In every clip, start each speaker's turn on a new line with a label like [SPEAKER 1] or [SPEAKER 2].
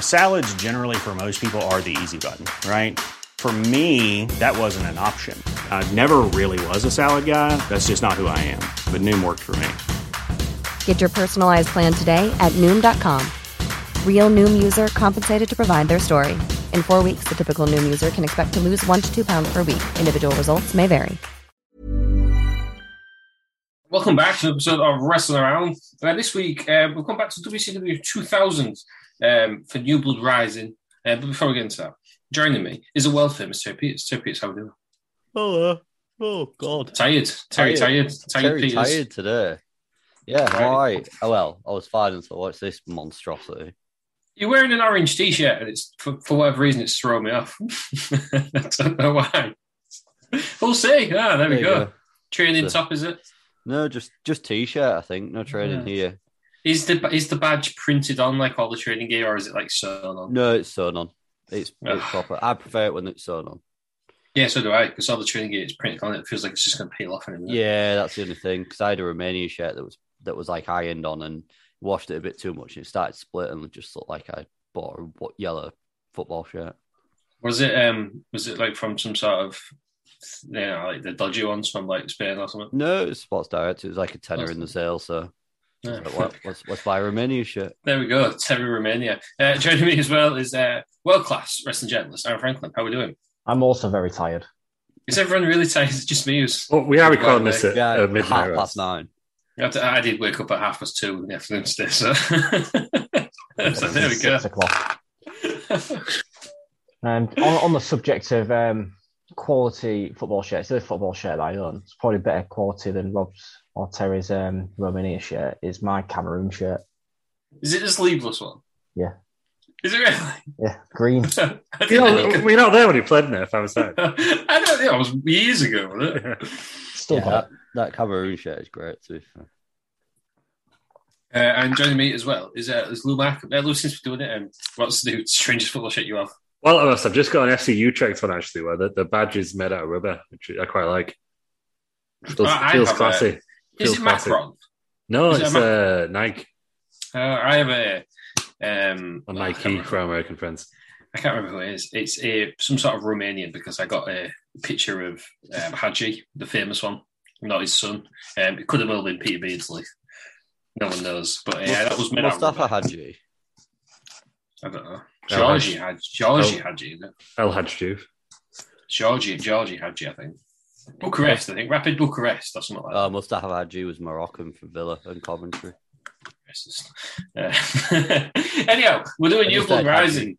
[SPEAKER 1] Salads, generally, for most people, are the easy button, right? For me, that wasn't an option. I never really was a salad guy. That's just not who I am. But Noom worked for me.
[SPEAKER 2] Get your personalized plan today at Noom.com. Real Noom user compensated to provide their story. In four weeks, the typical Noom user can expect to lose one to two pounds per week. Individual results may vary.
[SPEAKER 3] Welcome back to an episode of Wrestle Around. Uh, this week, uh, we'll come back to WCW 2000 um, for New Blood Rising. Uh, but before we get into that, joining me is a world famous Terry Peters. Terry Peters, how are we doing?
[SPEAKER 4] Hello. Oh, God.
[SPEAKER 3] Tired. Terry, tired.
[SPEAKER 5] Tired, tired, tired today. Yeah, all right. Oh, well, I was fine until I watched this monstrosity.
[SPEAKER 3] You're wearing an orange t shirt, and it's for, for, whatever reason, it's throwing me off. I don't know why. We'll see. Ah, there, there we go. go. Training so, top, is it?
[SPEAKER 5] No, just just t shirt, I think. No training yeah. here.
[SPEAKER 3] Is the is the badge printed on like all the training gear, or is it like sewn on?
[SPEAKER 5] No, it's sewn on. It's, it's proper. I prefer it when it's sewn on.
[SPEAKER 3] Yeah, so do I. Because all the training gear is printed on it. It feels like it's just going to peel off. Anyway.
[SPEAKER 5] Yeah, that's the only thing. Because I had a Romania shirt that was that was like high end on and washed it a bit too much, and it started splitting. and just looked like I bought a yellow football shirt.
[SPEAKER 3] Was it um was it like from some sort of you know, like the dodgy ones from like Spain or something?
[SPEAKER 5] No, it was Sports Direct. It was like a tenner that's... in the sale, so yeah. What, what's, what's by Romania shit?
[SPEAKER 3] There we go. Terry Romania. Uh, joining me as well is uh, world class wrestling journalist Aaron Franklin. How are we doing?
[SPEAKER 6] I'm also very tired.
[SPEAKER 3] Is everyone really tired? It's just me who's.
[SPEAKER 1] Oh.
[SPEAKER 4] Well, we are recording this at yeah, uh, midnight.
[SPEAKER 5] Half past nine.
[SPEAKER 3] I, did wake up at half past two in the afternoon today, so. so there we go.
[SPEAKER 6] Six o'clock. and on, on, the subject of um, quality football shirts, the football shirt that I own, it's probably better quality than Rob's or Terry's um, Romania shirt is my Cameroon shirt.
[SPEAKER 3] Is it the sleeveless one?
[SPEAKER 6] Yeah.
[SPEAKER 3] Is it really?
[SPEAKER 6] Yeah, green.
[SPEAKER 4] you know, we're not there when he played there, if I was there.
[SPEAKER 3] I don't think I was years ago, yeah.
[SPEAKER 6] Still
[SPEAKER 5] yeah, that, that, Cameroon shirt is great, too.
[SPEAKER 3] Uh, and joining me as well is, uh, is Lou Mark. Uh, Lou, since we're doing it, um, what's the strangest football shirt you have?
[SPEAKER 4] Well, honest, I've just got an FC Utrecht one, actually, where the, the badge is made out of rubber, which I quite like. It feels, oh, feels classy. A...
[SPEAKER 3] Feels is it classic. Macron?
[SPEAKER 4] No, is it's it a uh, Nike.
[SPEAKER 3] Uh, I have a um,
[SPEAKER 4] a Nike for American friends.
[SPEAKER 3] I can't remember who it is. It's a some sort of Romanian because I got a picture of um, Hadji, the famous one, not his son. Um, it could have well been Peter Beardsley. No one knows, but yeah, uh, that was
[SPEAKER 5] Mustafa Hadji.
[SPEAKER 3] I don't know. Georgie Hadji.
[SPEAKER 4] Oh.
[SPEAKER 3] Georgie Hadji.
[SPEAKER 4] El Hadji.
[SPEAKER 3] Georgie Georgie Hadji, I think. Bucharest, I think. Rapid Bucharest or something like that. Uh,
[SPEAKER 5] Mustafa Hadji was Moroccan for Villa and Coventry.
[SPEAKER 3] Uh, anyhow, we're doing New Blood Rising,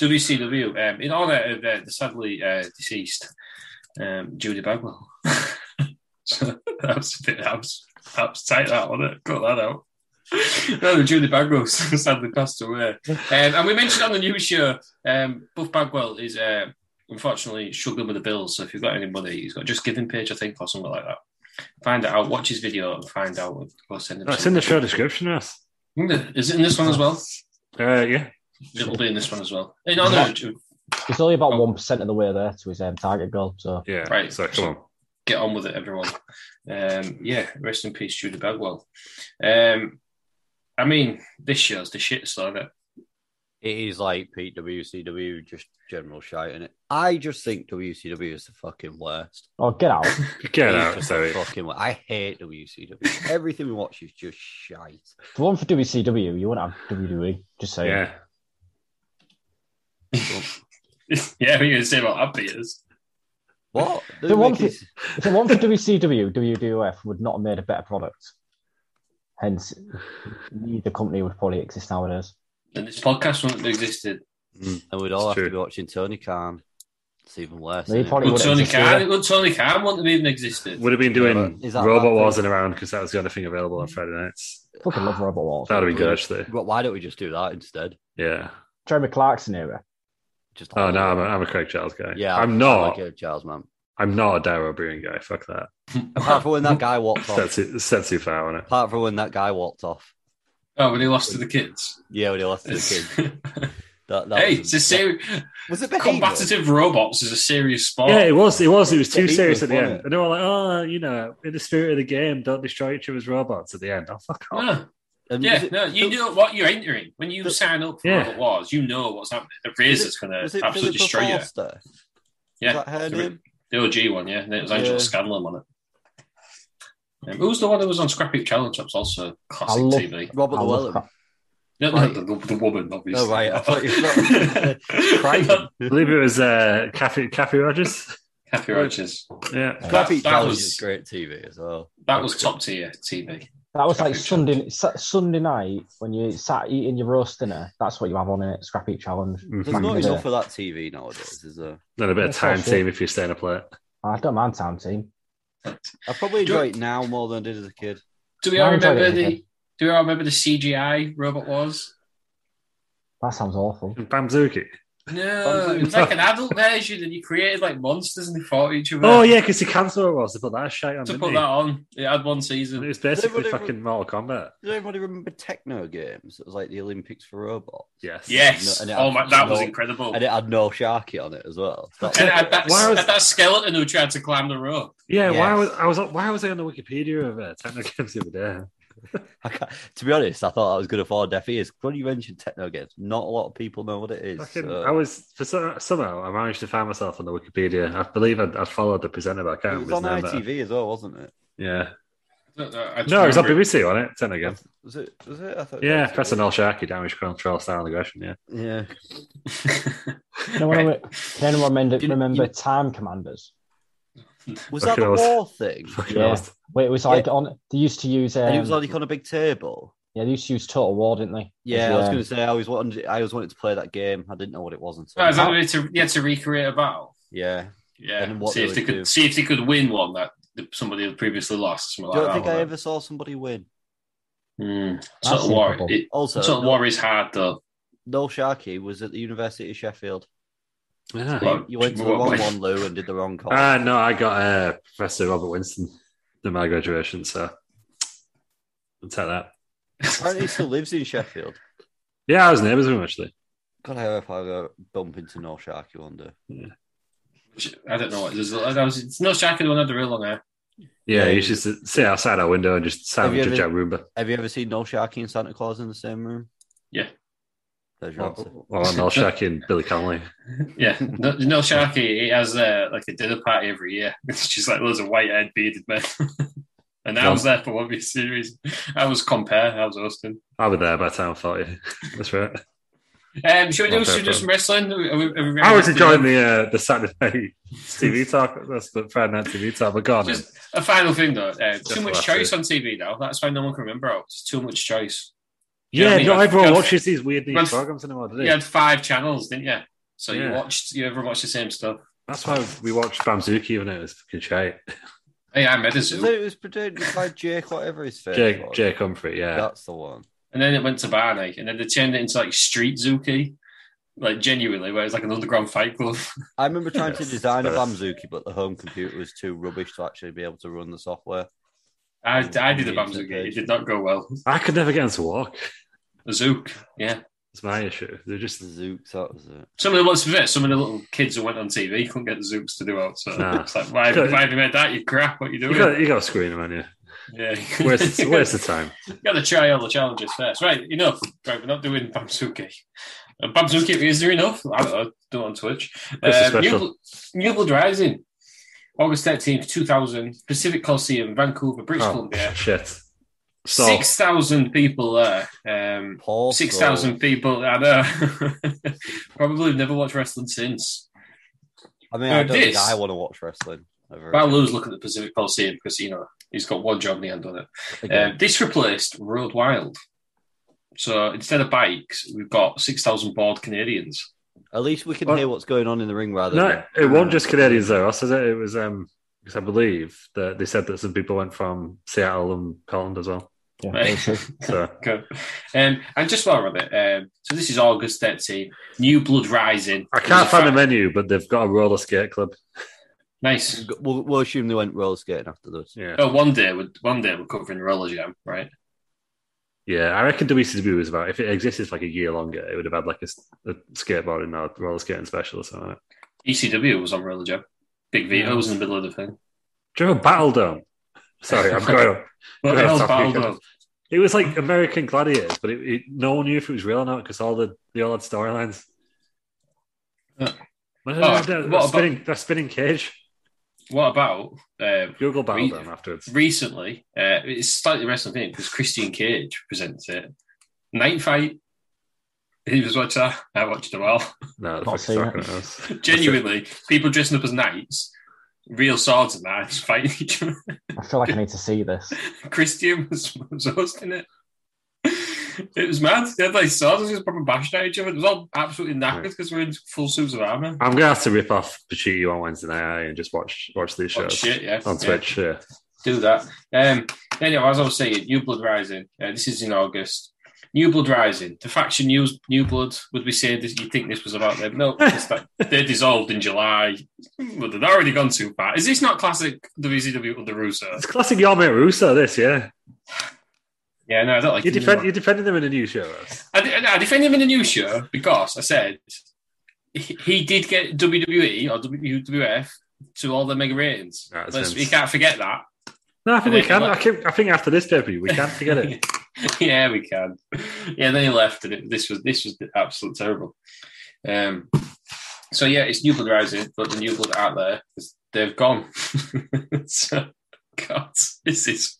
[SPEAKER 3] WCW, um, in honour of uh, the sadly uh, deceased um, Judy Bagwell. so that was a bit, that was, that was tight, that one. It? Cut that out. no, Julie Bagwell sadly passed away. Um, and we mentioned on the news show, um, Buff Bagwell is uh, unfortunately struggling with the bills. So if you've got any money, he's got just giving page, I think, or something like that. Find it out, watch his video, and find out. We'll oh,
[SPEAKER 4] it's something. in the show description, yes.
[SPEAKER 3] Is it in this one as well?
[SPEAKER 4] Uh, yeah,
[SPEAKER 3] it will be in this one as well. Eh, In honor,
[SPEAKER 6] it's only about one oh. of the way there to his um, target goal. So
[SPEAKER 4] yeah, right. So come on,
[SPEAKER 3] get on with it, everyone. Um, yeah, rest in peace, Judy Bagwell. Um, I mean, this show's the shit, so is it?
[SPEAKER 5] It is like Pete WCW, just general shite in it. I just think WCW is the fucking worst.
[SPEAKER 6] Oh, get out.
[SPEAKER 4] get out. Sorry.
[SPEAKER 5] Fucking worst. I hate WCW. Everything we watch is just shite.
[SPEAKER 6] The one for WCW, you want to have WWE. Just say
[SPEAKER 4] Yeah.
[SPEAKER 3] yeah, we're going to say about that, Peters.
[SPEAKER 5] What?
[SPEAKER 6] The one, for,
[SPEAKER 5] Mickey's-
[SPEAKER 6] the one for WCW, WWF would not have made a better product. Hence, neither company would probably exist nowadays.
[SPEAKER 3] And this podcast wouldn't have existed.
[SPEAKER 5] Mm. And we'd all
[SPEAKER 4] It's
[SPEAKER 5] have
[SPEAKER 4] true.
[SPEAKER 5] to be watching Tony Khan. It's even worse.
[SPEAKER 6] They
[SPEAKER 5] isn't it?
[SPEAKER 6] probably
[SPEAKER 3] Would
[SPEAKER 6] wouldn't
[SPEAKER 3] Tony
[SPEAKER 6] exist either.
[SPEAKER 3] Khan, would Tony Khan wouldn't have even existed?
[SPEAKER 4] Would have been doing
[SPEAKER 5] but is that
[SPEAKER 4] Robot
[SPEAKER 5] bad
[SPEAKER 4] Wars
[SPEAKER 5] thing?
[SPEAKER 4] and around because that was the only thing available on Friday nights.
[SPEAKER 6] Fucking love Robot Wars.
[SPEAKER 4] That would have been good, actually.
[SPEAKER 5] Well, Why don't we just do that instead?
[SPEAKER 4] Yeah.
[SPEAKER 6] Jeremy Clarkson era.
[SPEAKER 5] Just
[SPEAKER 4] Oh,
[SPEAKER 5] like-
[SPEAKER 4] no, I'm a, I'm a Craig Charles guy.
[SPEAKER 5] yeah,
[SPEAKER 4] I'm not.
[SPEAKER 5] Like a Charles man.
[SPEAKER 4] I'm not a Darrow Brewing guy. Fuck that.
[SPEAKER 5] Apart from when that guy walked off.
[SPEAKER 4] That's it. That's too far on it.
[SPEAKER 5] Apart from when that guy walked off.
[SPEAKER 3] Oh, when he lost to the kids.
[SPEAKER 5] Yeah, when he lost to the kid. That, that
[SPEAKER 3] hey,
[SPEAKER 5] was,
[SPEAKER 3] it's a serious.
[SPEAKER 5] Was it behaviour?
[SPEAKER 3] Combative robots is a serious sport.
[SPEAKER 4] Yeah, it was. It was. It was
[SPEAKER 5] Yeah,
[SPEAKER 4] too
[SPEAKER 5] he
[SPEAKER 4] serious
[SPEAKER 5] was
[SPEAKER 4] at the
[SPEAKER 5] on
[SPEAKER 4] end.
[SPEAKER 5] it.
[SPEAKER 4] And they were like, oh, you know, in the spirit of the game, don't destroy each other's robots at the end. Oh, fuck off.
[SPEAKER 3] No,
[SPEAKER 5] And was
[SPEAKER 3] yeah,
[SPEAKER 5] Um, it-
[SPEAKER 3] no, you know what you're entering when you
[SPEAKER 5] But-
[SPEAKER 3] sign up for
[SPEAKER 4] Yeah.
[SPEAKER 3] Robot Wars. You know what's happening. The Razor's going to
[SPEAKER 5] Was it
[SPEAKER 3] absolutely
[SPEAKER 5] Philippa
[SPEAKER 3] destroy you.
[SPEAKER 5] Forster? Was
[SPEAKER 3] uh, Yeah,
[SPEAKER 5] that her
[SPEAKER 3] the-
[SPEAKER 5] name?
[SPEAKER 3] The OG one, yeah. And then it was Angela
[SPEAKER 5] Yeah.
[SPEAKER 3] Scanlon on it. Um, who was the one that was on Scrappy Challenge? That was also classic
[SPEAKER 6] I love-
[SPEAKER 3] TV.
[SPEAKER 5] Robert
[SPEAKER 6] I love
[SPEAKER 5] Llewellyn.
[SPEAKER 6] that.
[SPEAKER 3] No, no,
[SPEAKER 5] right.
[SPEAKER 3] the, the, the woman, obviously.
[SPEAKER 5] Oh, right. I thought you were Crichton.
[SPEAKER 4] I believe it was uh, Kathy, Kathy Rogers.
[SPEAKER 3] Happy Rogers.
[SPEAKER 4] Yeah.
[SPEAKER 5] Scrappy
[SPEAKER 3] That- that
[SPEAKER 5] Challenge
[SPEAKER 3] was-
[SPEAKER 5] is great TV as well.
[SPEAKER 3] That was top tier TV.
[SPEAKER 6] That was like
[SPEAKER 3] Scrappy
[SPEAKER 6] Sunday Sa- Sunday night when you sat eating your roast dinner. That's what you have on it. Scrap Eat Challenge.
[SPEAKER 4] Mhm.
[SPEAKER 5] There's
[SPEAKER 6] Back
[SPEAKER 5] not
[SPEAKER 6] in the
[SPEAKER 5] enough
[SPEAKER 6] day.
[SPEAKER 5] of that TV nowadays, is there?
[SPEAKER 4] Then a bit of
[SPEAKER 6] That's
[SPEAKER 4] time
[SPEAKER 6] not
[SPEAKER 4] team if you stay in a plate.
[SPEAKER 6] I don't mind Time Team.
[SPEAKER 5] I probably
[SPEAKER 3] Do-
[SPEAKER 5] enjoy it now more than I did as a kid.
[SPEAKER 3] Do we
[SPEAKER 6] No,
[SPEAKER 3] all
[SPEAKER 6] I enjoyed
[SPEAKER 3] remember
[SPEAKER 6] it,
[SPEAKER 3] the? Do we all remember the CGI Robot Wars?
[SPEAKER 6] That sounds awful.
[SPEAKER 4] Bamzuki.
[SPEAKER 3] No, it was like an adult version, and you created like monsters and they fought each other.
[SPEAKER 4] Oh, yeah, because he cancelled it was. They put that shite on,
[SPEAKER 3] to
[SPEAKER 4] didn't
[SPEAKER 3] put
[SPEAKER 4] he?
[SPEAKER 3] that on, it had one
[SPEAKER 4] It
[SPEAKER 3] season.
[SPEAKER 4] was basically
[SPEAKER 5] Everybody-
[SPEAKER 4] fucking Mortal Kombat.
[SPEAKER 5] Does anybody remember techno games? It was like the Olympics for robots.
[SPEAKER 4] Yes.
[SPEAKER 3] Yes,
[SPEAKER 5] And it had
[SPEAKER 3] oh my, that was
[SPEAKER 5] no-
[SPEAKER 3] incredible.
[SPEAKER 5] And it had no Sharky on it as well. That-
[SPEAKER 3] And it had that,
[SPEAKER 4] Why was-
[SPEAKER 3] had that skeleton who tried to climb the rope.
[SPEAKER 4] Yeah, why
[SPEAKER 5] Yes.
[SPEAKER 4] was I was why was I on the Wikipedia of uh, techno games the other day?
[SPEAKER 5] I can't- to be honest, I thought I was going to fall deaf ears. When you mentioned techno games, not a lot of people know what it is. uh,
[SPEAKER 4] Fucking,
[SPEAKER 5] so-
[SPEAKER 4] I was for so, somehow I managed to find myself on the Wikipedia. I believe I'd, I'd followed the presenter, but I can't
[SPEAKER 5] it was
[SPEAKER 4] remember
[SPEAKER 5] on
[SPEAKER 4] his name.
[SPEAKER 5] ITV as well, wasn't it?
[SPEAKER 4] Yeah,
[SPEAKER 3] I don't know, I just
[SPEAKER 4] no, it was on
[SPEAKER 3] remember it.
[SPEAKER 4] BBC on it. Techno game.
[SPEAKER 5] Was it? Was it? I thought it
[SPEAKER 4] Yeah,
[SPEAKER 5] was
[SPEAKER 4] pressing
[SPEAKER 5] ITV.
[SPEAKER 4] all sharky damage control style aggression. Yeah,
[SPEAKER 5] Yeah.
[SPEAKER 6] No one
[SPEAKER 3] Right.
[SPEAKER 6] remember- Can anyone remember,
[SPEAKER 5] Didn't-
[SPEAKER 6] remember
[SPEAKER 5] you-
[SPEAKER 6] Time Commanders?
[SPEAKER 5] Was
[SPEAKER 4] Fucking
[SPEAKER 5] that the
[SPEAKER 4] hell.
[SPEAKER 5] war thing?
[SPEAKER 4] fucking
[SPEAKER 6] Yeah.
[SPEAKER 4] hell.
[SPEAKER 6] Where it was like on. They used to use. Um,
[SPEAKER 5] and it was like on a big table.
[SPEAKER 6] yeah, they used to use Total War, didn't they?
[SPEAKER 5] Yeah, I was going
[SPEAKER 6] to
[SPEAKER 5] to say I always wanted. I always wanted to play that game. I didn't know what it was until.
[SPEAKER 3] Oh, is that the way to yeah to recreate a battle?
[SPEAKER 5] yeah.
[SPEAKER 3] Yeah,
[SPEAKER 5] And what
[SPEAKER 3] see
[SPEAKER 5] they
[SPEAKER 3] if they
[SPEAKER 5] would
[SPEAKER 3] could
[SPEAKER 5] do.
[SPEAKER 3] see if they could win one that somebody had previously lost. Something
[SPEAKER 5] I don't
[SPEAKER 3] like
[SPEAKER 5] think
[SPEAKER 3] that,
[SPEAKER 5] I ever saw somebody win.
[SPEAKER 3] Mm.
[SPEAKER 6] That's
[SPEAKER 3] Sort of war.
[SPEAKER 6] improbable.
[SPEAKER 3] It,
[SPEAKER 5] Also,
[SPEAKER 3] sort of
[SPEAKER 5] no,
[SPEAKER 3] war is hard though.
[SPEAKER 5] Noel Sharkey was at the University of Sheffield.
[SPEAKER 4] Yeah.
[SPEAKER 3] Well,
[SPEAKER 5] You, you went to the
[SPEAKER 3] well,
[SPEAKER 5] wrong
[SPEAKER 3] well.
[SPEAKER 5] one, Lou, and did the wrong call.
[SPEAKER 4] Ah, no, I got uh, Professor Robert Winston in my graduation, so I'll take that.
[SPEAKER 5] Apparently, he still lives in Sheffield.
[SPEAKER 4] Yeah, I was neighbours with him actually.
[SPEAKER 5] God, I hope I go bump into Noel Sharkey one day.
[SPEAKER 3] Which- I don't know what it is. I was, it's no Shaq the one had the real long hair.
[SPEAKER 4] Yeah,
[SPEAKER 5] Yeah,
[SPEAKER 4] you
[SPEAKER 5] he-
[SPEAKER 4] should s- sit outside our window and just
[SPEAKER 5] Have you
[SPEAKER 4] sandwich a
[SPEAKER 5] ever-
[SPEAKER 4] Jack Roomba.
[SPEAKER 5] Have you ever seen Noel Sharkey and Santa Claus in the same room?
[SPEAKER 3] Yeah.
[SPEAKER 5] There's your answer.
[SPEAKER 4] Or or an old Shaq and Billy Connolly.
[SPEAKER 3] Yeah, no, no Sharky. He has uh, like a dinner party every year. It's just like loads of white-haired bearded men. and I was there for one series. I was compare. I was hosting.
[SPEAKER 4] I'll be there by the time I'm 40. That's right.
[SPEAKER 3] Um, should we do,
[SPEAKER 4] Okay,
[SPEAKER 3] should we do some wrestling? Are we- are we- are we
[SPEAKER 4] I was
[SPEAKER 3] ready to
[SPEAKER 4] enjoying
[SPEAKER 3] do-
[SPEAKER 4] the uh, the Saturday night TV talk. That's the Friday night TV talk. But go on. then.
[SPEAKER 3] Just a final thing though. Uh,
[SPEAKER 4] Just
[SPEAKER 3] too much
[SPEAKER 4] last
[SPEAKER 3] choice
[SPEAKER 4] year.
[SPEAKER 3] on TV now. That's why no one can remember. It. It's too much choice. you know
[SPEAKER 4] yeah,
[SPEAKER 3] what I mean?
[SPEAKER 4] not everyone
[SPEAKER 3] Just-
[SPEAKER 4] watches these weird news
[SPEAKER 3] Just-
[SPEAKER 4] programs anymore, do
[SPEAKER 3] You
[SPEAKER 4] they?
[SPEAKER 3] had five channels, didn't you? So you
[SPEAKER 4] Yeah.
[SPEAKER 3] watched. You ever watched the same stuff?
[SPEAKER 4] That's why we watched Bamzuki when it was fucking shite.
[SPEAKER 3] Hey, I'm
[SPEAKER 5] So
[SPEAKER 3] Edison.
[SPEAKER 5] it was produced by Jake, whatever his face
[SPEAKER 4] Jake,
[SPEAKER 5] was.
[SPEAKER 4] Jake Humphrey, yeah.
[SPEAKER 5] That's the one.
[SPEAKER 3] And then it went to Barney, and then they turned it into like Street Zuki, like genuinely, where it's like an underground fight club.
[SPEAKER 5] I remember trying to
[SPEAKER 4] Yes,
[SPEAKER 5] design a
[SPEAKER 4] that's-
[SPEAKER 5] Bamzuki, but the home computer was too rubbish to actually be able to run the software.
[SPEAKER 3] I, I did a
[SPEAKER 5] Yeah,
[SPEAKER 3] Bamzuki.
[SPEAKER 5] okay.
[SPEAKER 3] It did not go well.
[SPEAKER 4] I could never get him to walk.
[SPEAKER 3] A Zook, yeah.
[SPEAKER 4] That's my issue. They're just.
[SPEAKER 5] The Zooks, that was it.
[SPEAKER 3] Some of the ones for it, some of the little kids who went on TV couldn't get the Zooks to do out. So
[SPEAKER 4] Nah.
[SPEAKER 3] it's like, why,
[SPEAKER 4] Good.
[SPEAKER 3] why have you made that? You crap. What you
[SPEAKER 4] You
[SPEAKER 3] doing?
[SPEAKER 4] got, you got to screen him, haven't
[SPEAKER 3] yeah.
[SPEAKER 4] you? Where's the, where's the time?
[SPEAKER 3] you got to try all the challenges first. Right, enough. Right, we're not doing Bamzuki. Uh, Bamzuki, is there enough? I don't know. Do it on Twitch.
[SPEAKER 4] That's a
[SPEAKER 3] Uh, New,
[SPEAKER 4] special.
[SPEAKER 3] Bl- New Blood Rising, August 13th, 2000, Pacific Coliseum, Vancouver, British
[SPEAKER 4] Oh,
[SPEAKER 3] Columbia.
[SPEAKER 4] shit. So,
[SPEAKER 3] 6,000 people there. Um,
[SPEAKER 5] Paul
[SPEAKER 3] Six thousand people. I know. Probably have never watched wrestling since.
[SPEAKER 5] I mean,
[SPEAKER 3] No,
[SPEAKER 5] I don't think
[SPEAKER 3] this-
[SPEAKER 5] I want to watch wrestling. Ever
[SPEAKER 3] Val
[SPEAKER 5] again.
[SPEAKER 3] Lou's looking at the Pacific Coliseum because you know he's got one job in the end on it.
[SPEAKER 5] Again.
[SPEAKER 3] Um, this replaced Road Wild. So instead of bikes, we've got six thousand bored Canadians.
[SPEAKER 5] At least we can
[SPEAKER 4] Well-
[SPEAKER 5] hear what's going on in the ring rather
[SPEAKER 4] No,
[SPEAKER 5] than um,
[SPEAKER 4] it wasn't just Canadians though. Also, it was um, because I believe that they said that some people went from Seattle and Portland as well.
[SPEAKER 6] Yeah,
[SPEAKER 4] So
[SPEAKER 3] Good. Um, and just while we're on it, um, so this is August 13. New Blood Rising.
[SPEAKER 4] I can't find the
[SPEAKER 3] them.
[SPEAKER 4] menu, but they've got a roller skate club.
[SPEAKER 3] Nice.
[SPEAKER 5] We'll, we'll assume they went roller skating after this.
[SPEAKER 4] Yeah,
[SPEAKER 3] Oh, one day, we're, one day we're covering Roller Jam, right?
[SPEAKER 4] yeah. I reckon WCW was about if it existed for like a year longer, it would have had like a, s- a skateboarding or roller skating special or something. Like that.
[SPEAKER 3] ECW E was on Roller Jam. Big V,
[SPEAKER 4] Yeah.
[SPEAKER 3] I was in the middle of the thing.
[SPEAKER 4] Do you remember Battle Dome? Sorry, I'm going.
[SPEAKER 3] What
[SPEAKER 4] Yeah,
[SPEAKER 3] the hell's
[SPEAKER 4] that's
[SPEAKER 3] Battle
[SPEAKER 4] pretty
[SPEAKER 3] Dome?
[SPEAKER 4] It was like American Gladiators, but it, it, no one knew if it was real or not because all the they all had storylines.
[SPEAKER 3] Yeah.
[SPEAKER 4] Well,
[SPEAKER 3] Oh,
[SPEAKER 4] they're, they're
[SPEAKER 3] what about-
[SPEAKER 4] spinning, they're spinning cage.
[SPEAKER 3] What about um,
[SPEAKER 4] Google Battle
[SPEAKER 3] Re-
[SPEAKER 4] Dome afterwards.
[SPEAKER 3] recently? Uh, it's slightly wrestling thing because Christian Cage presents it. Night Fight. He was watching that. I watched it well.
[SPEAKER 4] No,
[SPEAKER 6] Not
[SPEAKER 4] the fuck's
[SPEAKER 6] seen
[SPEAKER 4] talking
[SPEAKER 6] it.
[SPEAKER 4] about us.
[SPEAKER 3] Genuinely, people dressing up as knights, real swords and knives, fighting each other.
[SPEAKER 6] I feel like I need to see this.
[SPEAKER 3] Christian was, was hosting it. It was mad. They had like swords and just proper bashing at each other. It was all absolutely knackered because we're in full suits of armor.
[SPEAKER 4] I'm gonna have to rip off Pachutu on Wednesday night aren't I, and just watch watch these
[SPEAKER 3] Oh,
[SPEAKER 4] shows
[SPEAKER 3] shit, yeah.
[SPEAKER 4] on
[SPEAKER 3] yeah.
[SPEAKER 4] Twitch. Yeah.
[SPEAKER 3] do that. Um, anyway, as I was saying, New Blood Rising. Uh, this is in August. New Blood Rising. The faction New, New Blood would be saying this. You think this was about them? No, it's that they dissolved in July. Well, they'd already gone too far. Is this not classic WCW under Russo?
[SPEAKER 4] It's classic your mate Russo. This, yeah.
[SPEAKER 3] Yeah, no, I don't like.
[SPEAKER 4] You
[SPEAKER 3] him
[SPEAKER 4] defend
[SPEAKER 3] anymore.
[SPEAKER 4] you defended them in a new show. Russ.
[SPEAKER 3] I, de- I defend him in the new show because I said he, he did get WWE or WWF to all the mega ratings.
[SPEAKER 4] That's
[SPEAKER 3] Let's-
[SPEAKER 4] him.
[SPEAKER 3] you can't forget that.
[SPEAKER 4] No, I think
[SPEAKER 3] Yeah,
[SPEAKER 4] we can.
[SPEAKER 3] like-
[SPEAKER 4] I, can, I think after this pay we can forget it.
[SPEAKER 3] yeah, we can. Yeah, then he left, and it, this was this was absolutely terrible. Um, so yeah, it's New Blood Rising, but the New Blood out there, is- they've gone. so, God, this is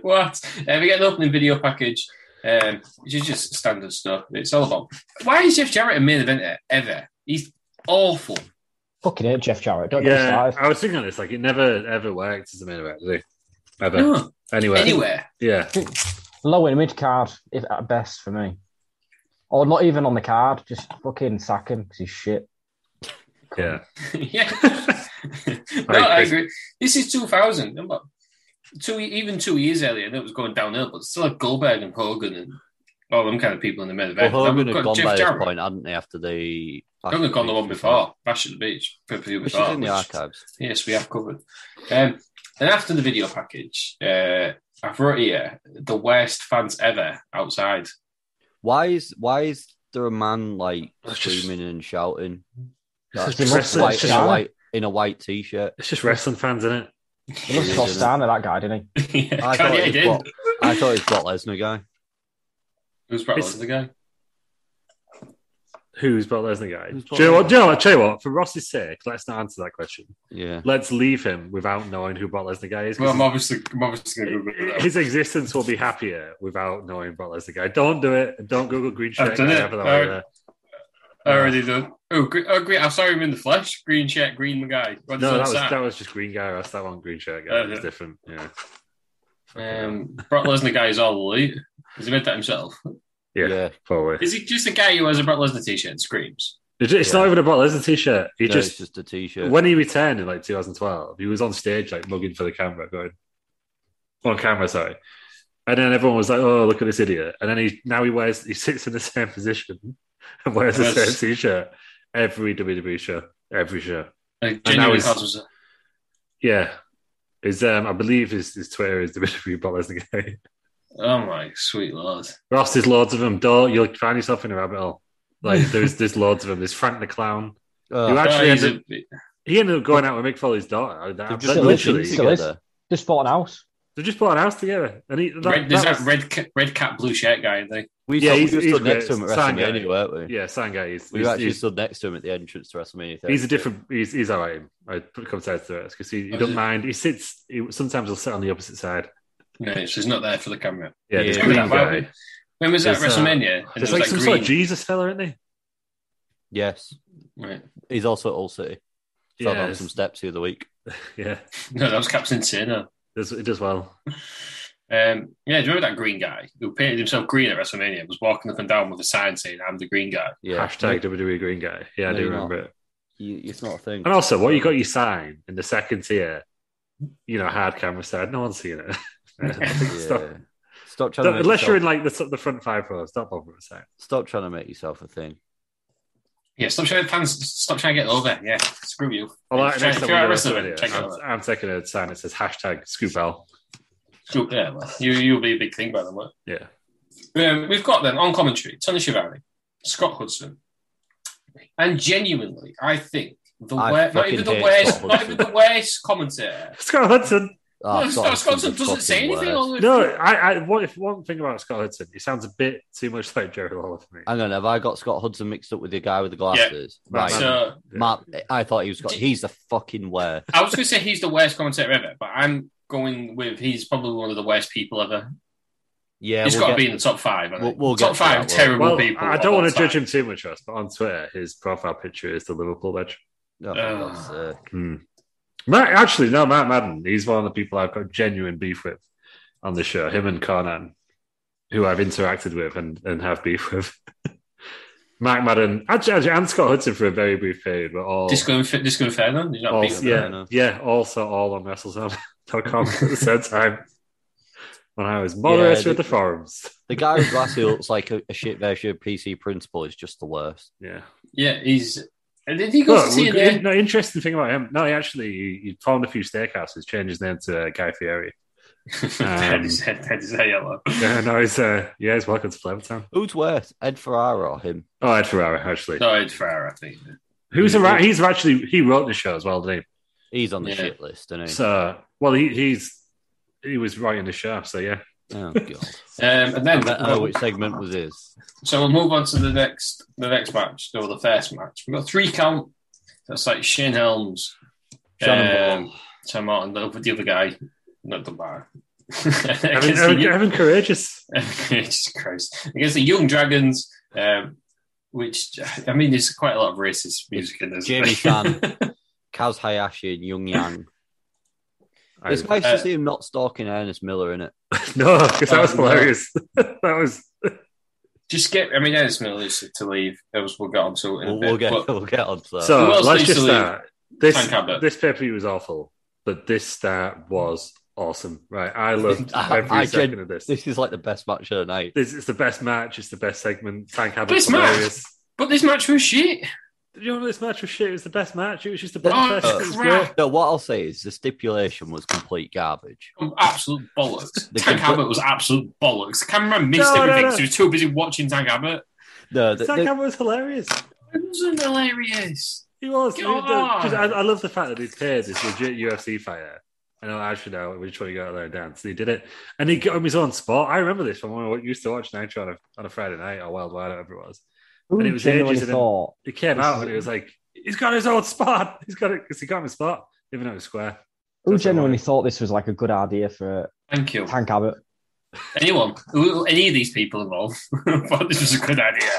[SPEAKER 3] what? Uh, we get an opening video package, um, which is just standard stuff. It's all about why is Jeff Jarrett a main eventer ever? He's awful.
[SPEAKER 6] Fucking it, Jeff Jarrett. Don't get me
[SPEAKER 4] Yeah,
[SPEAKER 6] started.
[SPEAKER 4] I was thinking on this. Like, it never ever worked as a main event, did it? Ever.
[SPEAKER 3] No,
[SPEAKER 4] Anyway.
[SPEAKER 3] anywhere.
[SPEAKER 4] Yeah.
[SPEAKER 6] Low and mid card, if at best for me. Or not even on the card, just fucking sack him because he's shit.
[SPEAKER 4] Yeah.
[SPEAKER 3] yeah. no,
[SPEAKER 4] Right,
[SPEAKER 3] I
[SPEAKER 4] Chris.
[SPEAKER 3] agree. This is 2000. and what- Two even two years earlier, and it was going downhill, but still had Goldberg and Hogan and all them kind of people in the main
[SPEAKER 5] Well,
[SPEAKER 3] event. Now
[SPEAKER 5] Hogan
[SPEAKER 3] we've
[SPEAKER 5] had
[SPEAKER 3] got
[SPEAKER 5] gone
[SPEAKER 3] Jeff
[SPEAKER 5] by
[SPEAKER 3] Jarrett.
[SPEAKER 5] this point, hadn't they? After the
[SPEAKER 3] Hogan had gone the one before, Bash at the Beach, pay-per-view
[SPEAKER 5] which
[SPEAKER 3] before,
[SPEAKER 5] is in the
[SPEAKER 3] which-
[SPEAKER 5] archives.
[SPEAKER 3] Yes, we have covered. Um, and after the video package, uh, I've wrote here the worst fans ever outside.
[SPEAKER 5] Why is why is there a man like
[SPEAKER 4] That's just-
[SPEAKER 5] screaming and shouting? That's
[SPEAKER 6] just
[SPEAKER 4] wrestling,
[SPEAKER 5] white,
[SPEAKER 4] it's
[SPEAKER 5] in
[SPEAKER 4] just-
[SPEAKER 5] a white in a white t-shirt.
[SPEAKER 4] It's just wrestling fans, isn't it?
[SPEAKER 6] He looks
[SPEAKER 5] Yeah,
[SPEAKER 6] Costana, that guy, didn't he?
[SPEAKER 3] yeah,
[SPEAKER 5] I thought,
[SPEAKER 3] yeah, he
[SPEAKER 5] it was
[SPEAKER 3] did.
[SPEAKER 5] Brock, I thought it was Brock Lesnar guy.
[SPEAKER 3] Who's Brock
[SPEAKER 4] It's-
[SPEAKER 3] Lesnar guy?
[SPEAKER 4] Who's Brock Lesnar guy?
[SPEAKER 5] Who's
[SPEAKER 4] Do
[SPEAKER 5] Brock
[SPEAKER 4] you, know what,
[SPEAKER 5] Lesnar?
[SPEAKER 4] do you know what? Tell you what, for Ross's sake, let's not answer that question.
[SPEAKER 5] Yeah.
[SPEAKER 4] Let's leave him without knowing who Brock Lesnar guy is. 'cause
[SPEAKER 3] Well, I'm obviously, I'm obviously going to Google that.
[SPEAKER 4] his existence will be happier without knowing Brock Lesnar guy. Don't do it. Don't Google Green
[SPEAKER 3] I've
[SPEAKER 4] Shirt
[SPEAKER 3] done
[SPEAKER 4] guy.
[SPEAKER 3] it.
[SPEAKER 4] Have that
[SPEAKER 3] All
[SPEAKER 4] one
[SPEAKER 3] right.
[SPEAKER 4] there.
[SPEAKER 3] I already done. Oh, green, oh, green. I saw him in the flesh. Green shirt, green guy. What
[SPEAKER 4] No, that
[SPEAKER 3] does
[SPEAKER 4] was that
[SPEAKER 3] that
[SPEAKER 4] was just Green Guy. That's that one Green Shirt guy.
[SPEAKER 3] Oh,
[SPEAKER 4] It was
[SPEAKER 3] yeah.
[SPEAKER 4] different. Yeah.
[SPEAKER 3] say? Um, Brock Lesnar guy is all elite. Has he made that himself?
[SPEAKER 4] Yeah.
[SPEAKER 5] Yeah.
[SPEAKER 4] Probably.
[SPEAKER 3] Is he just a guy who wears a Brock Lesnar t-shirt and screams?
[SPEAKER 4] It's, it's not even a Brock Lesnar t-shirt. He
[SPEAKER 5] No,
[SPEAKER 4] just,
[SPEAKER 5] it's just a t-shirt.
[SPEAKER 4] when he returned in like 2012, he was on stage like mugging for the camera, going on camera, sorry. And then everyone was like, "Oh, look at this idiot!" And then he now he wears he sits in the same position and wears the
[SPEAKER 3] Yes.
[SPEAKER 4] same t-shirt every WWE show, every show.
[SPEAKER 3] Like,
[SPEAKER 4] now
[SPEAKER 3] genuinely
[SPEAKER 4] he's-
[SPEAKER 3] causes a-
[SPEAKER 4] Yeah. His um I believe his, his Twitter is E the WWE Brock Lesnar guy.
[SPEAKER 3] Oh my sweet lord!
[SPEAKER 4] Ross, there's loads of them. Don't you'll find yourself in a rabbit hole. Like there's there's loads of them. There's Frank the Clown.
[SPEAKER 5] Uh,
[SPEAKER 4] You actually
[SPEAKER 3] Oh, he's
[SPEAKER 4] ended,
[SPEAKER 3] a-
[SPEAKER 4] he ended up going out with Mick Foley's daughter. I- I-
[SPEAKER 5] they've
[SPEAKER 6] Still
[SPEAKER 5] just
[SPEAKER 6] is,
[SPEAKER 5] literally
[SPEAKER 6] still is.
[SPEAKER 5] together.
[SPEAKER 6] Just bought an house.
[SPEAKER 4] they just bought a house together. And he, that,
[SPEAKER 3] red, there's
[SPEAKER 4] that
[SPEAKER 3] that
[SPEAKER 4] was-
[SPEAKER 3] red, ca- red cap, blue shirt guy. Thing.
[SPEAKER 5] We,
[SPEAKER 4] Yeah,
[SPEAKER 5] yeah,
[SPEAKER 4] he's-
[SPEAKER 5] we were
[SPEAKER 4] he's
[SPEAKER 5] stood next to
[SPEAKER 4] great.
[SPEAKER 5] him at
[SPEAKER 4] Sign guy.
[SPEAKER 5] WrestleMania, weren't we?
[SPEAKER 4] Yeah, Sangai. He's,
[SPEAKER 5] We
[SPEAKER 4] he's,
[SPEAKER 5] were actually
[SPEAKER 4] he's,
[SPEAKER 5] stood next to him at the entrance to WrestleMania.
[SPEAKER 4] he's a different. He's, he's all right. I put compared to it because he, he doesn't mind. He sits. He, sometimes he'll sit on the opposite side.
[SPEAKER 3] No, it's just not there for the camera.
[SPEAKER 4] Yeah, this
[SPEAKER 5] Yeah.
[SPEAKER 4] green
[SPEAKER 3] Yeah.
[SPEAKER 4] guy.
[SPEAKER 3] When was that
[SPEAKER 4] There's, uh,
[SPEAKER 3] WrestleMania? And
[SPEAKER 4] There's
[SPEAKER 3] there
[SPEAKER 4] like
[SPEAKER 3] was
[SPEAKER 4] some
[SPEAKER 3] that
[SPEAKER 4] sort of
[SPEAKER 3] green-
[SPEAKER 4] Jesus fella, isn't he?
[SPEAKER 5] Yes.
[SPEAKER 3] Right.
[SPEAKER 5] He's also at All City. Fell down
[SPEAKER 4] Yes.
[SPEAKER 5] some steps the other week.
[SPEAKER 4] Yeah,
[SPEAKER 3] No, that was Captain Sinner.
[SPEAKER 4] it does, it does well.
[SPEAKER 3] Um, yeah, do you remember that green guy who painted himself green at WrestleMania? Was walking up and down with a sign saying, "I'm the green guy."
[SPEAKER 5] Yeah.
[SPEAKER 4] Hashtag WWE Green Guy. Yeah, I
[SPEAKER 5] No,
[SPEAKER 4] do
[SPEAKER 5] you're
[SPEAKER 4] remember it.
[SPEAKER 5] You, it's not a thing.
[SPEAKER 4] And also, what you got your sign in the second tier, you know, hard camera side, no one's seen it. Stop.
[SPEAKER 5] Yeah. Stop trying.
[SPEAKER 4] Don't-
[SPEAKER 5] to make
[SPEAKER 4] unless you're in
[SPEAKER 5] yourself-
[SPEAKER 4] like the, the front five rows, don't bother with sign.
[SPEAKER 5] Stop trying to make yourself a thing.
[SPEAKER 3] Yeah, stop showing fans. Stop trying to get over. Yeah, screw you.
[SPEAKER 4] All right,
[SPEAKER 3] If
[SPEAKER 4] next
[SPEAKER 3] you're
[SPEAKER 4] time we
[SPEAKER 3] at
[SPEAKER 4] do
[SPEAKER 3] WrestleMania,
[SPEAKER 4] WrestleMania,
[SPEAKER 3] check it
[SPEAKER 4] I'm,
[SPEAKER 3] out.
[SPEAKER 4] I'm taking a sign that says hashtag Scoop L.
[SPEAKER 3] Screw, yeah, well, you you'll be a big thing by the way.
[SPEAKER 4] Yeah.
[SPEAKER 3] Um, we've got then on commentary Tony Schiavone, Scott Hudson, and genuinely, I think the
[SPEAKER 5] I
[SPEAKER 3] wor- not
[SPEAKER 5] fucking
[SPEAKER 3] even the
[SPEAKER 5] hate
[SPEAKER 3] worst,
[SPEAKER 5] Scott
[SPEAKER 3] not even the
[SPEAKER 5] Hudson.
[SPEAKER 3] worst commentator.
[SPEAKER 4] Scott Hudson.
[SPEAKER 5] Ah,
[SPEAKER 3] no, Scott, Scott Hudson doesn't say
[SPEAKER 5] fucking
[SPEAKER 3] anything.
[SPEAKER 5] worst.
[SPEAKER 3] all the-
[SPEAKER 4] No, I, I what if one thing about Scott Hudson, he sounds a bit too much like Jerry Lawler for me.
[SPEAKER 5] Hang on, have I got Scott Hudson mixed up with the guy with the glasses?
[SPEAKER 4] Right.
[SPEAKER 5] Right.
[SPEAKER 3] so
[SPEAKER 5] Matt, I thought he was Scott.
[SPEAKER 3] Did-
[SPEAKER 5] He's the fucking where.
[SPEAKER 3] I was going to say he's the worst commentator ever, but I'm going with he's probably one of the worst people ever.
[SPEAKER 5] Yeah,
[SPEAKER 3] He's
[SPEAKER 5] we'll
[SPEAKER 3] got to
[SPEAKER 5] get-
[SPEAKER 3] be in the top 5 I
[SPEAKER 5] we'll-
[SPEAKER 3] think.
[SPEAKER 5] we'll get
[SPEAKER 3] top
[SPEAKER 5] to
[SPEAKER 3] five
[SPEAKER 5] that,
[SPEAKER 3] terrible
[SPEAKER 4] Well,
[SPEAKER 3] people.
[SPEAKER 4] I don't
[SPEAKER 3] of
[SPEAKER 4] want
[SPEAKER 3] all
[SPEAKER 4] to judge
[SPEAKER 3] time.
[SPEAKER 4] him too much, Ross, but on Twitter, his profile picture is the Liverpool badge.
[SPEAKER 5] Oh, for
[SPEAKER 3] Uh,
[SPEAKER 5] God's sake.
[SPEAKER 4] Hmm. Matt, actually, no, Matt Madden. He's one of the people I've got genuine beef with on the show. Him and Conan, who I've interacted with and, and have beef with. Matt Madden, actually, actually, and Scott Hudson for a very brief period, were all,
[SPEAKER 3] Disco Infer- Disco Inferno? You're not
[SPEAKER 4] all
[SPEAKER 3] being-
[SPEAKER 5] Inferno.
[SPEAKER 4] yeah, yeah, also all on WrestleZone.com at the same time when I was moderator
[SPEAKER 5] Yeah,
[SPEAKER 4] at the
[SPEAKER 5] they-
[SPEAKER 4] forums.
[SPEAKER 5] The guy with glasses who looks like a, a shit version of PC Principal is just the worst.
[SPEAKER 4] Yeah.
[SPEAKER 3] Yeah, he's. And then he goes
[SPEAKER 4] Look,
[SPEAKER 3] to see
[SPEAKER 4] we-
[SPEAKER 3] an air-
[SPEAKER 4] no, interesting thing about him. No, he actually he, he formed a few steakhouses, changed his name to uh, Guy Fieri.
[SPEAKER 5] um,
[SPEAKER 3] Ted is- Ted is a yellow.
[SPEAKER 4] yeah, no, he's uh, yeah, he's welcome to Flavor Town.
[SPEAKER 5] Who's worse, Ed Ferrara or him?
[SPEAKER 4] Oh, Ed Ferrara, actually.
[SPEAKER 3] No, it's Ferrer, I think. Um,
[SPEAKER 4] Who's a ra- he's actually he wrote the show as well, didn't
[SPEAKER 5] He's on the
[SPEAKER 3] Yeah.
[SPEAKER 5] shit list, isn't
[SPEAKER 4] he?
[SPEAKER 5] he?
[SPEAKER 4] So, well, he, he's he was writing the show, so yeah.
[SPEAKER 5] oh god!
[SPEAKER 3] Um, and then
[SPEAKER 5] I don't know which segment was his.
[SPEAKER 3] so we'll move on to the next the next match or the first match. We've got three count. That's like Shane Helms,
[SPEAKER 5] Shannon
[SPEAKER 3] Um,
[SPEAKER 5] Ball.
[SPEAKER 3] Tim Martin, the, the other guy, not the bar.
[SPEAKER 4] Evan,
[SPEAKER 3] Against
[SPEAKER 4] Evan,
[SPEAKER 3] the-
[SPEAKER 4] Evan Courageous.
[SPEAKER 3] Jesus Christ. Against the Young Dragons, um, which, I mean, there's quite a lot of racist music in this.
[SPEAKER 5] Jamie Shan, Kaz Hayashi, and Young Yang. It's
[SPEAKER 4] I-
[SPEAKER 5] nice
[SPEAKER 3] Uh,
[SPEAKER 5] to see him not stalking Ernest Miller in it.
[SPEAKER 4] no, because that was
[SPEAKER 3] Oh, no.
[SPEAKER 4] hilarious. that was
[SPEAKER 3] Just get, I mean, Ernest Miller is to leave. Those we'll get on to it in a
[SPEAKER 5] We'll,
[SPEAKER 3] bit.
[SPEAKER 5] we'll get
[SPEAKER 3] But
[SPEAKER 5] we'll get on to that.
[SPEAKER 4] so.
[SPEAKER 3] Who else
[SPEAKER 4] Let's
[SPEAKER 3] needs to
[SPEAKER 4] just
[SPEAKER 3] leave?
[SPEAKER 4] start. This
[SPEAKER 3] Frank Abbott.
[SPEAKER 4] this pay per view was awful, but this start was awesome. Right, I loved
[SPEAKER 5] I-
[SPEAKER 4] every
[SPEAKER 5] I
[SPEAKER 4] second
[SPEAKER 5] gen-
[SPEAKER 4] of this.
[SPEAKER 5] this is like the best match of the night.
[SPEAKER 4] This is the best match. It's the best segment. Frank Abbott's
[SPEAKER 3] Best match?
[SPEAKER 4] hilarious.
[SPEAKER 3] but this match was shit. Oh,
[SPEAKER 4] Did you know this match was shit? It was the best match. It was just the
[SPEAKER 5] The-
[SPEAKER 4] best. match.
[SPEAKER 5] uh,
[SPEAKER 4] It was
[SPEAKER 3] crap.
[SPEAKER 4] great.
[SPEAKER 5] No, what I'll say is the stipulation was complete garbage.
[SPEAKER 3] Um, Absolute bollocks.
[SPEAKER 5] The
[SPEAKER 3] Tank
[SPEAKER 5] compl-
[SPEAKER 3] Abbott was absolute bollocks. Cameron missed
[SPEAKER 4] No, no,
[SPEAKER 3] everything
[SPEAKER 4] no.
[SPEAKER 3] 'cause he was too busy watching Tank Abbott.
[SPEAKER 5] No, the,
[SPEAKER 4] Zack
[SPEAKER 5] the-
[SPEAKER 4] Abbott was hilarious.
[SPEAKER 3] It wasn't hilarious.
[SPEAKER 4] He was. He was-
[SPEAKER 3] God.
[SPEAKER 4] just- I, I love the fact that he paired this legit UFC fighter. I don't actually know which one he got there and dance. He did it, and he got him his own spot. I remember this from when I used to watch Nitro on a, on a Friday night or Worldwide, whatever it was.
[SPEAKER 6] Who
[SPEAKER 4] And it was
[SPEAKER 6] genuinely
[SPEAKER 4] ages and-
[SPEAKER 6] thought
[SPEAKER 4] It came out and it was like, he's got his own spot. He's got it because he got his spot, even though it was square.
[SPEAKER 6] who
[SPEAKER 4] That's
[SPEAKER 6] genuinely
[SPEAKER 4] alright.
[SPEAKER 6] thought this was like a good idea for
[SPEAKER 3] Thank you.
[SPEAKER 6] Tank Abbott?
[SPEAKER 3] Anyone, who- any of these people involved, thought this was a good idea.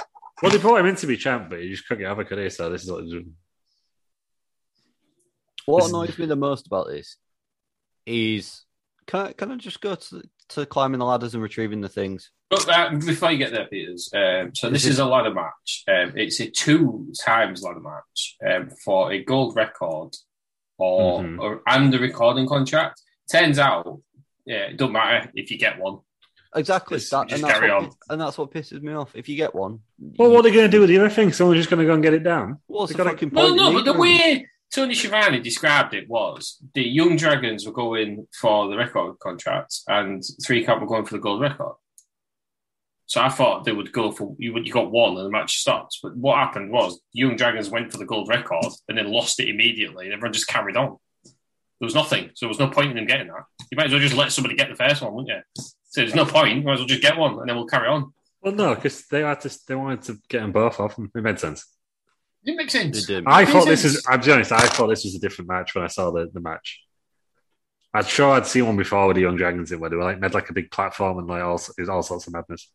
[SPEAKER 4] Well, they brought him in to be champ, but he just couldn't get over could he? So this is what they did.
[SPEAKER 5] what
[SPEAKER 4] This-
[SPEAKER 5] annoys me the most about this is can I, can I just go to to climbing the ladders and retrieving the things?
[SPEAKER 3] But uh, before you get there, Peters, um, so this is a ladder match. Um, it's a two times ladder match um, for a gold record or,
[SPEAKER 4] Mhm.
[SPEAKER 3] or and the recording contract. Turns out, yeah, it don't matter if you get one.
[SPEAKER 5] Exactly.
[SPEAKER 3] Just-
[SPEAKER 5] that-
[SPEAKER 3] just
[SPEAKER 5] and, that's
[SPEAKER 3] carry
[SPEAKER 5] what,
[SPEAKER 3] on.
[SPEAKER 5] pi- and that's what pisses me off. If you get one,
[SPEAKER 4] Well,
[SPEAKER 5] you-
[SPEAKER 4] what are they going to do with the other thing? Someone's just going to go and get it down.
[SPEAKER 5] what's the
[SPEAKER 4] they gotta-
[SPEAKER 5] fucking
[SPEAKER 3] No,
[SPEAKER 5] point? in
[SPEAKER 3] no, but the
[SPEAKER 5] leaving?
[SPEAKER 3] way Tony Schiavone described it was the Young Dragons were going for the record contract and Three Count were going for the gold record. So I thought they would go for you. You got one, and the match stopped. But what happened was Young Dragons went for the gold record and then lost it immediately, and everyone just carried on. There was nothing, so there was no point in them getting that. You might as well just let somebody get the first one, wouldn't you? So there's no point. Might as well just get one, and then we'll carry on.
[SPEAKER 4] Well, no, because they had to. They wanted to get them both off them. It made sense.
[SPEAKER 3] It makes
[SPEAKER 5] They
[SPEAKER 3] sense.
[SPEAKER 5] didn't.
[SPEAKER 4] I
[SPEAKER 3] Makes
[SPEAKER 4] thought this is.
[SPEAKER 3] sense.
[SPEAKER 4] I'm to be honest. I thought this was a different match when I saw the, the match. I'm sure I'd seen one before with the Young Dragons in where they were like made like a big platform and like all it was all sorts of madness.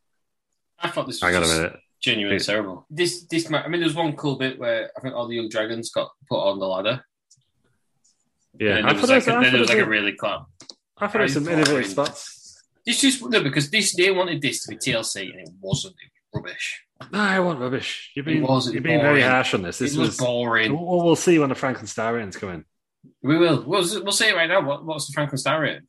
[SPEAKER 3] I thought this. Was
[SPEAKER 4] Hang on a
[SPEAKER 3] just-
[SPEAKER 4] minute.
[SPEAKER 3] genuinely
[SPEAKER 4] Yeah.
[SPEAKER 3] terrible. This this ma- I mean, there was one cool bit where I think all the young dragons got put on the ladder,
[SPEAKER 4] Yeah,
[SPEAKER 3] and
[SPEAKER 4] I
[SPEAKER 3] then there
[SPEAKER 4] thought
[SPEAKER 3] was, like,
[SPEAKER 4] it was- I
[SPEAKER 3] and then
[SPEAKER 4] thought
[SPEAKER 3] there was
[SPEAKER 4] it
[SPEAKER 3] like a
[SPEAKER 4] was-
[SPEAKER 3] really calm.
[SPEAKER 4] I thought it was some innovative spots.
[SPEAKER 3] This just no, because this they wanted this to be TLC and it wasn't. It was rubbish.
[SPEAKER 4] No, I want rubbish. You've
[SPEAKER 3] It
[SPEAKER 4] been
[SPEAKER 3] was- it
[SPEAKER 4] you've been very
[SPEAKER 3] boring.
[SPEAKER 4] harsh on this. This
[SPEAKER 3] it was
[SPEAKER 4] was.
[SPEAKER 3] boring.
[SPEAKER 4] Well, we'll see when the Franklin Star ends come in.
[SPEAKER 3] We will. We'll, we'll see it right now. What, what's the Franklin Star rating?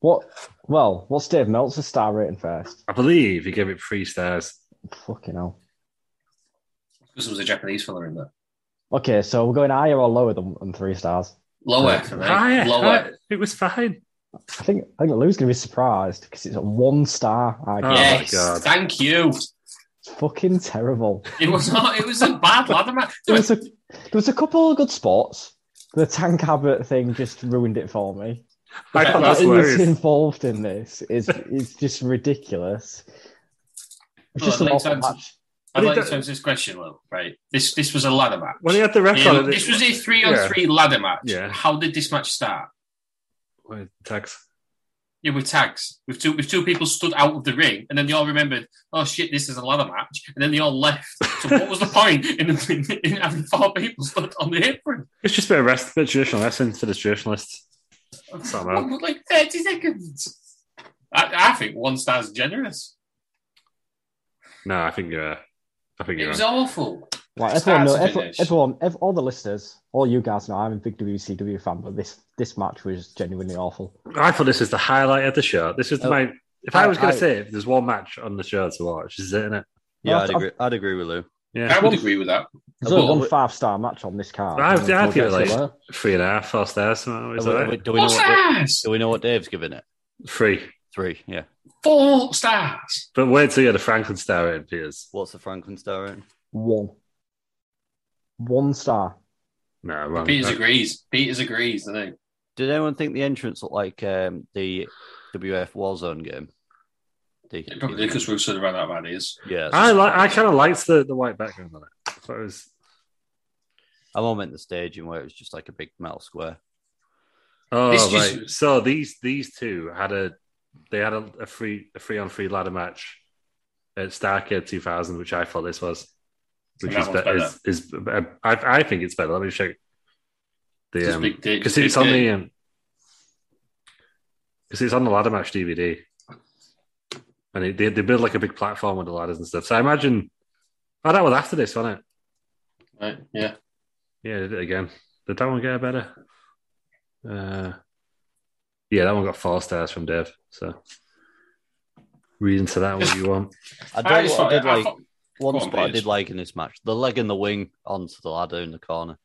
[SPEAKER 6] What? Well, what's Dave Meltzer's star rating first?
[SPEAKER 4] I believe he gave it three stars.
[SPEAKER 6] Fucking hell.
[SPEAKER 3] Because there was a Japanese fella in there.
[SPEAKER 6] Okay, so we're going higher or lower than, than three stars.
[SPEAKER 3] Lower for me.
[SPEAKER 4] Higher,
[SPEAKER 3] Lower.
[SPEAKER 4] higher. Ah, It was fine.
[SPEAKER 6] I think I think Lou's gonna be surprised because it's a one star. I
[SPEAKER 4] Oh,
[SPEAKER 6] guess.
[SPEAKER 3] yes.
[SPEAKER 4] God.
[SPEAKER 3] Thank you.
[SPEAKER 6] It's fucking terrible.
[SPEAKER 3] It was not. It was a bad ladder match.
[SPEAKER 6] There was a there was a couple of good spots. The Tank Abbott thing just ruined it for me.
[SPEAKER 4] I
[SPEAKER 3] Yeah,
[SPEAKER 4] thought
[SPEAKER 6] That
[SPEAKER 4] that's
[SPEAKER 6] he was
[SPEAKER 4] hilarious.
[SPEAKER 6] involved in this is is just ridiculous. It's
[SPEAKER 3] Well,
[SPEAKER 6] just an
[SPEAKER 3] like
[SPEAKER 6] awful
[SPEAKER 3] times-
[SPEAKER 6] match.
[SPEAKER 3] I'd
[SPEAKER 4] Well,
[SPEAKER 3] like
[SPEAKER 4] it
[SPEAKER 3] to
[SPEAKER 4] does-
[SPEAKER 3] answer this question, Lou. Right. This this was a ladder match.
[SPEAKER 4] When he had the record,
[SPEAKER 3] Yeah, this was a three on
[SPEAKER 4] yeah.
[SPEAKER 3] three ladder match.
[SPEAKER 4] Yeah.
[SPEAKER 3] How did this match start?
[SPEAKER 4] With tags.
[SPEAKER 3] Yeah, with tags. With two with two people stood out of the ring, and then they all remembered, oh shit, this is a ladder match, and then they all left. So what was the point in, in, in having four people stood on the apron?
[SPEAKER 4] It's just a bit of rest, bit of traditional wrestling for the traditionalists. Somehow.
[SPEAKER 3] like thirty seconds. I, I think one star's generous.
[SPEAKER 4] No, I think you're. Uh, I think
[SPEAKER 3] It
[SPEAKER 4] you're.
[SPEAKER 3] was
[SPEAKER 4] right.
[SPEAKER 3] awful.
[SPEAKER 6] Like
[SPEAKER 3] Start
[SPEAKER 6] everyone, know,
[SPEAKER 3] to
[SPEAKER 6] everyone,
[SPEAKER 3] finish.
[SPEAKER 6] everyone, ev- all the listeners, all you guys know, I'm a big WCW fan, but this this match was genuinely awful.
[SPEAKER 4] I thought this was the highlight of the show. This was
[SPEAKER 5] Oh.
[SPEAKER 4] my. If I,
[SPEAKER 6] I-
[SPEAKER 4] was going
[SPEAKER 6] I-
[SPEAKER 4] to say, if there's one match on the show to watch, this is it, isn't it?
[SPEAKER 5] Yeah, I'd
[SPEAKER 6] I've-
[SPEAKER 5] agree. I'd agree with Lou.
[SPEAKER 3] I
[SPEAKER 4] Yeah,
[SPEAKER 3] would agree with that.
[SPEAKER 6] There's only
[SPEAKER 5] Well,
[SPEAKER 6] one
[SPEAKER 5] we-
[SPEAKER 6] five star match on this card.
[SPEAKER 4] I'd-
[SPEAKER 6] and we'll
[SPEAKER 4] I'd give
[SPEAKER 6] get
[SPEAKER 4] it
[SPEAKER 6] to
[SPEAKER 4] like-
[SPEAKER 6] that.
[SPEAKER 4] three and a half, four stars. Something like
[SPEAKER 5] Are we-
[SPEAKER 4] that. Is
[SPEAKER 5] are
[SPEAKER 4] that
[SPEAKER 5] we-
[SPEAKER 4] right?
[SPEAKER 5] do we know
[SPEAKER 3] Four
[SPEAKER 5] what?
[SPEAKER 3] stars.
[SPEAKER 5] Do we know what Dave's giving it?
[SPEAKER 4] Three.
[SPEAKER 5] Three. Yeah.
[SPEAKER 3] Four stars.
[SPEAKER 4] But wait till you get the Franklin Star in, Piers.
[SPEAKER 5] What's the Franklin star rating?
[SPEAKER 6] One. One star.
[SPEAKER 4] No, wrong.
[SPEAKER 3] Peters
[SPEAKER 4] No.
[SPEAKER 3] agrees. Peters agrees. I think.
[SPEAKER 5] Did anyone think the entrance looked like um, the WF Warzone game? The,
[SPEAKER 3] Yeah, Probably because we've sort of run out of ideas.
[SPEAKER 5] yeah,
[SPEAKER 4] I like. I kind of liked the, the white background on it. I thought it was.
[SPEAKER 5] I'm on meant the staging where it was just like a big metal square.
[SPEAKER 4] Oh,
[SPEAKER 3] This
[SPEAKER 4] right.
[SPEAKER 3] just-
[SPEAKER 4] So these these two had a they had a, a free a free on free ladder match at Starcade 2000, which I thought this was, which
[SPEAKER 3] That
[SPEAKER 4] is,
[SPEAKER 3] one's
[SPEAKER 4] be- is is um, I, I think it's better. Let me check
[SPEAKER 3] Just
[SPEAKER 4] the
[SPEAKER 3] big dick,
[SPEAKER 4] because
[SPEAKER 3] big
[SPEAKER 4] it's on
[SPEAKER 3] dick.
[SPEAKER 4] the um, because it's on the ladder match DVD, and it, they they build like a big platform with the ladders and stuff. So I imagine oh that was after this, wasn't it?
[SPEAKER 3] Right, yeah.
[SPEAKER 4] Yeah, they did it again. Did that one get better? Uh, yeah, that one got four stars from Dave. So read into that what you want.
[SPEAKER 5] I don't know
[SPEAKER 3] just
[SPEAKER 5] what I
[SPEAKER 3] thought-
[SPEAKER 5] did like.
[SPEAKER 3] thought-
[SPEAKER 5] One
[SPEAKER 3] Go on,
[SPEAKER 5] spot I
[SPEAKER 3] Piers.
[SPEAKER 5] did like in this match: the leg and the wing onto the ladder in the corner.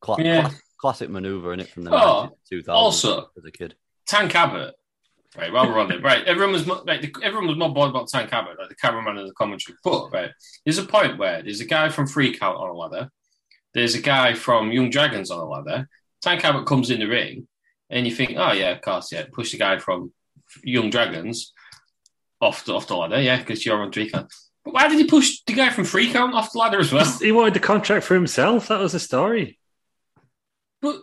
[SPEAKER 5] Cla-
[SPEAKER 3] Yeah.
[SPEAKER 5] cla- classic maneuver in it from the
[SPEAKER 3] Oh,
[SPEAKER 5] 90s, 2000s
[SPEAKER 3] also-
[SPEAKER 5] as a kid.
[SPEAKER 3] Tank Abbott. Right, while we're on it, right, everyone was mo- like, the, everyone was more bored about Tank Abbott, like the cameraman and the commentary. But right, there's a point where there's a guy from Freak Out on a ladder, there's a guy from Young Dragons on a ladder. Tank Abbott comes in the ring, and you think, oh yeah, of course, yeah, push the guy from Young Dragons off the off the ladder, yeah, because you're on three count. But why did he push the guy from Freak Out off the ladder as well?
[SPEAKER 4] He wanted the contract for himself. That was the story.
[SPEAKER 3] But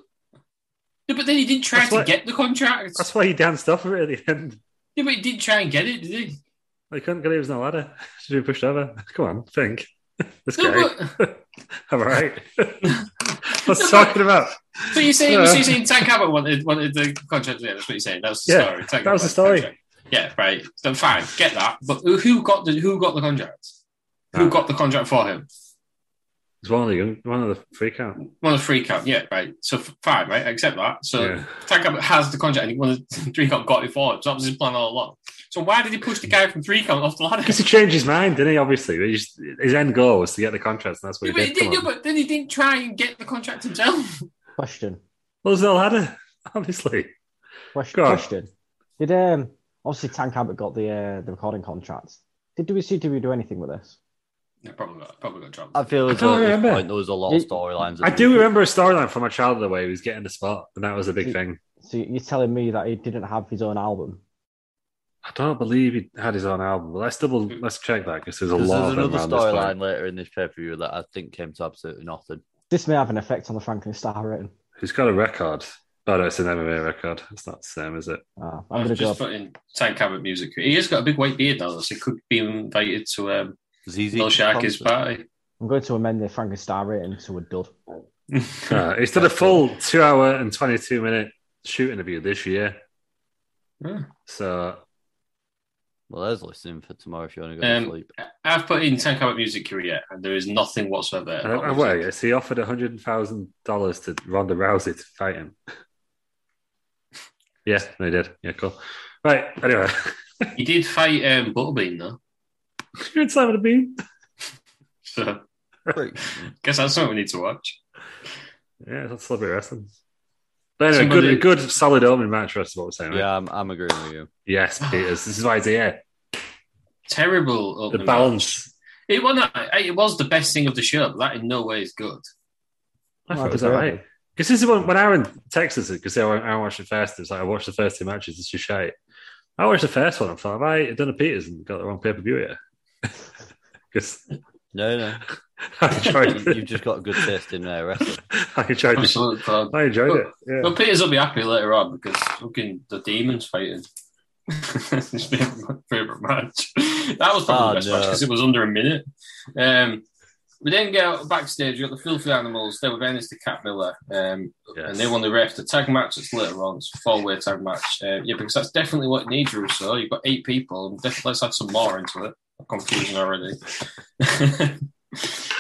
[SPEAKER 3] yeah, but then he didn't try
[SPEAKER 4] That's
[SPEAKER 3] to
[SPEAKER 4] what-
[SPEAKER 3] get the contract.
[SPEAKER 4] That's why he danced off of it at the end.
[SPEAKER 3] Yeah, but he didn't try and get it, did he?
[SPEAKER 4] They couldn't get it was on the ladder. Should be pushed over. Come on, think. This
[SPEAKER 3] No,
[SPEAKER 4] guy. I'm all right. What's he talking about?
[SPEAKER 3] So you're saying,
[SPEAKER 4] Yeah.
[SPEAKER 3] so you're saying Tank Abbott wanted, wanted the contract? Yeah, that's what you're saying. That's the
[SPEAKER 4] Yeah,
[SPEAKER 3] story. Tank
[SPEAKER 4] that
[SPEAKER 3] Abbott
[SPEAKER 4] was the story.
[SPEAKER 3] contract. Yeah, right. Then fine, get that. But who- who got the who got the contract? Who
[SPEAKER 4] Ah.
[SPEAKER 3] got the contract for him?
[SPEAKER 4] It's one of the young, one of the free count.
[SPEAKER 3] One of the three count. Yeah, right. So f- fine, right. Accept that. So
[SPEAKER 4] Yeah.
[SPEAKER 3] Tank Abbott has the contract, and one of the three count got it for him. So that was his plan all along. So why did he push the guy from three count off the ladder?
[SPEAKER 4] Because he changed his mind, didn't he? Obviously, He just- his end goal was to get the contracts, and that's what
[SPEAKER 3] Yeah,
[SPEAKER 4] he
[SPEAKER 3] but, he
[SPEAKER 4] did.
[SPEAKER 3] didn't,
[SPEAKER 4] Come
[SPEAKER 3] yeah,
[SPEAKER 4] on.
[SPEAKER 3] but then he didn't try and get the contract himself.
[SPEAKER 6] Question.
[SPEAKER 4] Well, there's no ladder, honestly.
[SPEAKER 6] Question.
[SPEAKER 4] Go on.
[SPEAKER 6] Question. Did um obviously Tank Abbott got the uh, the recording contract? Did WCW do anything with this?
[SPEAKER 3] Yeah, probably got probably got dropped.
[SPEAKER 5] I feel as
[SPEAKER 4] I
[SPEAKER 5] though
[SPEAKER 4] don't
[SPEAKER 5] at this
[SPEAKER 4] remember.
[SPEAKER 5] point there was a lot of
[SPEAKER 6] It-
[SPEAKER 5] storylines.
[SPEAKER 4] I do remember a storyline from my childhood where he was getting the spot, and that was a big thing.
[SPEAKER 6] So you're telling me that he didn't have his own album?
[SPEAKER 4] I don't believe he had his own album. But let's double, let's check that because there's a
[SPEAKER 5] There's,
[SPEAKER 4] lot
[SPEAKER 5] there's
[SPEAKER 4] of them
[SPEAKER 5] another
[SPEAKER 4] around this
[SPEAKER 5] storyline
[SPEAKER 4] point.
[SPEAKER 5] later in this pay per view that I think came to absolutely nothing.
[SPEAKER 6] This may have an effect on the Franklin Star rating.
[SPEAKER 4] Who's got a record? Oh no, it's an MMA record. It's not the same, is it?
[SPEAKER 6] Ah,
[SPEAKER 3] i
[SPEAKER 6] I'm
[SPEAKER 3] was
[SPEAKER 6] gonna go.
[SPEAKER 3] just putting Tank Abbott music. He has got a big white beard now, so he could be invited to um,
[SPEAKER 5] ZZ
[SPEAKER 3] Bill Sharkey's
[SPEAKER 5] concert.
[SPEAKER 3] party.
[SPEAKER 6] I'm going to amend the Franklin Star rating to a dud.
[SPEAKER 4] Uh, it's done a full two hour and 22 minute shoot interview this year.
[SPEAKER 3] Hmm.
[SPEAKER 4] So
[SPEAKER 5] Well, there's listening for tomorrow if you want to go to
[SPEAKER 3] Um,
[SPEAKER 5] sleep.
[SPEAKER 3] I've put in ten comic music career, and there is nothing whatsoever.
[SPEAKER 4] And,
[SPEAKER 3] about
[SPEAKER 4] and
[SPEAKER 3] music.
[SPEAKER 4] wait, so he offered hundred thousand dollars to Ronda Rousey to fight him. yeah, they did. Yeah, cool. Right. Anyway,
[SPEAKER 3] He did fight um, Butterbean though,
[SPEAKER 4] you're in Simon the Bean.
[SPEAKER 3] so
[SPEAKER 7] Great.
[SPEAKER 3] guess that's something we need to watch.
[SPEAKER 4] Yeah, that's celebrity wrestling. But anyway,
[SPEAKER 3] Somebody-
[SPEAKER 4] good, good, solid omen match. That's what we're saying. Right?
[SPEAKER 5] Yeah, I'm, I'm agreeing with you.
[SPEAKER 4] Yes, Peters. This is why it's here.
[SPEAKER 3] Terrible.
[SPEAKER 4] The
[SPEAKER 3] opening
[SPEAKER 4] balance.
[SPEAKER 3] match. It was not, it was the best thing of the show. But that in no way is good.
[SPEAKER 4] I
[SPEAKER 6] Well,
[SPEAKER 4] thought it was
[SPEAKER 6] I
[SPEAKER 4] all right. Because this is when, when Aaron texted us because Aaron, Aaron watched the first. It's like I watched the first two matches. It's just shite. I watched the first one. I thought, have I done a Peters and got the wrong pay per view here? Because
[SPEAKER 5] No, no.
[SPEAKER 4] I enjoyed
[SPEAKER 5] You- You've just got a good taste in there, wrestling.
[SPEAKER 4] I enjoyed it.
[SPEAKER 3] Absolute clown.
[SPEAKER 4] I enjoyed it. Yeah.
[SPEAKER 3] But Peters will be happy later on because fucking the demons fighting. His favorite, favorite match. That was probably
[SPEAKER 5] Oh,
[SPEAKER 3] the best
[SPEAKER 5] no.
[SPEAKER 3] match because it was under a minute. Um, we then go backstage. We got the filthy animals. They were Ennis to Cat Miller, um,
[SPEAKER 4] Yes.
[SPEAKER 3] and they won the ref. The tag match that's later on. It's a four way tag match. Uh, yeah, because that's definitely what it needs, Russo. You've got eight people. And def- let's add some more into it. I'm confusing already.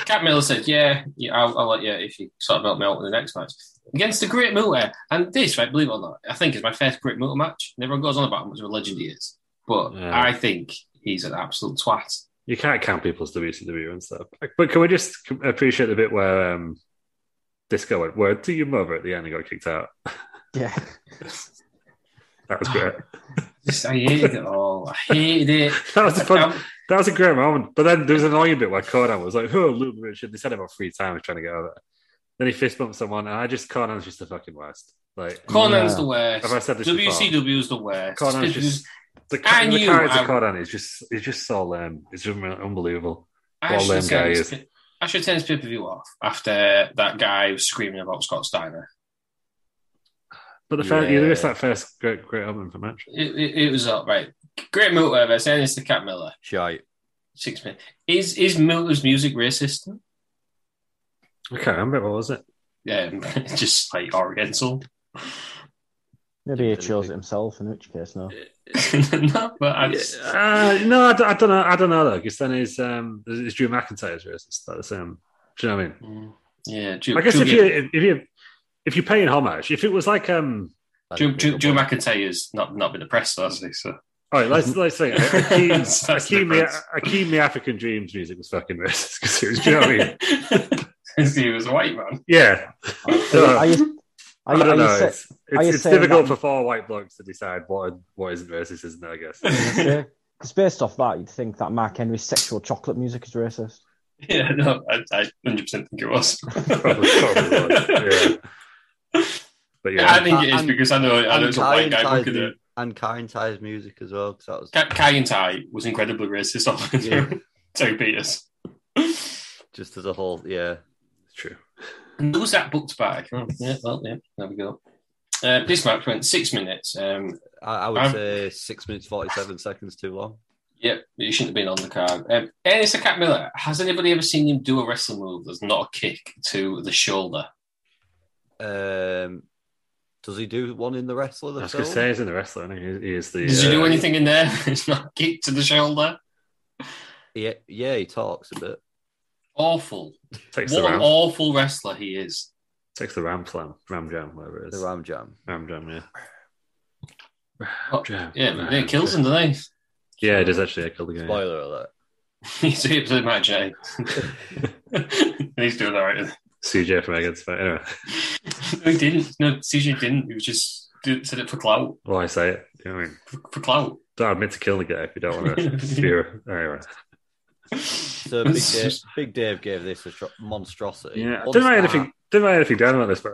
[SPEAKER 3] Cat Miller said, "Yeah, yeah I'll, I'll let you if you sort of help me out with the next match." against the Great Muta. And this, right, believe it or not, I think is my first Great Muta match. And everyone goes on about how much of a legend he is. But
[SPEAKER 4] Yeah.
[SPEAKER 3] I think he's an absolute twat.
[SPEAKER 4] You can't count people's WCW and stuff. But can we just appreciate the bit where um, Disco went, word to your mother at the end and got kicked out?
[SPEAKER 6] Yeah.
[SPEAKER 4] That was great.
[SPEAKER 3] Just, I hated it all. I hated it.
[SPEAKER 4] that, was a fun,
[SPEAKER 3] Um,
[SPEAKER 4] that was a great moment. But then there was an annoying bit where Conan was like, oh, Little Richard. They said it about three times trying to get over it. Then he fist bumped someone, and I just, Conan's just the fucking worst. Like,
[SPEAKER 3] Conan's
[SPEAKER 6] Yeah.
[SPEAKER 3] the worst.
[SPEAKER 4] Have I said this
[SPEAKER 3] WCW's the worst.
[SPEAKER 4] Conan's just. The, the
[SPEAKER 3] I knew
[SPEAKER 4] character
[SPEAKER 3] I-
[SPEAKER 4] Conan is just, it's just so lame. It's just unbelievable.
[SPEAKER 3] I
[SPEAKER 4] Well,
[SPEAKER 3] should
[SPEAKER 4] them
[SPEAKER 3] turn
[SPEAKER 4] guys.
[SPEAKER 3] this- I should turn this pay per view off after that guy was screaming about Scott Steiner.
[SPEAKER 4] But the first, you
[SPEAKER 5] Yeah.
[SPEAKER 4] missed that first great, great omen for match.
[SPEAKER 3] It, it, it was up, right? Great Muta versus Ennis the Cat Miller.
[SPEAKER 5] Shite.
[SPEAKER 3] Six minutes. Is is Muta's music racist?
[SPEAKER 4] I can't remember. What was it?
[SPEAKER 3] Um, just like Oriental.
[SPEAKER 6] Maybe he chose it himself, in which case, no.
[SPEAKER 3] no, but I just,
[SPEAKER 4] Uh, no, I, d- I don't know. I don't know though, because then is um is Drew McIntyre's racist? Like the same. um, Do you know what I mean?
[SPEAKER 3] Mm. yeah, Drew,
[SPEAKER 4] I guess
[SPEAKER 3] Drew,
[SPEAKER 4] if you if you if you're paying homage, if it was like um,
[SPEAKER 5] I
[SPEAKER 3] Drew,
[SPEAKER 5] don't
[SPEAKER 3] Drew,
[SPEAKER 5] think
[SPEAKER 3] Drew
[SPEAKER 5] I would.
[SPEAKER 3] McIntyre's not not been oppressed, has he? So
[SPEAKER 4] all right, let's let's say Akeem
[SPEAKER 3] That's the difference.
[SPEAKER 4] Akeem Akeem the African Dreams music was fucking racist because it was. Do you know what I mean?
[SPEAKER 3] he was a white man.
[SPEAKER 4] Yeah,
[SPEAKER 6] Are you,
[SPEAKER 4] I
[SPEAKER 6] are you,
[SPEAKER 4] don't
[SPEAKER 6] are you
[SPEAKER 4] know.
[SPEAKER 6] sa-
[SPEAKER 4] it's
[SPEAKER 6] are
[SPEAKER 4] it's,
[SPEAKER 6] you
[SPEAKER 4] it's
[SPEAKER 6] saying
[SPEAKER 4] difficult
[SPEAKER 6] that-
[SPEAKER 4] for four white blokes to decide what what isn't racist, isn't it? I guess.
[SPEAKER 6] Yeah, because based off that, you'd think that Mark Henry's sexual chocolate music is racist.
[SPEAKER 3] yeah, no, I, I 100% think it was.
[SPEAKER 4] probably, probably Oh, was. Yeah. But yeah,
[SPEAKER 3] I think it is
[SPEAKER 5] And-
[SPEAKER 3] because I know, I know
[SPEAKER 5] And
[SPEAKER 3] it's a white guy
[SPEAKER 5] Kyanti's
[SPEAKER 3] looking at
[SPEAKER 5] mu-
[SPEAKER 3] it.
[SPEAKER 5] And Kyanti's music as well, because that was
[SPEAKER 3] Ka- Kai and Tai was incredibly racist all the way
[SPEAKER 5] Yeah.
[SPEAKER 3] through. Terry Peters.
[SPEAKER 5] just as a whole, yeah.
[SPEAKER 4] it's true.
[SPEAKER 3] And who's that booked back? Oh, yeah, well, yeah, there we go. Uh, this match went six minutes. Um,
[SPEAKER 5] I, I would
[SPEAKER 3] I'm-
[SPEAKER 5] say six minutes forty-seven seconds too long.
[SPEAKER 3] Yep, you shouldn't have been on the card. Um, Ennis the Cat Miller. Has anybody ever seen him do a wrestling move that's not a kick to the shoulder?
[SPEAKER 5] Um, does he do one in the wrestler? The
[SPEAKER 4] I was
[SPEAKER 5] film?
[SPEAKER 4] going to say he's in the wrestler. isn't He He is the.
[SPEAKER 3] Does he do
[SPEAKER 4] uh,
[SPEAKER 3] anything in there? it's not a kick to the shoulder.
[SPEAKER 5] yeah, yeah, he talks a bit.
[SPEAKER 3] Awful.
[SPEAKER 4] Takes the
[SPEAKER 3] what an
[SPEAKER 4] ramp.
[SPEAKER 3] awful wrestler he is.
[SPEAKER 4] Takes the ram slam, ram jam, whatever it
[SPEAKER 5] The
[SPEAKER 4] is.
[SPEAKER 5] Ram Jam.
[SPEAKER 4] ram jam, yeah.
[SPEAKER 3] Oh,
[SPEAKER 4] Ram jam.
[SPEAKER 3] Yeah, but it
[SPEAKER 4] Ram
[SPEAKER 3] kills
[SPEAKER 4] jam.
[SPEAKER 3] him, doesn't
[SPEAKER 4] Yeah, it is actually. I killed the guy. yeah.
[SPEAKER 5] Spoiler alert.
[SPEAKER 3] he? He's hit to the match, eh? And he's doing all right.
[SPEAKER 4] CJ from Egghead's fight. Anyway,
[SPEAKER 3] No, he didn't. No, CJ didn't. He was just did- said it for clout.
[SPEAKER 4] why say it? You know what I mean?
[SPEAKER 3] For, for clout.
[SPEAKER 4] Don't admit to killing the guy if you don't want to fear. Anyway.
[SPEAKER 5] So Big Dave, Big Dave gave this a tro- monstrosity.
[SPEAKER 4] Yeah.
[SPEAKER 5] One
[SPEAKER 4] Didn't write
[SPEAKER 5] star.
[SPEAKER 4] anything. Didn't write anything down about this, but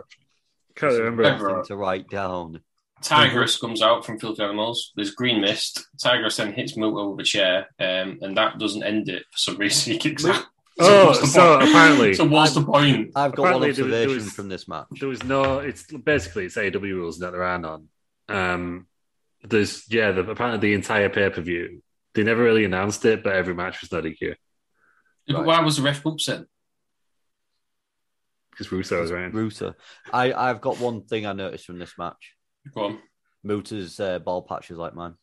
[SPEAKER 4] can't
[SPEAKER 5] It's
[SPEAKER 4] remember.
[SPEAKER 3] Never.
[SPEAKER 5] nothing to write down.
[SPEAKER 3] Tigress comes out from Filthy Animals. There's green mist. Tigress then hits Muto with a chair, um, and that doesn't end it for some reason. He kicks out.
[SPEAKER 4] Oh,
[SPEAKER 3] what's the
[SPEAKER 4] so
[SPEAKER 3] point?
[SPEAKER 4] apparently-
[SPEAKER 3] so what's the point?
[SPEAKER 5] I've got
[SPEAKER 4] Apparently
[SPEAKER 5] one
[SPEAKER 4] there was- there
[SPEAKER 5] observation
[SPEAKER 4] was-
[SPEAKER 5] from this match.
[SPEAKER 4] There was no. It's basically it's AW rules that there are none. Um, there's yeah. The, apparently the entire pay per view. They never really announced it, but every match was not DQ.
[SPEAKER 3] But why was the ref booked then?
[SPEAKER 4] because Russo was around.
[SPEAKER 5] Ruta. I, I've got one thing I noticed from this match.
[SPEAKER 3] Go on.
[SPEAKER 5] Muta's uh, ball patch is like mine.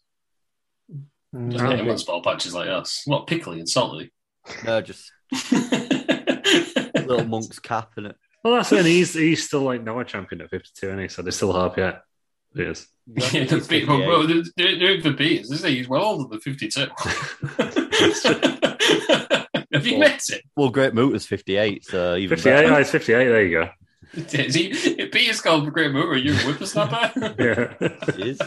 [SPEAKER 5] Mm.
[SPEAKER 3] There's
[SPEAKER 4] Oh,
[SPEAKER 3] not
[SPEAKER 4] okay.
[SPEAKER 3] anyone's ball patches like us. What, pickly and salty?
[SPEAKER 5] No, just little monk's cap in it.
[SPEAKER 4] Well, that's it. He's he's still like Noah champion at 52, and he so they're still hard yet. Yes.
[SPEAKER 3] yeah, the big, well, well, they're, they're doing for beers, isn't he? He's well older than 52. Have you met him?
[SPEAKER 5] Well, Great Muta's 58, so even
[SPEAKER 4] 58,
[SPEAKER 5] better.
[SPEAKER 4] oh, he's 58, there you go.
[SPEAKER 3] Is he, Peter's called the Great Mover, you're a whippersnapper.
[SPEAKER 4] Yeah.
[SPEAKER 5] It is.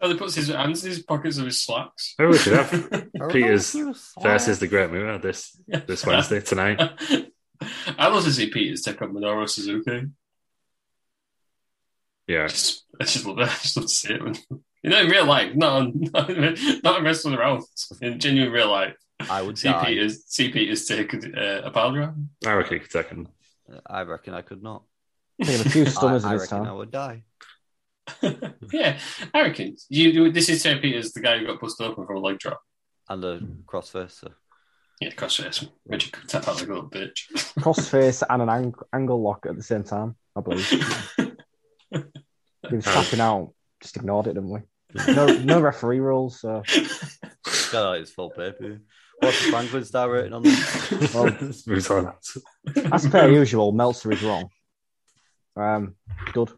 [SPEAKER 3] Oh, he puts his hands in his pockets of his slacks.
[SPEAKER 4] Maybe we should have
[SPEAKER 5] I remember
[SPEAKER 4] Peters
[SPEAKER 5] he was small.
[SPEAKER 4] versus the Great Mover this this Wednesday tonight.
[SPEAKER 3] I'd love to see Peters take on Minoru Suzuki. I
[SPEAKER 4] Yeah.
[SPEAKER 3] just, I just love that. I just love to see it. You know, in real life, not on, not in, not in wrestling around, in genuine real life.
[SPEAKER 5] I would
[SPEAKER 3] See
[SPEAKER 5] die.
[SPEAKER 3] Peters, see Peters take uh, a power drive.
[SPEAKER 4] I reckon he could take him.
[SPEAKER 5] I reckon I could not.
[SPEAKER 6] Taking a few
[SPEAKER 5] I,
[SPEAKER 6] stunners
[SPEAKER 5] I
[SPEAKER 6] in his
[SPEAKER 5] reckon I
[SPEAKER 6] time.
[SPEAKER 5] would die.
[SPEAKER 3] yeah, I reckon you. do- This is Terry Peters, the guy who got busted open from a leg drop.
[SPEAKER 5] And a crossface. So.
[SPEAKER 3] Yeah, crossface. Richard could tap out like a little bitch.
[SPEAKER 6] Crossface and an ang- angle lock at the same time, I believe.
[SPEAKER 4] Oh.
[SPEAKER 6] He was tapping out. Just ignored it, didn't we? No, no referee rules. So
[SPEAKER 5] God, that is full paper. What's the Franklin star rating on this?
[SPEAKER 4] Let's move on.
[SPEAKER 6] as per usual, Meltzer is wrong. Um, good.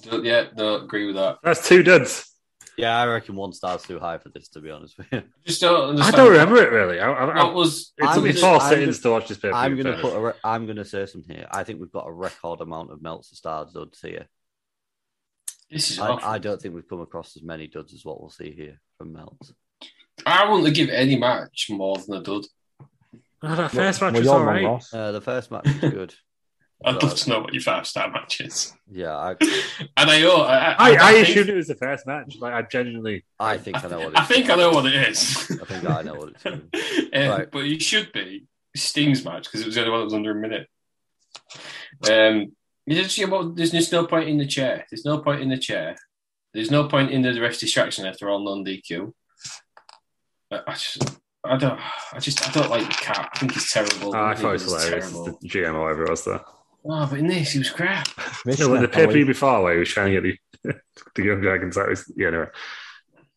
[SPEAKER 3] Don't- yeah, no, agree with that.
[SPEAKER 4] That's two duds.
[SPEAKER 5] yeah, I reckon one star's too high for this, to be honest with you.
[SPEAKER 3] Just don't
[SPEAKER 4] I
[SPEAKER 3] understand.
[SPEAKER 4] don't remember it really. I, I, I,
[SPEAKER 3] What was?
[SPEAKER 4] it took me
[SPEAKER 5] I'm-
[SPEAKER 4] four
[SPEAKER 5] I'm
[SPEAKER 4] sittings
[SPEAKER 5] gonna-
[SPEAKER 4] to watch this paper.
[SPEAKER 5] I'm gonna put. A re- I'm gonna say something here. I think we've got a record amount of Meltzer stars duds here.
[SPEAKER 3] This is. awful.
[SPEAKER 5] I,
[SPEAKER 3] I,
[SPEAKER 5] I don't think we've come across as many duds as what we'll see here from Meltz.
[SPEAKER 3] wouldn't give any match more than a dud.
[SPEAKER 4] Oh, that first
[SPEAKER 6] Well,
[SPEAKER 4] match was
[SPEAKER 6] you're wrong,
[SPEAKER 4] alright.
[SPEAKER 6] Ross.
[SPEAKER 5] Uh, the first match was good.
[SPEAKER 3] I'd love
[SPEAKER 5] Right.
[SPEAKER 3] to know what your five star match is.
[SPEAKER 5] Yeah, I,
[SPEAKER 3] And I know. I, I,
[SPEAKER 4] I, I
[SPEAKER 3] think-
[SPEAKER 4] assumed it was the first match. Like I genuinely
[SPEAKER 5] I think I know what it is.
[SPEAKER 3] I think I know what it is.
[SPEAKER 5] I think I know what it's gonna be.
[SPEAKER 3] Um,
[SPEAKER 5] Right.
[SPEAKER 3] But it should be Sting's match because it was the only one that was under a minute. Um, you just, you know, there's just no point in the chair. There's no point in the chair. There's no point in the ref distraction after all non DQ. I, I just, I don't, I just, I don't like the cap. I think he's terrible.
[SPEAKER 4] Oh, I
[SPEAKER 3] think
[SPEAKER 4] thought it was
[SPEAKER 3] he's
[SPEAKER 4] hilarious. It's
[SPEAKER 3] terrible.
[SPEAKER 4] The GM or whatever it was there.
[SPEAKER 3] Oh, but in this, he was crap.
[SPEAKER 4] No,
[SPEAKER 6] Commissioner,
[SPEAKER 4] but the
[SPEAKER 6] I
[SPEAKER 4] paper
[SPEAKER 6] believe.
[SPEAKER 4] before where he was trying to get the the young dragons out. was- Yeah, anyway.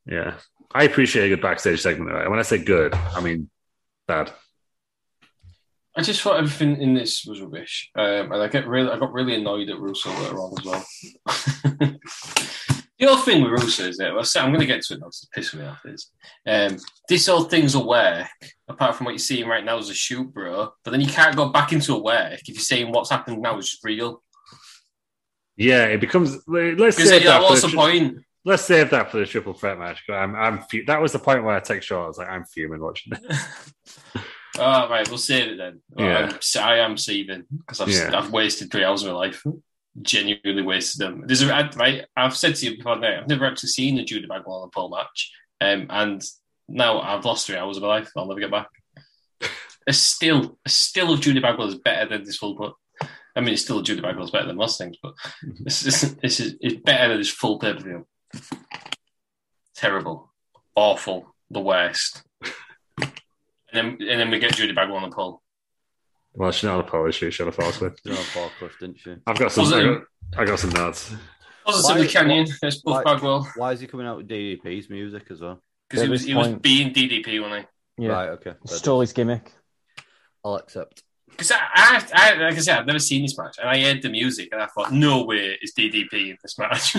[SPEAKER 4] yeah. I appreciate a good backstage segment. Though. And when I say good, I mean bad.
[SPEAKER 3] I just thought everything in this was rubbish, um, and I get really, I got really annoyed at Russo later on as well. the whole thing with Russo is that well, so I'm going to get to it now. It's pissing me off. Is um, this whole thing's a work, apart from what you're seeing right now is a shoot, bro. But then you can't go back into a work if you're saying what's happened now is real.
[SPEAKER 4] Yeah, it becomes. Let's
[SPEAKER 3] Because
[SPEAKER 4] save
[SPEAKER 3] that
[SPEAKER 4] that, for the
[SPEAKER 3] was the
[SPEAKER 4] tri-
[SPEAKER 3] point.
[SPEAKER 4] Let's save that for the triple threat match. 'cause I'm, I'm. fu- That was the point where I take shot. I was like, I'm fuming watching it.
[SPEAKER 3] All right, we'll save it then.
[SPEAKER 4] Yeah.
[SPEAKER 3] I'm, s- I am saving because I've, s-
[SPEAKER 4] Yeah.
[SPEAKER 3] I've wasted three hours of my life. Genuinely wasted them. There's a, I, right, I've said to you before now, I've never actually seen a Judy Bagwell and Paul match. Um, and now I've lost three hours of my life. I'll never get back. A still, a still of Judy Bagwell is better than this full book. I mean, it's still Judy Bagwell is better than most things, but this is, this is it's better than this full pay per view. Terrible, awful, the worst. And then, and then we get Judy Bagwell on the pull.
[SPEAKER 4] Well, she's not a Polish. She should have thought of it.
[SPEAKER 5] You're on four crush, didn't you?
[SPEAKER 4] I've got some.
[SPEAKER 3] Was
[SPEAKER 4] I
[SPEAKER 3] it-
[SPEAKER 4] got, I got some nuts.
[SPEAKER 3] Positively
[SPEAKER 5] Why-
[SPEAKER 3] Canyon, it's both
[SPEAKER 5] why-
[SPEAKER 3] Bagwell.
[SPEAKER 5] Why is he coming out with DDP's music as well?
[SPEAKER 3] Because he was he was being DDP when I
[SPEAKER 6] Yeah,
[SPEAKER 5] Right, okay. fair
[SPEAKER 6] stole his gimmick.
[SPEAKER 5] enough. I'll accept.
[SPEAKER 3] because I, I, I like I said I've never seen this match and I heard the music and I thought no way is DDP in this match.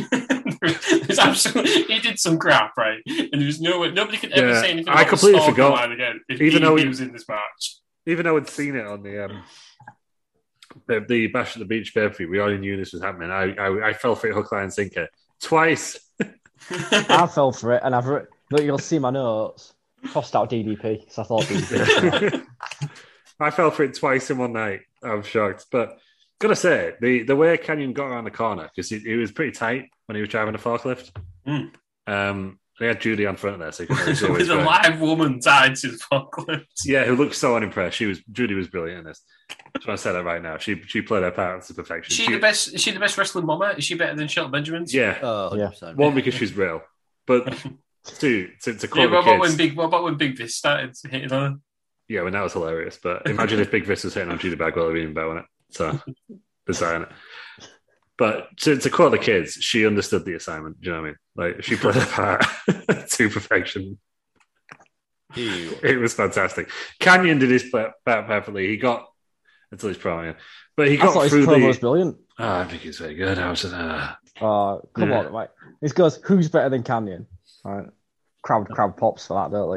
[SPEAKER 3] There's absolutely he did some crap right and there's no way nobody could ever
[SPEAKER 4] Yeah,
[SPEAKER 3] say anything.
[SPEAKER 4] I
[SPEAKER 3] About
[SPEAKER 4] completely
[SPEAKER 3] the Stalker
[SPEAKER 4] forgot.
[SPEAKER 3] line again if
[SPEAKER 4] Even
[SPEAKER 3] Even DDP
[SPEAKER 4] though
[SPEAKER 3] though
[SPEAKER 4] he-
[SPEAKER 3] he was in this match.
[SPEAKER 4] even though I'd seen it on the um, the, the Bash at the Beach pay we already knew this was happening. I I, I fell for it hook, line, and sinker twice.
[SPEAKER 6] I fell for it, and I've writ- look. You'll see my notes. Crossed out DDP because I thought DDP.
[SPEAKER 4] I fell for it twice in one night. I'm shocked, but gotta say the the way Canyon got around the corner because it, it was pretty tight when he was driving a forklift.
[SPEAKER 3] Hmm.
[SPEAKER 4] Um, they had Julie on front there, so you could really see where
[SPEAKER 3] With
[SPEAKER 4] he's
[SPEAKER 3] a
[SPEAKER 4] going.
[SPEAKER 3] live woman tied to the apocalypse.
[SPEAKER 4] Yeah, who looked so unimpressed. She was Judy was brilliant in this. Just want to say that right now. She she played her part to perfection.
[SPEAKER 3] Is she the best? Is she the best wrestling bomber? Is she better than Shelton Benjamin's?
[SPEAKER 4] Yeah,
[SPEAKER 5] Oh,
[SPEAKER 6] Yeah.
[SPEAKER 5] 100%.
[SPEAKER 4] One because she's real, but two to, to
[SPEAKER 3] Yeah, what
[SPEAKER 4] quote the
[SPEAKER 3] about
[SPEAKER 4] kids,
[SPEAKER 3] when Big? What about when Big Fist started hitting on? her?
[SPEAKER 4] yeah, when that was hilarious. But imagine if Big Fist was hitting on Judy Bagwell, it'd be even better, wouldn't it? So bizarre. innit? But to, to quote the kids, she understood the assignment. Do you know what I mean? Like she played the part to perfection. It was fantastic. Canyon did his part part perfectly. He got until his promo, yeah. but he
[SPEAKER 6] I
[SPEAKER 4] got
[SPEAKER 6] thought his
[SPEAKER 4] through
[SPEAKER 6] promo was
[SPEAKER 4] the.
[SPEAKER 6] brilliant.
[SPEAKER 4] Oh, I think he's very good. I was just, uh,
[SPEAKER 6] Oh, come
[SPEAKER 4] Yeah.
[SPEAKER 6] on, right. This goes, who's better than Canyon? Right. Crowd, crowd pops for that, don't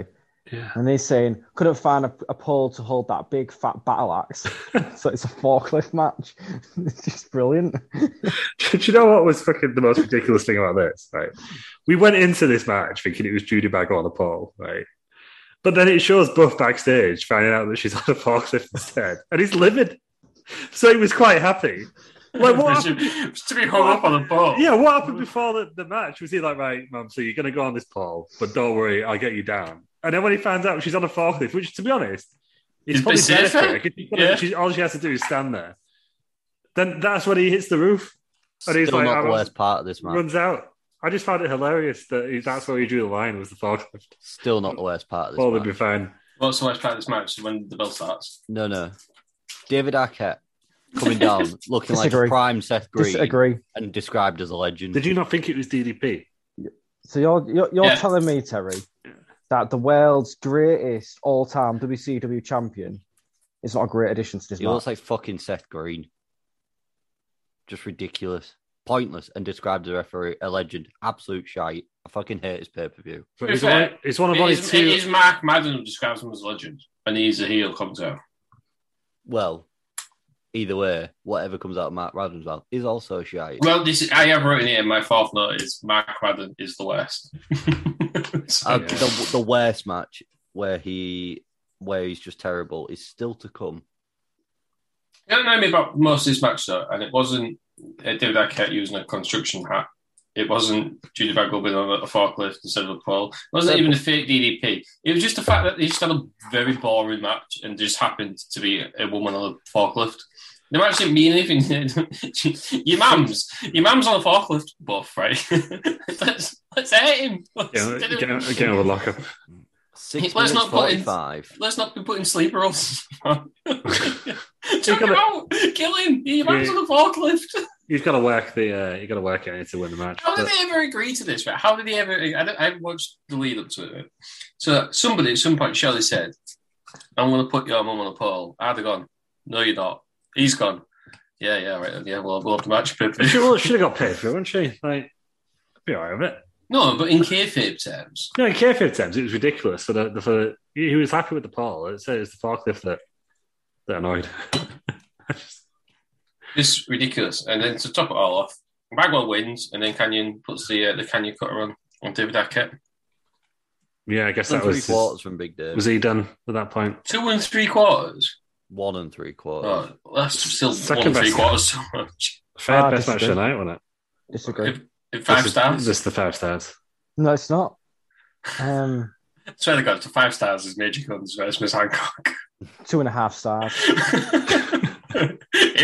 [SPEAKER 6] they?
[SPEAKER 4] yeah.
[SPEAKER 6] And he's saying, couldn't find a, a pole to hold that big fat battle axe. so it's a forklift match. it's just brilliant.
[SPEAKER 4] Do you know what was fucking the most ridiculous thing about this? Right, we went into this match thinking it was Judy Bagwell on a pole, right? But then it shows Buff backstage finding out that she's on a forklift instead, and he's livid. So he was quite happy. Like what? happened-
[SPEAKER 3] to be hung up on a ball.
[SPEAKER 4] Yeah, what happened before the, the match? Was he like, right, mum, so you're going to go on this pole, but don't worry, I'll get you down. And then when he finds out she's on a forklift, which, to be honest,
[SPEAKER 3] It's
[SPEAKER 4] it's probably
[SPEAKER 3] a bit
[SPEAKER 4] better.
[SPEAKER 3] safer.
[SPEAKER 4] 'cause she's
[SPEAKER 3] Yeah.
[SPEAKER 4] gonna- she's- all she has to do is stand there. Then that's when he hits the roof and he's
[SPEAKER 5] Still
[SPEAKER 4] like,
[SPEAKER 5] not
[SPEAKER 4] I'm-
[SPEAKER 5] the worst part of this match.
[SPEAKER 4] runs out. I just found it hilarious that he, that's where he drew the line was the forklift.
[SPEAKER 5] Still not the worst part of this
[SPEAKER 4] All would
[SPEAKER 5] match.
[SPEAKER 4] be fine.
[SPEAKER 3] What's the worst part of this match is when the bell starts.
[SPEAKER 5] No, no. David Arquette coming down, looking like a
[SPEAKER 6] Disagree.
[SPEAKER 5] prime Seth Green,
[SPEAKER 6] Disagree.
[SPEAKER 5] and described as a legend.
[SPEAKER 4] Did you not think it was DDP?
[SPEAKER 6] So you're you're, you're
[SPEAKER 3] Yeah.
[SPEAKER 6] telling me, Terry, that the world's greatest all-time WCW champion is not a great addition to this
[SPEAKER 5] He
[SPEAKER 6] match.
[SPEAKER 5] looks like fucking Seth Green. Just ridiculous, pointless, and described the referee a legend. Absolute shite. I fucking hate his pay per view.
[SPEAKER 4] But
[SPEAKER 3] To be
[SPEAKER 4] It's,
[SPEAKER 3] fair,
[SPEAKER 4] only- it's one of
[SPEAKER 3] It
[SPEAKER 4] only
[SPEAKER 3] is, it is
[SPEAKER 4] two.
[SPEAKER 3] Mark Madden who describes him as a legend, and he's a heel commentator.
[SPEAKER 5] Well, either way, whatever comes out of Matt Radham's mouth is also shite.
[SPEAKER 3] Well, this is, I have written here. My fourth note is Mark Madden is the worst. So,
[SPEAKER 5] Uh,
[SPEAKER 4] Yeah.
[SPEAKER 5] the, the worst match where he where he's just terrible is still to come.
[SPEAKER 3] You don't know me about most of this match though, and it wasn't uh, David Arquette using a construction hat. It wasn't Judy Bagwell being on a forklift instead of a pole. It wasn't even a fake DDP. It was just the fact that they just had a very boring match and just happened to be a woman on a forklift. The match didn't mean anything. your mum's, your mum's on a forklift buff, right? let's let's hate him. Let's,
[SPEAKER 4] Yeah, again, again with a lockup.
[SPEAKER 5] Six
[SPEAKER 3] Let's
[SPEAKER 5] minutes
[SPEAKER 3] not put in-
[SPEAKER 5] forty-five.
[SPEAKER 3] let's not be putting sleeper rolls. on. Chuck
[SPEAKER 4] gotta-
[SPEAKER 3] him out. Kill him. Your mum's
[SPEAKER 4] Yeah.
[SPEAKER 3] on a forklift.
[SPEAKER 4] You've got to work the. Uh, you got to work it in to win the match.
[SPEAKER 3] How did
[SPEAKER 4] But-
[SPEAKER 3] they ever agree to this? Right? How did they ever? I, don't, I haven't watched the lead up to it. right? So somebody at some point, Shelley said, "I'm going to put your mum on a pole." I'd have gone, "No, you're not." He's gone. Yeah, yeah, right. then, Yeah, well, we'll have to match. But
[SPEAKER 4] She well, should have got paid for it, wouldn't she? Like, be alright with it.
[SPEAKER 3] no, but in kayfabe terms,
[SPEAKER 4] No, in kayfabe terms, it was ridiculous. For the, the for he he was happy with the poll. It said it was the forklift that that annoyed.
[SPEAKER 3] it's ridiculous. And then to top it all off, Bagwell wins, and then Canyon puts the uh, the Canyon cutter on on David Arquette.
[SPEAKER 4] yeah, I guess
[SPEAKER 5] Two and
[SPEAKER 4] that
[SPEAKER 5] three
[SPEAKER 4] was
[SPEAKER 5] quarters from Big Dave.
[SPEAKER 4] was he done at that point?
[SPEAKER 3] Two and three quarters.
[SPEAKER 5] One and three quarters.
[SPEAKER 3] Oh, that's still
[SPEAKER 4] Second
[SPEAKER 3] one and three
[SPEAKER 4] best.
[SPEAKER 3] quarters so much.
[SPEAKER 4] Fair
[SPEAKER 6] Ah,
[SPEAKER 4] best match
[SPEAKER 6] disagree.
[SPEAKER 4] tonight, wasn't it?
[SPEAKER 6] Disagree.
[SPEAKER 3] In five
[SPEAKER 4] This is-
[SPEAKER 3] stars.
[SPEAKER 4] This is the five stars.
[SPEAKER 6] No, it's not. Um,
[SPEAKER 3] Swear to God, to five stars is Major Guns versus Miss Hancock.
[SPEAKER 6] two and a half stars.
[SPEAKER 3] it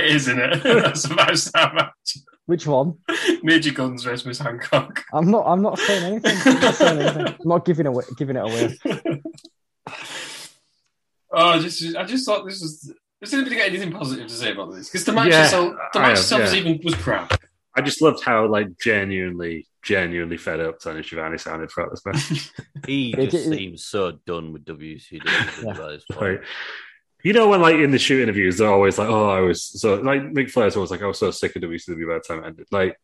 [SPEAKER 3] is, isn't it? That's a five star match.
[SPEAKER 6] Which one?
[SPEAKER 3] Major Guns versus Miss Hancock.
[SPEAKER 6] I'm not. I'm not saying anything. I'm not, saying anything. I'm not giving away. Giving it away.
[SPEAKER 3] Oh, just I just thought this was. Does anybody got anything positive to say about this? Because the match
[SPEAKER 4] Yeah,
[SPEAKER 3] itself, the
[SPEAKER 4] I
[SPEAKER 3] match
[SPEAKER 4] have,
[SPEAKER 3] itself was
[SPEAKER 4] yeah.
[SPEAKER 3] even was crap.
[SPEAKER 4] I just loved how like genuinely, genuinely fed up Tony Giovanni sounded throughout this match.
[SPEAKER 5] He
[SPEAKER 6] It-
[SPEAKER 5] just
[SPEAKER 6] it-
[SPEAKER 5] seems so done with WCW. by this point.
[SPEAKER 4] like, you know when like in the shoot interviews they're always like, "Oh, I was so like Mick Flair's always like, I was so sick of WCW by the time it ended." Like,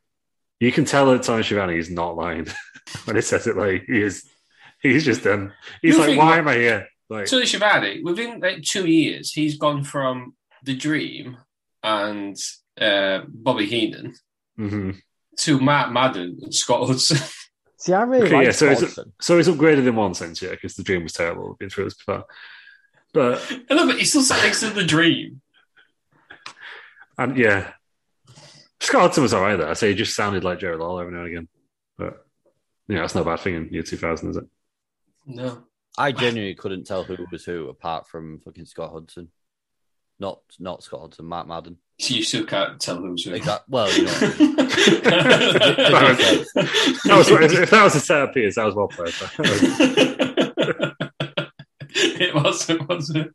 [SPEAKER 4] you can tell that Tony Giovanni is not lying when he says it. Like, he is, he's just done. He's
[SPEAKER 3] You
[SPEAKER 4] like,
[SPEAKER 3] think-
[SPEAKER 4] "Why am I here?" Like,
[SPEAKER 3] Tony Schiavone, within like two years, he's gone from the Dream and uh, Bobby Heenan
[SPEAKER 4] mhm.
[SPEAKER 3] to Matt Madden and Scott Hudson.
[SPEAKER 6] See, I really
[SPEAKER 4] Okay,
[SPEAKER 6] like
[SPEAKER 4] yeah, so it's-
[SPEAKER 6] Hodgson.
[SPEAKER 4] so he's upgraded in one sense, yeah, because the dream was terrible. Been through this before, but
[SPEAKER 3] I love it. He still sat next to the Dream.
[SPEAKER 4] And yeah, Scott Hudson was all right though. I say he just sounded like Jared Lawler every now and again, but yeah, that's not a bad thing in year two thousand, is it?
[SPEAKER 3] No.
[SPEAKER 5] I genuinely couldn't tell who was who apart from fucking Scott Hudson. Not not Scott Hudson, Matt Madden.
[SPEAKER 3] So you still can't tell who's who.
[SPEAKER 5] Exact. Well, Oh, you know,
[SPEAKER 4] That was, if that was a setup piece, that was well played.
[SPEAKER 3] it was, it was.
[SPEAKER 5] the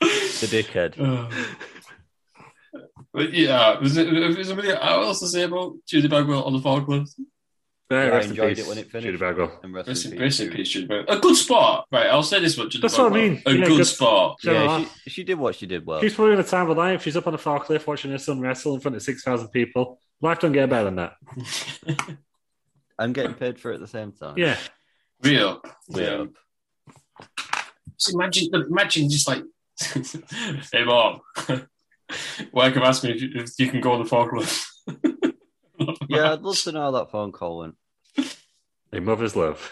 [SPEAKER 5] dickhead.
[SPEAKER 3] Oh. But yeah, was it, was somebody else to say about Judy Bagwell on the Falklands?
[SPEAKER 4] Yeah,
[SPEAKER 5] I
[SPEAKER 4] rest in
[SPEAKER 5] enjoyed
[SPEAKER 4] peace,
[SPEAKER 5] it when it finished.
[SPEAKER 4] Judy Bagwell.
[SPEAKER 5] And rest
[SPEAKER 3] Rest
[SPEAKER 5] in
[SPEAKER 3] in
[SPEAKER 5] peace,
[SPEAKER 3] rest in
[SPEAKER 5] Judy.
[SPEAKER 3] peace, Judy Bagwell. A good spot, right? I'll say this much.
[SPEAKER 4] That's what I mean.
[SPEAKER 3] A
[SPEAKER 4] You know,
[SPEAKER 3] good
[SPEAKER 4] good-
[SPEAKER 3] spot.
[SPEAKER 4] Do you know
[SPEAKER 5] Yeah,
[SPEAKER 4] what?
[SPEAKER 5] she, she did what she did well.
[SPEAKER 4] She's probably in a time of life. She's up on a far cliff watching her son wrestle in front of 6,000 people. Life don't get better than that.
[SPEAKER 5] I'm getting paid for it at the same time.
[SPEAKER 4] Yeah.
[SPEAKER 3] Real.
[SPEAKER 5] Yeah.
[SPEAKER 3] Just imagine, imagine just like, hey, mom, why come ask me if you, if you can go on the Falklands?
[SPEAKER 5] Yeah, I'd love to know how that phone call went.
[SPEAKER 4] A mother's love.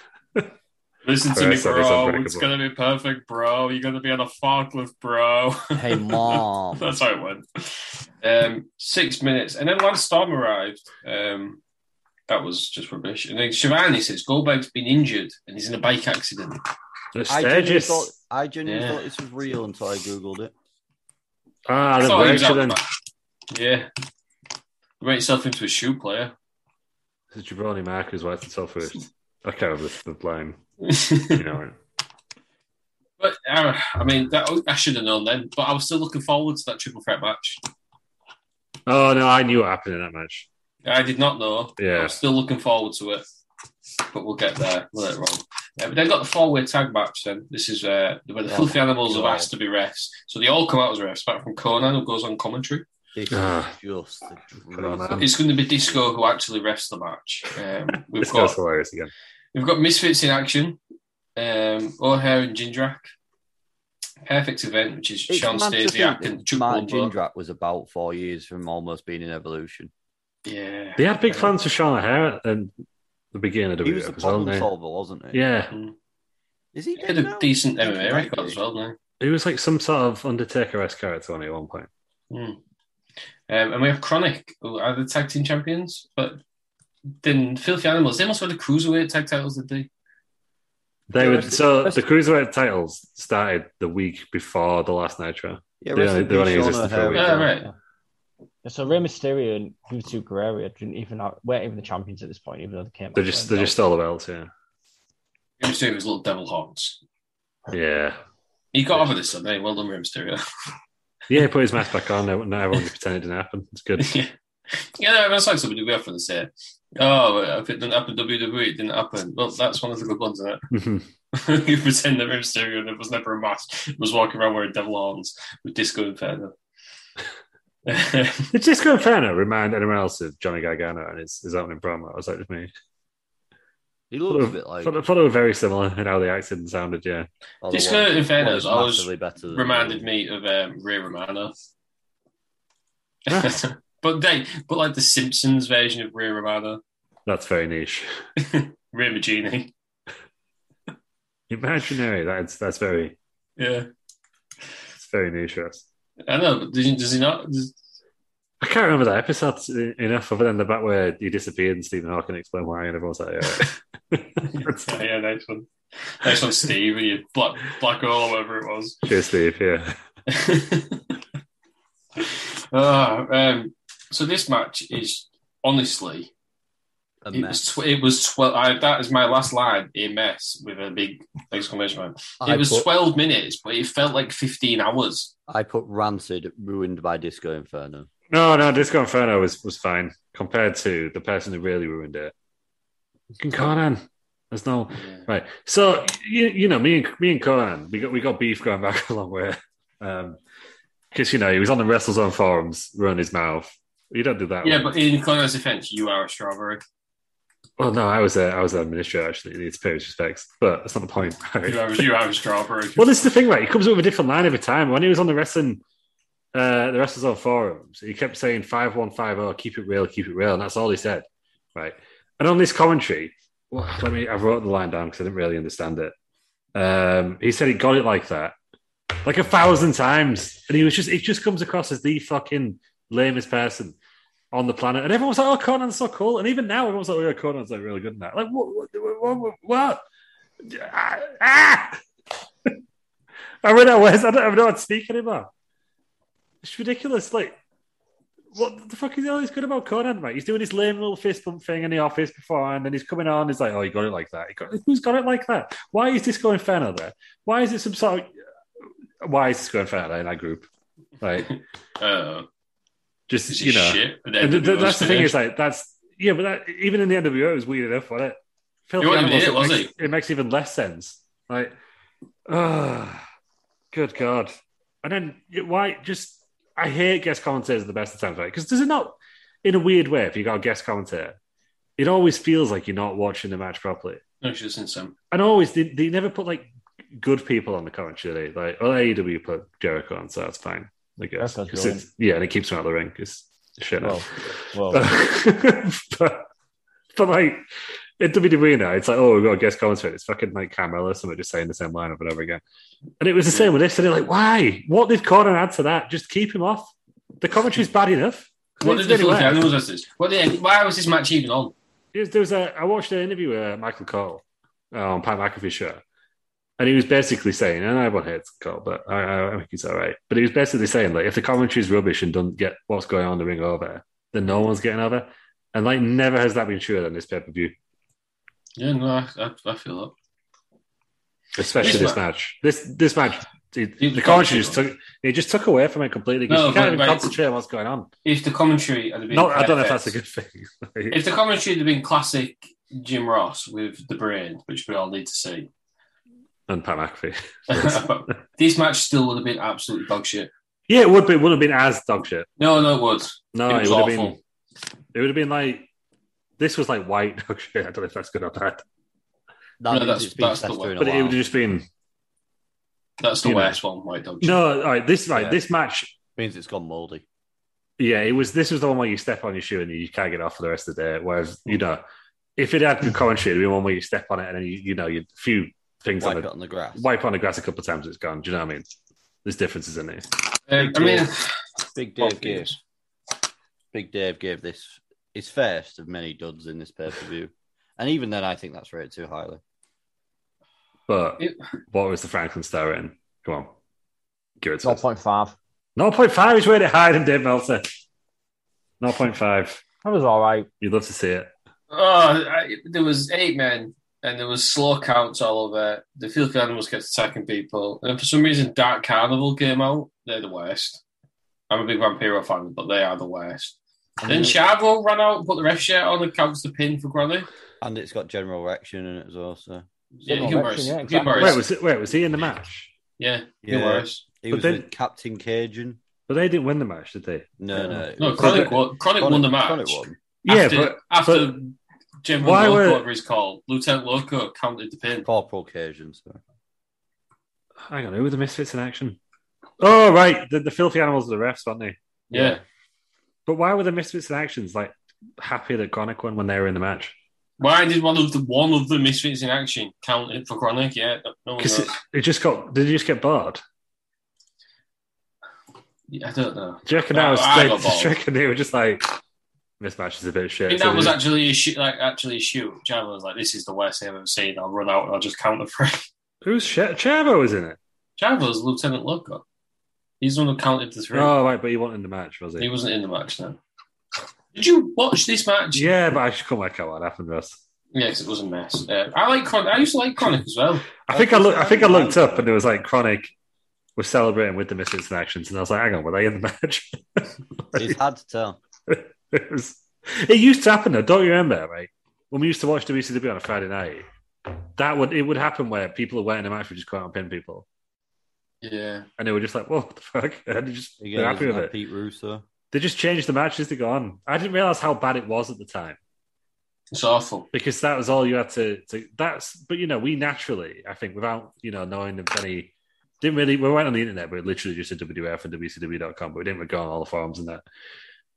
[SPEAKER 3] Listen to
[SPEAKER 4] Yeah,
[SPEAKER 3] me,
[SPEAKER 4] so it's
[SPEAKER 3] bro.
[SPEAKER 4] unbreakable.
[SPEAKER 3] It's going to be perfect, bro. You're going to be on the Falklands, bro.
[SPEAKER 5] Hey, mom.
[SPEAKER 3] That's how it went. Um, six minutes. And then Lance Storm arrived. Um, that was just rubbish. And then Shivani says Goldberg's been injured and he's in a bike accident.
[SPEAKER 4] The
[SPEAKER 5] I genuinely,
[SPEAKER 4] stages.
[SPEAKER 5] thought, I genuinely
[SPEAKER 3] Yeah.
[SPEAKER 5] thought this was real until I Googled it.
[SPEAKER 4] Ah,
[SPEAKER 3] I
[SPEAKER 4] the
[SPEAKER 3] thought he was
[SPEAKER 4] virtue
[SPEAKER 3] out
[SPEAKER 4] then.
[SPEAKER 3] back. Yeah. You made yourself into a shoe player.
[SPEAKER 4] It's Jabroni Mark who's writing so first. I can't remember the line. You
[SPEAKER 3] but
[SPEAKER 4] know it.
[SPEAKER 3] uh, I mean, that, I should have known then. But I was still looking forward to that triple threat match.
[SPEAKER 4] Oh, no, I knew what happened in that match.
[SPEAKER 3] I did not know.
[SPEAKER 4] Yeah.
[SPEAKER 3] I'm still looking forward to it, but we'll get there later on. Yeah, but they got the four-way tag match. Then this is uh, where the
[SPEAKER 5] Oh,
[SPEAKER 3] filthy animals
[SPEAKER 5] God.
[SPEAKER 3] have asked to be refs, so they all come out as refs. Back from Conan, who goes on commentary.
[SPEAKER 5] This
[SPEAKER 4] Ah.
[SPEAKER 5] is just the
[SPEAKER 4] on, man.
[SPEAKER 5] dream.
[SPEAKER 3] It's going to be Disco who actually refs the match. Um, we've
[SPEAKER 4] This guy's
[SPEAKER 3] got
[SPEAKER 4] hilarious again.
[SPEAKER 3] we've got Misfits in action, um, O'Hare and Jindrak. Perfect event, which is
[SPEAKER 5] It's
[SPEAKER 3] Sean
[SPEAKER 5] mad to
[SPEAKER 3] Stasiak
[SPEAKER 5] think
[SPEAKER 3] and
[SPEAKER 5] that
[SPEAKER 3] Chuck
[SPEAKER 5] Martin
[SPEAKER 3] Goldberg.
[SPEAKER 5] Jindrak was about four years from almost being in Evolution.
[SPEAKER 3] Yeah, Um,
[SPEAKER 4] They had big fans of Sean O'Hara and the beginning of the
[SPEAKER 5] He was a
[SPEAKER 4] as well,
[SPEAKER 5] problem
[SPEAKER 4] didn't
[SPEAKER 5] solver, wasn't
[SPEAKER 4] they?
[SPEAKER 5] he?
[SPEAKER 4] Yeah.
[SPEAKER 5] Is he
[SPEAKER 3] He had
[SPEAKER 5] dead
[SPEAKER 3] a
[SPEAKER 5] now?
[SPEAKER 3] decent
[SPEAKER 5] He
[SPEAKER 3] MMA
[SPEAKER 5] might
[SPEAKER 3] record
[SPEAKER 5] be.
[SPEAKER 3] as well, now.
[SPEAKER 4] He was like some sort of Undertaker esque character on it at one point.
[SPEAKER 3] Um, and we have Chronic, who are the tag team champions. But then Filthy Animals, they must have had the cruiserweight tag titles, did they?
[SPEAKER 4] They would so the cruiserweight titles started the week before the last Nitro.
[SPEAKER 5] Yeah,
[SPEAKER 4] They
[SPEAKER 5] rest
[SPEAKER 4] only-
[SPEAKER 5] in
[SPEAKER 4] they
[SPEAKER 5] peace,
[SPEAKER 4] only
[SPEAKER 5] Sean
[SPEAKER 4] existed for a
[SPEAKER 5] O'Hara.
[SPEAKER 4] week.
[SPEAKER 3] Oh, Yeah, Ah, right.
[SPEAKER 6] So Rey Mysterio and Guto Guerrero didn't even have, weren't even the champions at this point, even though they came.
[SPEAKER 4] They
[SPEAKER 6] out
[SPEAKER 4] just they
[SPEAKER 6] with
[SPEAKER 4] just stole the belts, yeah.
[SPEAKER 3] Rey Mysterio was little devil horns.
[SPEAKER 4] Yeah.
[SPEAKER 3] He got over this, didn't he? Well done, Rey Mysterio.
[SPEAKER 4] Yeah, he put his mask back on. Now, now everyone's pretending it didn't happen. It's good.
[SPEAKER 3] yeah, yeah, that's like somebody we often say, oh, well, if it didn't happen WWE, E, it didn't happen. Well, that's one of the good ones, isn't
[SPEAKER 4] Mhm.
[SPEAKER 3] it? you pretend that Rey Mysterio there was never a mask, was walking around wearing devil horns with Disco Inferno.
[SPEAKER 4] Did Disco Inferno remind anyone else of Johnny Gargano and his, his opening promo? I was like, just me.
[SPEAKER 5] He
[SPEAKER 4] Thought
[SPEAKER 5] looks a
[SPEAKER 4] of-
[SPEAKER 5] bit like.
[SPEAKER 4] thought, thought they were very similar in how the accent sounded, yeah.
[SPEAKER 5] oh, the
[SPEAKER 3] Disco
[SPEAKER 5] one- one
[SPEAKER 3] Inferno
[SPEAKER 5] is
[SPEAKER 3] is always
[SPEAKER 5] massively better than-
[SPEAKER 3] reminded me of um, Ray Romano.
[SPEAKER 4] Ah.
[SPEAKER 3] but they, but like the Simpsons version of Ray Romano,
[SPEAKER 4] That's very niche.
[SPEAKER 3] Ray Magini.
[SPEAKER 4] Imaginary, that's that's very
[SPEAKER 3] Yeah,
[SPEAKER 4] it's very niche. yes.
[SPEAKER 3] I know. But does he, does he not? Does,
[SPEAKER 4] I can't remember that episode e- enough other than the bit where he disappeared and Stephen Hawking explained why and everyone's like, yeah. That's-
[SPEAKER 3] Oh, yeah, yeah, nice one. Nice one, Steve. And you black black hole or whatever it was.
[SPEAKER 4] Cheers, Steve, yeah.
[SPEAKER 3] Ah, um, so this match is honestly
[SPEAKER 5] A
[SPEAKER 3] it
[SPEAKER 5] mess.
[SPEAKER 3] was tw- it was twelve. That is my last line. A mess with a big exclamation mark.
[SPEAKER 5] I
[SPEAKER 3] It was
[SPEAKER 5] put-
[SPEAKER 3] twelve minutes, but it felt like fifteen hours.
[SPEAKER 5] I put Rancid ruined by Disco Inferno.
[SPEAKER 4] No, no, Disco Inferno was, was fine compared to the person who really ruined it. Fucking Conan. There's no right. So you, you know, me and me and Conan, we got we got beef going back a long way. Um because you know, he was on the WrestleZone forums running his mouth. You don't do that.
[SPEAKER 3] Yeah,
[SPEAKER 4] one.
[SPEAKER 3] but in Conan's defense, you are a strawberry.
[SPEAKER 4] well, Oh, no, I was a, I was an administrator actually. He needs to pay his respects, but that's not the point. right?
[SPEAKER 3] You are, you are a strawberry.
[SPEAKER 4] Well, this is the thing, right? He comes up with a different line every time. When he was on the wrestling, uh, the wrestlers on forums, he kept saying five one five zero, keep it real, keep it real, and that's all he said, right? And on this commentary, well, let me. I wrote the line down because I didn't really understand it. Um, he said he got it like that, like a thousand times, and he was just. It just comes across as the fucking lamest person on the planet, and everyone's like, "Oh, Conan's so cool," and even now, everyone's like, "Oh, yeah, Conan's like really good in that." Like, what? What? what, what, what? Ah! ah! I read that Wes. I don't even know how to speak anymore. It's ridiculous. Like, what the fuck is all he's good about Conan, mate? He's doing his lame little fist bump thing in the office before, and then he's coming on. He's like, "Oh, you got it like that. He got- who's got it like that? Why is this going Fenner there? Why is it some sort of? Why is this going Fenner in that group? Like,
[SPEAKER 3] Uh,
[SPEAKER 4] Just
[SPEAKER 3] This
[SPEAKER 4] you
[SPEAKER 3] is
[SPEAKER 4] know,
[SPEAKER 3] shit. And
[SPEAKER 4] and th- th-
[SPEAKER 3] NWO
[SPEAKER 4] that's the thing
[SPEAKER 3] stage.
[SPEAKER 4] is like that's yeah, but that even in the NWO it was weird enough, wasn't it? Filthy
[SPEAKER 3] It wasn't
[SPEAKER 4] Animals,
[SPEAKER 3] it, was
[SPEAKER 4] makes, it? makes even less sense. Like, ah, good god! And then it- why? Just I hate guest commentators at the best of times, right? Because does it not, in a weird way, if you got a guest commentator, it always feels like you're not watching the match properly.
[SPEAKER 3] no, she doesn't sound.
[SPEAKER 4] And always they, they never put like good people on the commentary. They like, well, AEW put Jericho on, so that's fine. I guess.
[SPEAKER 6] Jericho's
[SPEAKER 4] 'Cause it's- yeah, and it keeps him out of the ring. It's shit.
[SPEAKER 6] Well, well,
[SPEAKER 4] but, but like in WWE now, it's like, oh, we've got a guest commentator. It's fucking like Carmelo, somebody just saying the same line over and over again. And it was the same with this. And they're like, why? What did Conan add to that? Just keep him off. The commentary's bad enough.
[SPEAKER 3] What
[SPEAKER 4] Vince
[SPEAKER 3] did the
[SPEAKER 4] didn't
[SPEAKER 3] Filthy
[SPEAKER 4] laugh.
[SPEAKER 3] Animals was this? What the, why was this match even on?
[SPEAKER 4] There's- there was a I watched an interview with Michael Cole uh, on Pat McAfee's show, and he was basically saying, and everyone hates Cole, but I, I, I think he's all right. But he was basically saying like, if the commentary's rubbish and doesn't get what's going on in the ring over, then no one's getting over. And like, never has that been truer than this pay per view,
[SPEAKER 3] Yeah, no, I, I, I feel that.
[SPEAKER 4] especially
[SPEAKER 3] This
[SPEAKER 4] this match. This this match, it-
[SPEAKER 3] He was
[SPEAKER 4] the commentary just
[SPEAKER 3] commenting
[SPEAKER 4] took it just took away from it completely. 'cause
[SPEAKER 3] No,
[SPEAKER 4] you can't
[SPEAKER 3] but-
[SPEAKER 4] even
[SPEAKER 3] but it's-
[SPEAKER 4] concentrate on what's going on.
[SPEAKER 3] If the commentary had been,
[SPEAKER 4] No, I don't know if
[SPEAKER 3] perfect-
[SPEAKER 4] that's a good thing.
[SPEAKER 3] If the commentary had been classic Jim Ross with the brain, which we all need to see,
[SPEAKER 4] and Pat McAfee.
[SPEAKER 3] this match still would have been absolutely dog shit.
[SPEAKER 4] Yeah, it would be. It would have been as dog shit.
[SPEAKER 3] No, no, it would.
[SPEAKER 4] No,
[SPEAKER 3] It
[SPEAKER 4] it,
[SPEAKER 3] was
[SPEAKER 4] would have
[SPEAKER 3] awful.
[SPEAKER 4] been. It would have been like this was like white. Actually, I don't know if that's good or bad,
[SPEAKER 5] That
[SPEAKER 3] No,
[SPEAKER 5] means
[SPEAKER 3] that's-
[SPEAKER 5] it's been
[SPEAKER 3] that's the
[SPEAKER 5] festering
[SPEAKER 3] one.
[SPEAKER 5] a
[SPEAKER 4] but it
[SPEAKER 5] while.
[SPEAKER 4] would have just been
[SPEAKER 3] That's the
[SPEAKER 4] You know.
[SPEAKER 3] worst one, White Dog. Shit.
[SPEAKER 4] no. All right, this right
[SPEAKER 5] Yeah.
[SPEAKER 4] this match.
[SPEAKER 5] means it's gone mouldy.
[SPEAKER 4] Yeah, it was. This was the one where you step on your shoe and you can't get off for the rest of the day. Whereas you know, if it had good commentary, it'd be one where you step on it and then you, you know you few things
[SPEAKER 5] Wipe
[SPEAKER 4] on
[SPEAKER 5] it
[SPEAKER 4] it.
[SPEAKER 5] on the grass.
[SPEAKER 4] Wipe on the grass a couple of times, it's gone. Do you know what I mean? There's differences in it.
[SPEAKER 3] Um, I mean,
[SPEAKER 5] Big Dave
[SPEAKER 3] Bob
[SPEAKER 5] gave
[SPEAKER 3] Gates.
[SPEAKER 5] Big Dave gave this his first of many duds in this pay per view, and even then, I think that's rated too highly.
[SPEAKER 4] But
[SPEAKER 3] It-
[SPEAKER 4] what was the Franklin star in? Come on, give it to us.
[SPEAKER 6] 0.5.
[SPEAKER 4] Zero point five is rated higher than Dave Meltzer. Zero point five.
[SPEAKER 6] That was all right.
[SPEAKER 4] You'd love to see it.
[SPEAKER 3] oh, I, there was eight men, and there was slow counts all over. The filthy animals kept attacking people, and for some reason, Dark Carnival came out. They're the worst. I'm a big Vampiro fan, but they are the worst. Then Chavo ran out, put the ref shirt on, and counts the pin for Granny.
[SPEAKER 5] And it's got general erection in it as well. So
[SPEAKER 3] Yeah,
[SPEAKER 6] General
[SPEAKER 3] humorous.
[SPEAKER 6] election, yeah, exactly.
[SPEAKER 3] humorous.
[SPEAKER 4] Wait, was it? Wait, was he in the match?
[SPEAKER 3] yeah,
[SPEAKER 5] Yeah.
[SPEAKER 3] humorous.
[SPEAKER 5] he
[SPEAKER 4] But
[SPEAKER 5] was
[SPEAKER 4] then-
[SPEAKER 5] with Captain Cajun.
[SPEAKER 4] But they didn't win the match, did they?
[SPEAKER 5] No, no, it
[SPEAKER 3] No,
[SPEAKER 5] was-
[SPEAKER 3] Chronic, won, Chronic, won the match.
[SPEAKER 5] Chronic won.
[SPEAKER 3] after, after General
[SPEAKER 4] Why
[SPEAKER 3] Loco,
[SPEAKER 4] were-
[SPEAKER 3] whatever he's called, Lieutenant Loco counted the pin.
[SPEAKER 5] Corporal Cajun. So.
[SPEAKER 4] hang on, who were the misfits in action? Oh right, the, the filthy animals are the refs, aren't they?
[SPEAKER 3] Yeah.
[SPEAKER 4] But why were the misfits in actions like happy that Gronick won when they were in the match?
[SPEAKER 3] Why did one of the one of the misfits in action count it for Chronic? Yeah, no one
[SPEAKER 4] Because
[SPEAKER 3] knows.
[SPEAKER 4] it, it just got. Did you just get bored?
[SPEAKER 3] Yeah, I don't know.
[SPEAKER 4] Do you reckon that was?
[SPEAKER 3] I- I
[SPEAKER 4] They,
[SPEAKER 3] got
[SPEAKER 4] do you
[SPEAKER 3] bored.
[SPEAKER 4] reckon they were just like this match is a bit
[SPEAKER 3] I
[SPEAKER 4] shit.
[SPEAKER 3] think
[SPEAKER 4] so
[SPEAKER 3] that
[SPEAKER 4] they
[SPEAKER 3] was
[SPEAKER 4] just-
[SPEAKER 3] actually a shoot. Like actually a shoot. Java was like, "This is the worst thing I've ever seen. I'll run out and I'll just count the three.
[SPEAKER 4] who's Sh- Chavo was in it?
[SPEAKER 3] Java was Lieutenant Loco. He's the one who counted the three.
[SPEAKER 4] Oh right, but he wasn't in the match, was he?
[SPEAKER 3] He wasn't in the match then. Did you watch this match?
[SPEAKER 4] yeah, but I should come back out what happened, Russ.
[SPEAKER 3] Yeah, 'cause it was a mess. Uh, I like Chronic. I used to like Chronic as well.
[SPEAKER 4] I think I look. I think I looked up, and it was like Chronic was celebrating with the misfits and actions, and I was like, "Hang on, were they in the match?"
[SPEAKER 5] It's hard to tell.
[SPEAKER 4] it, was, it used to happen though. Don't you remember, right? When we used to watch WCW on a Friday night, that would it would happen where people were wearing a match would just go out and pin people,
[SPEAKER 3] Yeah.
[SPEAKER 4] and they were just like, "Whoa, what the fuck?" And they just
[SPEAKER 5] Again,
[SPEAKER 4] they're happy with
[SPEAKER 5] isn't that
[SPEAKER 4] it.
[SPEAKER 5] Pete Russo.
[SPEAKER 4] They just changed the matches to go on. I didn't realize how bad it was at the time
[SPEAKER 3] It's awful.
[SPEAKER 4] because that was all you had to. to that's but you know we naturally, I think, without you know knowing of any. Didn't really, we went on the internet, but literally just at WWF and WCW.com, but we didn't go on all the forums and that.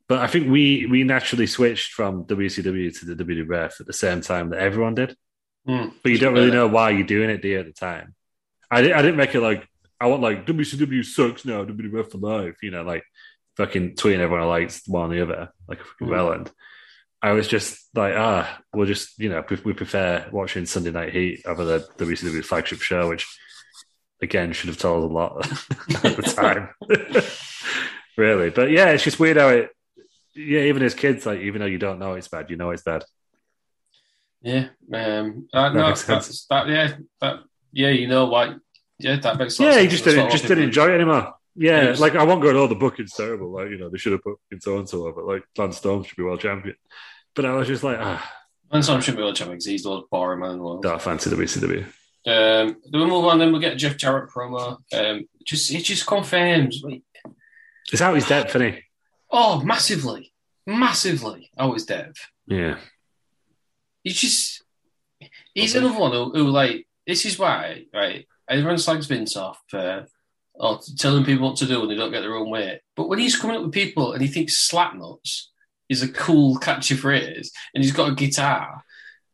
[SPEAKER 4] But I think we we naturally switched from WCW to the WWF at the same time that everyone did.
[SPEAKER 3] Hmm.
[SPEAKER 4] But you don't really know why you're doing it, do you, at the time? I, di- I didn't make it like, I want like WCW sucks now, WWF for life, you know, like fucking tweeting everyone I liked one or the other, like a fucking
[SPEAKER 3] Hmm.
[SPEAKER 4] well end. I was just like, ah, we'll just, you know, pre- we prefer watching Sunday Night Heat over the WCW flagship show, which again should have told a lot at the time. really. But yeah, it's just weird how it, yeah, even as kids, like, even though you don't know it's bad, you know it's bad.
[SPEAKER 3] Yeah. Um, that,
[SPEAKER 4] That
[SPEAKER 3] no,
[SPEAKER 4] makes sense.
[SPEAKER 3] that's, that, yeah, that, yeah, you know why. Yeah, that makes a lot of
[SPEAKER 4] Yeah, he
[SPEAKER 3] sense. That's
[SPEAKER 4] just
[SPEAKER 3] what a
[SPEAKER 4] didn't
[SPEAKER 3] lot
[SPEAKER 4] just
[SPEAKER 3] of people-
[SPEAKER 4] didn't enjoy it anymore. Yeah,
[SPEAKER 3] Yes.
[SPEAKER 4] like I won't go, oh, the booking's terrible. Like, you know, they should have put so and so over. Like, Lance Storm should be world champion. But I was just like, ah,
[SPEAKER 3] And some should be world champions. He's the boring man in the world.
[SPEAKER 4] I fancy WCW.
[SPEAKER 3] Um, then we move on. Then we get Jeff Jarrett promo. Um, just it just confirms. like,
[SPEAKER 4] It's out his depth, isn't he?
[SPEAKER 3] Oh, massively, massively. Oh, it's Dev.
[SPEAKER 4] Yeah.
[SPEAKER 3] He's just he's another one who, who like this is why right. Everyone slags Vince off for or telling people what to do when they don't get their own way. But when he's coming up with people and he thinks slap nuts is a cool catchy phrase, and he's got a guitar.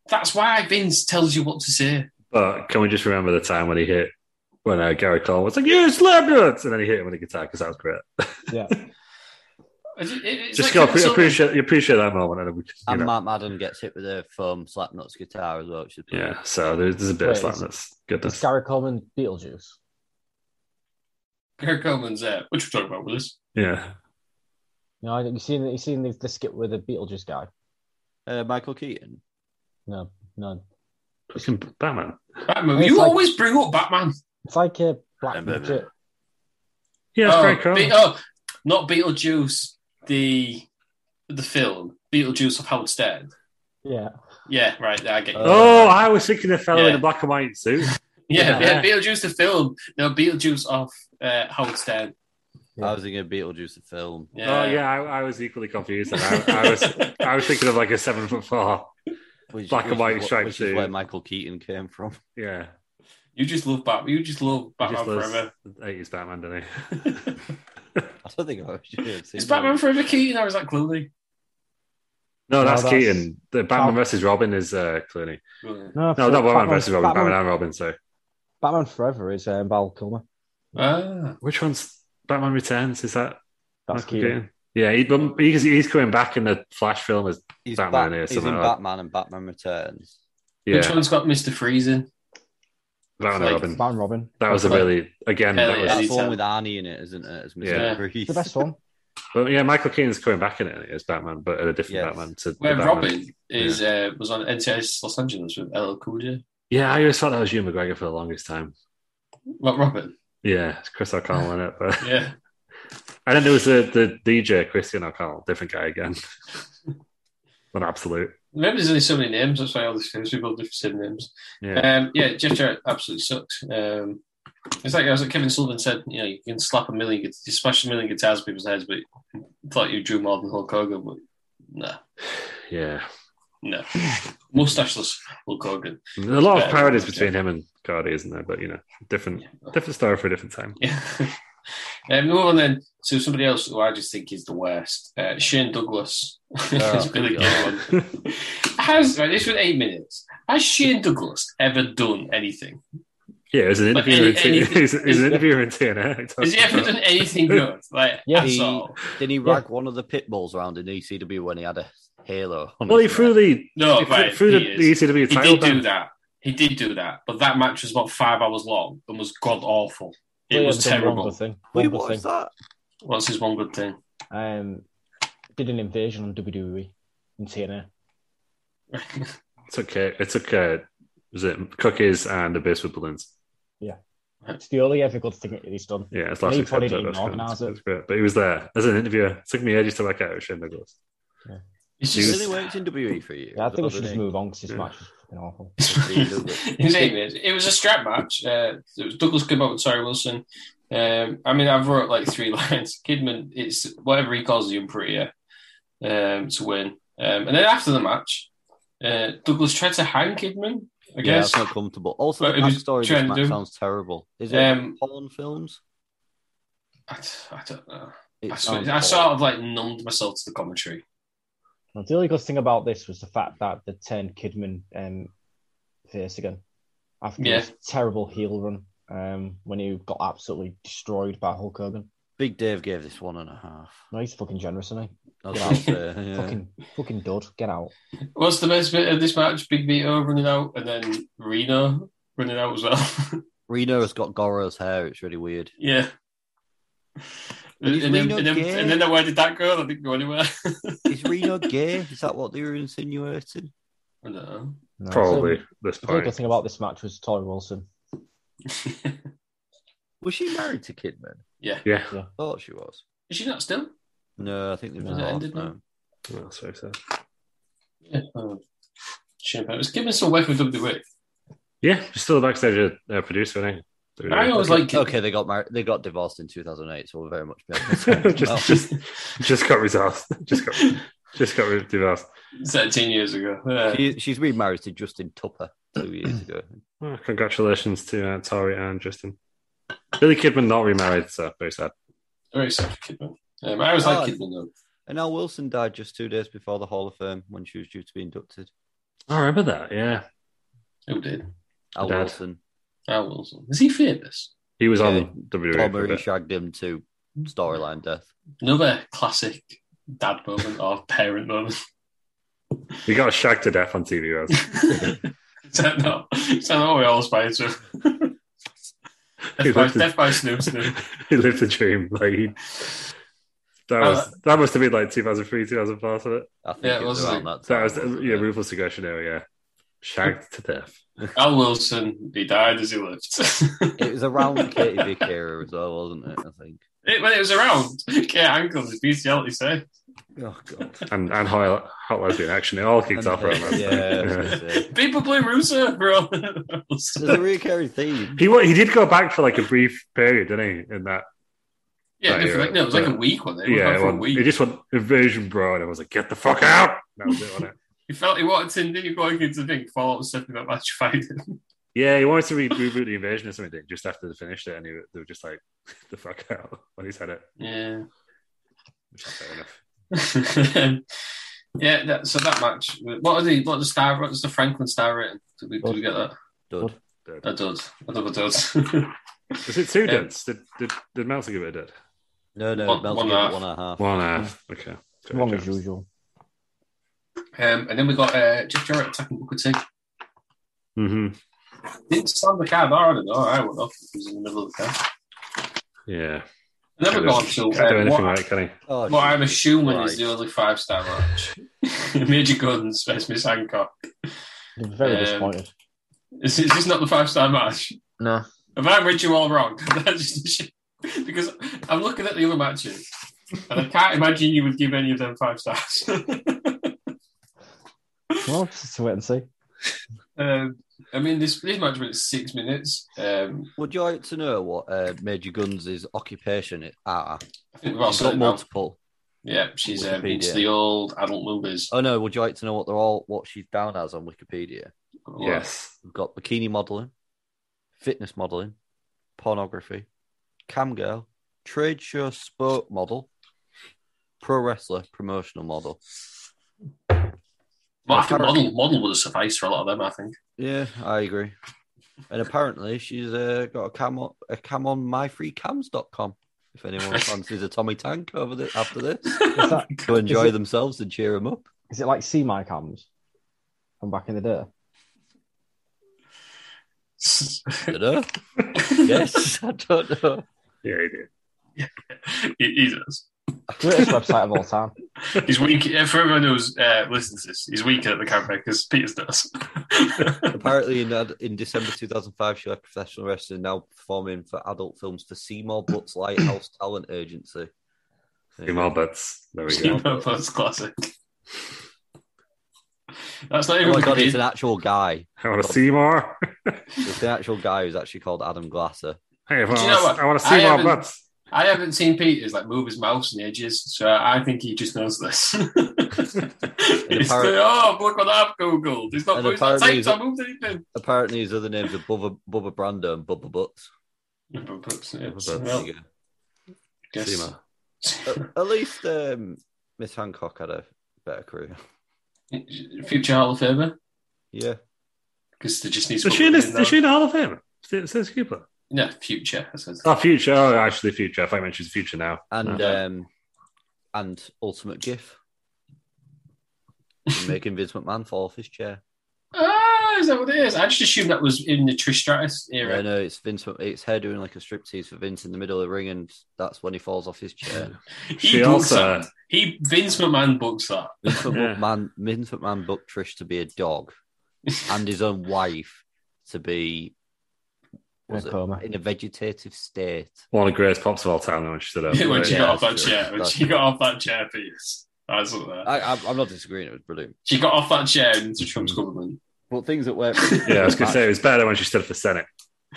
[SPEAKER 3] That's why Vince tells you what to say.
[SPEAKER 4] But can we just remember the time when he hit, when uh, Gary Cole was like, you slap nuts! And then he hit him with a guitar because that was great.
[SPEAKER 6] Yeah.
[SPEAKER 3] It- it- it's
[SPEAKER 4] just
[SPEAKER 3] like-
[SPEAKER 4] go, appre-
[SPEAKER 3] so-
[SPEAKER 4] appreciate, you appreciate that moment. And, then we, just, you
[SPEAKER 5] And
[SPEAKER 4] know,
[SPEAKER 5] Matt Madden gets hit with a foam slap nuts guitar as well, which is
[SPEAKER 4] yeah, so there's, there's a bit
[SPEAKER 6] Wait,
[SPEAKER 4] of slap
[SPEAKER 6] it's-
[SPEAKER 4] nuts.
[SPEAKER 6] It's
[SPEAKER 4] Goodness.
[SPEAKER 6] Gary Coleman, Beetlejuice.
[SPEAKER 3] Gary Coleman's there. What you talking about, Willis?
[SPEAKER 4] Yeah.
[SPEAKER 6] You know, you seen you seen the, the skit with the Beetlejuice guy?
[SPEAKER 5] Uh, Michael Keaton.
[SPEAKER 6] No, no.
[SPEAKER 4] Fucking Batman. Oh,
[SPEAKER 3] Batman.
[SPEAKER 6] It's
[SPEAKER 3] You
[SPEAKER 6] like-
[SPEAKER 3] always bring up Batman.
[SPEAKER 6] It's like a black
[SPEAKER 5] Remember
[SPEAKER 6] midget.
[SPEAKER 4] uh, Yeah, it's Gary
[SPEAKER 3] oh,
[SPEAKER 4] Cole.
[SPEAKER 3] Be- oh, not Beetlejuice. The the film Beetlejuice of Howard Stern.
[SPEAKER 6] Yeah,
[SPEAKER 3] Yeah, right. I get you.
[SPEAKER 4] oh, I was thinking of the fellow
[SPEAKER 3] Yeah.
[SPEAKER 4] in a black and white suit. Oh,
[SPEAKER 3] yeah,
[SPEAKER 4] yeah.
[SPEAKER 3] yeah, Beetlejuice the film. No, Beetlejuice of uh, Howard Stern.
[SPEAKER 6] Yeah.
[SPEAKER 5] I was thinking of Beetlejuice the film.
[SPEAKER 3] Yeah.
[SPEAKER 4] Oh yeah, I, I was equally confused. And I, I was I was thinking of like a seven foot four.
[SPEAKER 5] Which,
[SPEAKER 4] Black and
[SPEAKER 5] which is
[SPEAKER 4] white
[SPEAKER 5] wh-
[SPEAKER 4] striped
[SPEAKER 5] Which
[SPEAKER 4] suit.
[SPEAKER 5] is where Michael Keaton came from.
[SPEAKER 4] Yeah,
[SPEAKER 3] You just love Batman. You just love
[SPEAKER 4] He
[SPEAKER 3] Batman
[SPEAKER 4] loves
[SPEAKER 3] Forever.
[SPEAKER 4] eighties Batman, didn't he?
[SPEAKER 5] I don't think I've actually seen
[SPEAKER 3] Is Batman Forever Keaton or is that Clooney?
[SPEAKER 4] no, that's
[SPEAKER 6] that's-
[SPEAKER 4] Keaton. The Batman
[SPEAKER 6] Oh.
[SPEAKER 4] versus Robin is uh, Clooney.
[SPEAKER 3] Clooney.
[SPEAKER 6] no,
[SPEAKER 4] No,
[SPEAKER 6] for-
[SPEAKER 4] not Batman,
[SPEAKER 6] Batman-
[SPEAKER 4] versus Robin. Batman,
[SPEAKER 6] Batman,
[SPEAKER 4] and Robin. So
[SPEAKER 6] Batman Forever is um, Val Kilmer.
[SPEAKER 3] Ah,
[SPEAKER 4] which one's Batman Returns? Is that
[SPEAKER 6] That's
[SPEAKER 4] Michael
[SPEAKER 6] cute.
[SPEAKER 4] Keaton? Yeah, he, but he's he's coming back in the Flash film as
[SPEAKER 5] He's,
[SPEAKER 4] Batman
[SPEAKER 5] Bat-
[SPEAKER 4] in here
[SPEAKER 5] he's in
[SPEAKER 4] somewhere.
[SPEAKER 5] Batman and Batman Returns.
[SPEAKER 3] which
[SPEAKER 4] yeah
[SPEAKER 3] one's got Mister Freeze in?
[SPEAKER 4] Batman
[SPEAKER 3] like-
[SPEAKER 4] and Robin.
[SPEAKER 6] Batman Robin,
[SPEAKER 4] That was a
[SPEAKER 3] Like-
[SPEAKER 4] really again.
[SPEAKER 3] Hell
[SPEAKER 4] that was,
[SPEAKER 3] yeah.
[SPEAKER 5] That's the one
[SPEAKER 3] Anytime.
[SPEAKER 5] with Arnie in it, isn't it? As Mr.
[SPEAKER 4] Yeah.
[SPEAKER 5] Freeze.
[SPEAKER 6] the best one.
[SPEAKER 4] but yeah, Michael Keaton's coming back in it as Batman, but a different
[SPEAKER 5] Yes.
[SPEAKER 4] Batman. To the
[SPEAKER 3] Where
[SPEAKER 4] Batman.
[SPEAKER 3] Robin is uh, was on NCIS Los Angeles with LL Cool J.
[SPEAKER 4] Yeah, I always thought that was Hugh McGregor for the longest time.
[SPEAKER 3] What Robin?
[SPEAKER 4] Yeah, it's Chris O'Connell in it, but
[SPEAKER 3] Yeah.
[SPEAKER 4] and then there was the, the DJ Christian O'Connell, different guy again. An absolute,
[SPEAKER 3] Remember, there's only so many names. That's why all these famous people have different names.
[SPEAKER 4] yeah.
[SPEAKER 3] Um, yeah, Jeff Jarrett absolutely sucks. Um, it's like as Kevin Sullivan said, you know, you can slap a million, gu- you smash a million guitars in people's heads, but you thought you drew more than Hulk Hogan, but no,
[SPEAKER 4] yeah.
[SPEAKER 3] no, mustacheless Hulk Hogan.
[SPEAKER 4] A lot
[SPEAKER 3] Yeah.
[SPEAKER 4] of parodies between him and Cardi, isn't there? But you know, different, different story for a different time.
[SPEAKER 3] Yeah. um, move on then to somebody else who I just think is the worst. Uh, Shane Douglas. It's been a good
[SPEAKER 5] God.
[SPEAKER 3] one. Has right, this was eight minutes. Has Shane Douglas ever done anything?
[SPEAKER 4] Yeah, it was an
[SPEAKER 3] But
[SPEAKER 4] interview. in
[SPEAKER 3] any-
[SPEAKER 4] T-
[SPEAKER 3] anything-
[SPEAKER 4] it was- it was an interview in TNA.
[SPEAKER 3] Has he ever done anything good? Like
[SPEAKER 6] Yeah.
[SPEAKER 3] at
[SPEAKER 5] He-
[SPEAKER 3] all?
[SPEAKER 5] Didn't he
[SPEAKER 6] Yeah.
[SPEAKER 5] rag one of the pit bulls around in ECW when he had a halo? On
[SPEAKER 4] Well, he
[SPEAKER 5] his
[SPEAKER 4] threw
[SPEAKER 5] neck?
[SPEAKER 4] the
[SPEAKER 3] No,
[SPEAKER 4] he threw,
[SPEAKER 3] right,
[SPEAKER 4] threw
[SPEAKER 3] he
[SPEAKER 4] the,
[SPEAKER 3] is.
[SPEAKER 4] the ECW
[SPEAKER 3] He
[SPEAKER 4] title.
[SPEAKER 3] did do
[SPEAKER 4] down.
[SPEAKER 3] that. He did do that. But that match was about five hours long and was god awful. It
[SPEAKER 6] William
[SPEAKER 3] was
[SPEAKER 6] done One
[SPEAKER 3] terrible.
[SPEAKER 6] good thing.
[SPEAKER 5] Wait,
[SPEAKER 6] One good
[SPEAKER 5] what
[SPEAKER 6] thing.
[SPEAKER 5] was that?
[SPEAKER 3] What's his one good thing?
[SPEAKER 6] Um, did an invasion on E WWE in TNA.
[SPEAKER 4] It's okay. It's okay. Was it cookies and a base with balloons?
[SPEAKER 6] It's the only ever good thing that he's done.
[SPEAKER 4] Yeah,
[SPEAKER 6] And
[SPEAKER 4] it's last
[SPEAKER 6] he
[SPEAKER 4] week's
[SPEAKER 6] probably
[SPEAKER 4] episode.
[SPEAKER 6] didn't
[SPEAKER 4] That's good.
[SPEAKER 6] organise it.
[SPEAKER 4] That's great. But he was there as an interviewer. It took me ages to work out it was Shane Douglas.
[SPEAKER 3] It's
[SPEAKER 4] He
[SPEAKER 5] He
[SPEAKER 4] was-
[SPEAKER 3] just.
[SPEAKER 5] really worked in WWE for you.
[SPEAKER 6] Yeah, I think we should just move on because this
[SPEAKER 4] Yeah.
[SPEAKER 6] match is fucking awful.
[SPEAKER 3] it was eight minutes. It was a strap match. Uh, it was Douglas came out with Terry Wilson. Um, I mean, I've wrote like three lines. Kidman, it's whatever he calls the Prettier um, to win. Um, and then after the match, uh, Douglas tried to hang Kidman, I
[SPEAKER 5] Yeah,
[SPEAKER 3] guess.
[SPEAKER 5] it's not comfortable. Also,
[SPEAKER 3] But
[SPEAKER 5] the
[SPEAKER 3] it was
[SPEAKER 5] backstory of this
[SPEAKER 3] trying to
[SPEAKER 5] match
[SPEAKER 3] do-
[SPEAKER 5] sounds terrible. Is it
[SPEAKER 3] Um,
[SPEAKER 5] porn films?
[SPEAKER 3] I, I don't know.
[SPEAKER 5] It
[SPEAKER 3] I, swear-
[SPEAKER 5] sounds
[SPEAKER 3] I
[SPEAKER 5] porn.
[SPEAKER 3] sort of like numbed myself to the commentary.
[SPEAKER 6] Now, the only good thing about this was the fact that they turned Kidman um, face again after
[SPEAKER 3] Yeah.
[SPEAKER 6] his terrible heel run um, when he got absolutely destroyed by Hulk Hogan.
[SPEAKER 5] Big Dave gave this one and a half.
[SPEAKER 6] No, he's fucking generous, isn't he?
[SPEAKER 5] I was
[SPEAKER 6] Yeah.
[SPEAKER 5] gonna say, yeah.
[SPEAKER 6] Fucking, fucking dud. Get out.
[SPEAKER 3] What's the best bit of this match? Big Vito running out, and then Reno running out as well.
[SPEAKER 5] Reno has got Goro's hair. It's really weird.
[SPEAKER 3] yeah.
[SPEAKER 5] Is
[SPEAKER 3] and, then,
[SPEAKER 5] Reno
[SPEAKER 3] and, then,
[SPEAKER 5] gay?
[SPEAKER 3] and then where did that go? That didn't go anywhere.
[SPEAKER 5] Is Reno gay? Is that what they were insinuating?
[SPEAKER 3] I don't know.
[SPEAKER 6] No,
[SPEAKER 4] Probably
[SPEAKER 6] so
[SPEAKER 4] at this
[SPEAKER 6] The only good
[SPEAKER 4] point.
[SPEAKER 6] thing about this match was Tori Wilson.
[SPEAKER 5] Was she married to Kidman?
[SPEAKER 3] Yeah.
[SPEAKER 4] Yeah.
[SPEAKER 5] thought she was.
[SPEAKER 3] Is she not still?
[SPEAKER 5] No, I think they've
[SPEAKER 3] Was
[SPEAKER 5] just
[SPEAKER 3] it
[SPEAKER 5] lost
[SPEAKER 3] ended now?
[SPEAKER 5] now.
[SPEAKER 4] Well, so so.
[SPEAKER 3] Yeah. Oh, shame. It was giving us away with E WWE.
[SPEAKER 4] Yeah, she's still a backstage uh, producer, I think.
[SPEAKER 3] I always like it.
[SPEAKER 5] Okay, they got married. They got divorced in 2008, so we're very much better.
[SPEAKER 4] just,
[SPEAKER 5] Oh.
[SPEAKER 4] just, just got results. Just got, just got re- divorced.
[SPEAKER 3] 13 years ago. Yeah.
[SPEAKER 5] she, she's remarried to Justin Tupper two years ago.
[SPEAKER 4] Well, congratulations to uh, Tori and Justin. Billy Kidman not remarried, so very sad.
[SPEAKER 3] Very sorry for Kidman. Um, I always
[SPEAKER 5] Oh.
[SPEAKER 3] like Kidman though.
[SPEAKER 5] And Al Wilson died just two days before the Hall of Fame when she was due to be inducted.
[SPEAKER 4] I remember that. Yeah,
[SPEAKER 3] Who did?
[SPEAKER 5] Al
[SPEAKER 4] Dad.
[SPEAKER 5] Wilson.
[SPEAKER 3] Al Wilson. Is he famous?
[SPEAKER 4] he was
[SPEAKER 5] Yeah.
[SPEAKER 4] on WWE.
[SPEAKER 5] Paul
[SPEAKER 4] for a
[SPEAKER 5] Murray
[SPEAKER 4] bit.
[SPEAKER 5] shagged him to storyline death.
[SPEAKER 3] Another classic dad moment or parent moment.
[SPEAKER 4] We got shagged to death on TV. Ross.
[SPEAKER 3] Is that not? Is that not what we all aspire to?
[SPEAKER 4] He
[SPEAKER 3] Death by,
[SPEAKER 4] lived the-
[SPEAKER 3] death by Snoop Snoop.
[SPEAKER 4] he lived the dream. Like he, that
[SPEAKER 3] Uh,
[SPEAKER 4] was that must have been like 2003, 2004. So that,
[SPEAKER 5] I think
[SPEAKER 3] Yeah, it
[SPEAKER 5] it was
[SPEAKER 3] was,
[SPEAKER 5] around that
[SPEAKER 4] that
[SPEAKER 5] time.
[SPEAKER 4] was
[SPEAKER 5] wasn't
[SPEAKER 4] yeah,
[SPEAKER 5] it?
[SPEAKER 4] ruthless aggression era. Yeah, shagged to death.
[SPEAKER 3] Al Wilson, he died as he lived.
[SPEAKER 5] It was around the Katie Vick era as well, wasn't it? I think.
[SPEAKER 3] It- when it was around, Kate Ankles, his bestiality said.
[SPEAKER 5] Oh god.
[SPEAKER 4] and and hot, hot lesbian action. It all kicked off around that.
[SPEAKER 5] yeah. I was gonna say.
[SPEAKER 3] People play Russo, bro.
[SPEAKER 5] There's a recurring theme.
[SPEAKER 4] He wa- he did go back for like a brief period, didn't he? In that,
[SPEAKER 3] yeah,
[SPEAKER 4] Right,
[SPEAKER 3] no, for like, no, it was like a
[SPEAKER 4] yeah.
[SPEAKER 3] week, wasn't it? it was
[SPEAKER 4] yeah,
[SPEAKER 3] like for
[SPEAKER 4] it
[SPEAKER 3] a
[SPEAKER 4] was-
[SPEAKER 3] week.
[SPEAKER 4] he just went invasion, bro, and I was like, get the fuck out. That was it, wasn't it?
[SPEAKER 3] He felt he wanted to, didn't you go into the thing, Fallout was something about match fighting.
[SPEAKER 4] Yeah, he wanted to re- reboot the invasion or something just after they finished it, and he, wa- they were just like, the fuck out when he said it,
[SPEAKER 3] Yeah.
[SPEAKER 4] which is fair enough.
[SPEAKER 3] yeah, that, so that match. What are the what are the star what is the Franklin star rating? Did we, did we get that?
[SPEAKER 5] Dud.
[SPEAKER 3] A dud. Another dud.
[SPEAKER 4] Was it two
[SPEAKER 3] Yeah.
[SPEAKER 4] duds? Did did did Meltzer give it a dud?
[SPEAKER 5] No, no,
[SPEAKER 3] One-
[SPEAKER 5] one, Mel's
[SPEAKER 3] one
[SPEAKER 5] one,
[SPEAKER 3] half.
[SPEAKER 5] one, one and a half.
[SPEAKER 4] One half.
[SPEAKER 3] Mm.
[SPEAKER 4] Okay. Fair
[SPEAKER 6] Wrong as
[SPEAKER 4] chance.
[SPEAKER 6] usual.
[SPEAKER 3] um, and then we got uh, Jeff Jarrett attacking Booker T.
[SPEAKER 4] Mhm.
[SPEAKER 3] Didn't stand the card hard enough. I went off. He was in the middle of the card.
[SPEAKER 4] Yeah.
[SPEAKER 3] And then we
[SPEAKER 4] Can't
[SPEAKER 3] go
[SPEAKER 4] do-
[SPEAKER 3] on to
[SPEAKER 4] Can't do
[SPEAKER 3] um,
[SPEAKER 4] anything
[SPEAKER 3] what,
[SPEAKER 4] right, can he?
[SPEAKER 5] Oh,
[SPEAKER 3] what I'm
[SPEAKER 5] Jesus
[SPEAKER 3] assuming is
[SPEAKER 5] Christ.
[SPEAKER 3] the only five star match. Major Guns versus Miss Hancock.
[SPEAKER 6] They're very
[SPEAKER 3] Um,
[SPEAKER 6] disappointed.
[SPEAKER 3] Is, is this not the five star match?
[SPEAKER 6] No.
[SPEAKER 3] Have I read you all wrong? That's just- because I'm looking at the other matches and I can't imagine you would give any of them five stars.
[SPEAKER 6] Well, just to wait and see.
[SPEAKER 3] um, I mean, this, this match went six minutes. Um,
[SPEAKER 5] Would you like to know what uh, Major Guns' occupation is? Ah,
[SPEAKER 3] I think we've all
[SPEAKER 5] she's
[SPEAKER 3] said
[SPEAKER 5] got
[SPEAKER 3] it now.
[SPEAKER 5] multiple.
[SPEAKER 3] Yeah, she's um,
[SPEAKER 5] Wikipedia.
[SPEAKER 3] into the old adult movies.
[SPEAKER 5] Oh no, would you like to know what they're all what she's down as on Wikipedia?
[SPEAKER 4] Yes.
[SPEAKER 5] We've got bikini modeling, fitness modeling, pornography, cam girl, trade show sport model, pro wrestler, promotional model.
[SPEAKER 3] Well, I think model, model would have sufficed for a lot of them, I think.
[SPEAKER 5] Yeah, I agree. And apparently she's uh, got a cam on, a cam on myfreecams.com. If anyone fancies a Tommy Tank over the, after this,
[SPEAKER 6] Is, that,
[SPEAKER 5] to enjoy
[SPEAKER 6] it-
[SPEAKER 5] themselves and cheer them up.
[SPEAKER 6] is it like see my cams from back in the day?
[SPEAKER 5] Dunno. yes, I don't know.
[SPEAKER 4] Yeah, he did.
[SPEAKER 3] he, he does.
[SPEAKER 6] Greatest website of all time.
[SPEAKER 3] He's weak. yeah, For everyone who's uh, listens to this, he's weak at the camera because Peters does.
[SPEAKER 5] Apparently, in ad- in December 2005, she left professional wrestling, now performing for adult films for Seymour Butts Lighthouse Talent Agency. There you
[SPEAKER 4] Jamal Butts. There we go.
[SPEAKER 5] Jamal-
[SPEAKER 3] Steamboat Butts classic. That's not
[SPEAKER 5] go. Oh
[SPEAKER 3] even
[SPEAKER 5] my god,
[SPEAKER 3] Wikipedia.
[SPEAKER 5] it's an actual guy.
[SPEAKER 4] I want to see more.
[SPEAKER 5] It's an actual guy who's actually called Adam Glasser.
[SPEAKER 4] Hey, if I
[SPEAKER 3] Do you know
[SPEAKER 4] want
[SPEAKER 3] what?
[SPEAKER 4] to, I want to
[SPEAKER 3] I
[SPEAKER 4] see more
[SPEAKER 3] haven't-
[SPEAKER 4] butts.
[SPEAKER 3] I haven't seen Peters like move his mouse in ages, so I think he just knows this. He's
[SPEAKER 5] apparent-
[SPEAKER 3] like, oh, look what I've googled. It's not
[SPEAKER 5] And
[SPEAKER 3] moved that
[SPEAKER 5] apparently
[SPEAKER 3] tapes. I moved anything.
[SPEAKER 5] Apparently, his other names are Bubba, Bubba Brando and Bubba Butts. Bubba Butts,
[SPEAKER 3] Yes,
[SPEAKER 5] there
[SPEAKER 3] well,
[SPEAKER 5] you go.
[SPEAKER 3] guess-
[SPEAKER 4] Seymour.
[SPEAKER 5] At- At least um, Miss Hancock had a better career.
[SPEAKER 3] Future Hall of Famer,
[SPEAKER 5] Yeah.
[SPEAKER 3] because they just need to.
[SPEAKER 4] Is she, in this, is she in the Hall of Fame? Says Cooper.
[SPEAKER 3] No, future. I said.
[SPEAKER 4] Oh, future. Oh, actually, future. I think I mentioned future now.
[SPEAKER 5] and
[SPEAKER 4] Yeah.
[SPEAKER 5] um, and ultimate GIF, For making Vince McMahon fall off his chair.
[SPEAKER 3] Ah, is that what it is? I just assumed that was in the Trish Stratus
[SPEAKER 5] No,
[SPEAKER 3] era.
[SPEAKER 5] no, it's Vince. Mc- It's her doing like a striptease for Vince in the middle of the ring, and that's when he falls off his chair.
[SPEAKER 3] he
[SPEAKER 4] She
[SPEAKER 3] books
[SPEAKER 4] also.
[SPEAKER 3] that. He Vince McMahon books that.
[SPEAKER 5] Vince
[SPEAKER 4] Yeah.
[SPEAKER 5] McMahon, Vince McMahon booked Trish to be a dog, and his own wife to be
[SPEAKER 6] In a
[SPEAKER 5] was it?
[SPEAKER 6] coma.
[SPEAKER 5] in a vegetative state.
[SPEAKER 4] One of the greatest pops of all time, when she stood up.
[SPEAKER 3] when she
[SPEAKER 5] Oh, yeah,
[SPEAKER 3] got off that
[SPEAKER 5] that's true.
[SPEAKER 3] chair, when
[SPEAKER 5] That's
[SPEAKER 3] she
[SPEAKER 5] true.
[SPEAKER 3] got off that chair, Piers. That's what that.
[SPEAKER 5] I, Hmm. I'm, I'm not disagreeing. It was brilliant.
[SPEAKER 3] She got off that chair and into Trump's government.
[SPEAKER 5] But things that were
[SPEAKER 4] yeah, I was going to say it was better when she stood for Senate.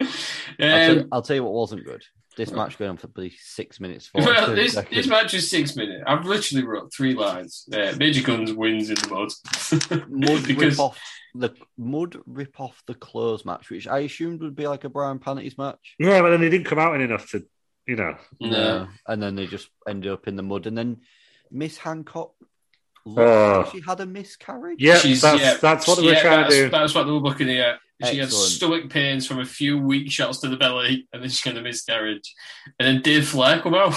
[SPEAKER 5] I'll, tell,
[SPEAKER 3] Um,
[SPEAKER 5] I'll tell you what wasn't good. This match going on for probably six minutes.
[SPEAKER 3] well,
[SPEAKER 5] 42
[SPEAKER 3] this,
[SPEAKER 5] seconds.
[SPEAKER 3] this match is six minutes. I've literally wrote three lines. Uh, Major Guns wins in the mud.
[SPEAKER 5] mud
[SPEAKER 3] because
[SPEAKER 5] rip off the mud rip off the clothes match, which I assumed would be like a Brian Panties match.
[SPEAKER 4] Yeah, but then they didn't come out in enough to, you know.
[SPEAKER 3] no.
[SPEAKER 5] and then they just ended up in the mud, and then Miss Hancock. looked
[SPEAKER 4] Oh.
[SPEAKER 5] like she had a miscarriage.
[SPEAKER 4] Yeah,
[SPEAKER 3] She's-
[SPEAKER 4] that's
[SPEAKER 3] yeah,
[SPEAKER 4] that's what they were
[SPEAKER 3] yeah,
[SPEAKER 4] trying
[SPEAKER 3] that's,
[SPEAKER 4] to do.
[SPEAKER 3] That's what they were looking at. She had
[SPEAKER 5] Excellent.
[SPEAKER 3] stomach pains from a few weak shots to the belly, and then she had a miscarriage. And then Dave Flair come out.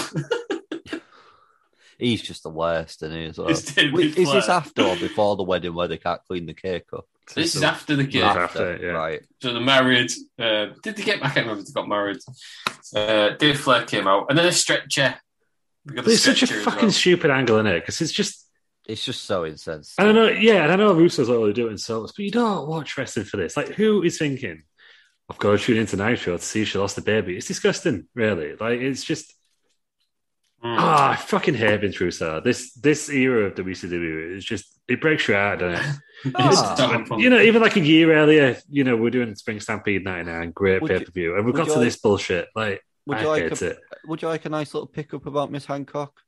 [SPEAKER 5] He's just the worst, and he is.
[SPEAKER 3] It's David
[SPEAKER 5] Wait, is this
[SPEAKER 3] Flair.
[SPEAKER 5] after or before the wedding where they can't clean the cake up?
[SPEAKER 3] This is after the kid.
[SPEAKER 4] Yeah. After, yeah.
[SPEAKER 5] right?
[SPEAKER 3] So they married. Uh, did they get? I can't remember if they got married. Uh, Dave Flair came out, and then a stretcher. We got
[SPEAKER 4] But it's such a
[SPEAKER 3] stretcher as
[SPEAKER 4] fucking stupid angle in it because it's just
[SPEAKER 5] It's just so intense.
[SPEAKER 4] I don't know. Yeah, and I know Russo's already doing so much, but you don't watch wrestling for this. Like, who is thinking, I've got to tune into Nitro to see if she lost the baby? It's disgusting, really. Like, it's just,
[SPEAKER 3] well. Mm.
[SPEAKER 4] ah, I fucking hate Vince Russo. This this era of WCW is just, it breaks your heart, doesn't it?
[SPEAKER 3] It's
[SPEAKER 5] Ah.
[SPEAKER 3] so
[SPEAKER 4] And,
[SPEAKER 3] fun.
[SPEAKER 4] you know, even like a year earlier, you know, we're doing Spring Stampede 99, great
[SPEAKER 5] Would you-
[SPEAKER 4] pay per view, and we
[SPEAKER 5] would
[SPEAKER 4] got to
[SPEAKER 5] you-
[SPEAKER 4] this bullshit. Like,
[SPEAKER 5] Would
[SPEAKER 4] I
[SPEAKER 5] you like
[SPEAKER 4] hate
[SPEAKER 5] a,
[SPEAKER 4] it.
[SPEAKER 5] Would you like a nice little pickup about Miss Hancock?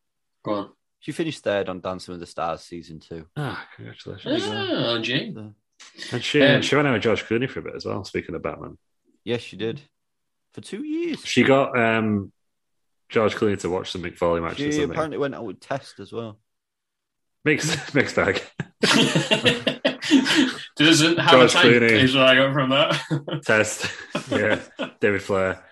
[SPEAKER 3] Go on.
[SPEAKER 5] She finished third on Dancing with the Stars season two.
[SPEAKER 4] Ah, congratulations.
[SPEAKER 3] Ah, Jane.
[SPEAKER 5] So-
[SPEAKER 4] And she,
[SPEAKER 3] Um,
[SPEAKER 4] she went out with George Clooney for a bit as well, speaking of Batman.
[SPEAKER 5] Yes, she did. For two years.
[SPEAKER 4] She got um, George Clooney to watch some McFarlane matches.
[SPEAKER 5] She
[SPEAKER 4] I think.
[SPEAKER 5] apparently went out with Test as well.
[SPEAKER 4] Mixed, mixed bag.
[SPEAKER 3] Doesn't have
[SPEAKER 4] George
[SPEAKER 3] a type
[SPEAKER 4] Clooney.
[SPEAKER 3] is what I got from that.
[SPEAKER 4] Test. Yeah. David Flair.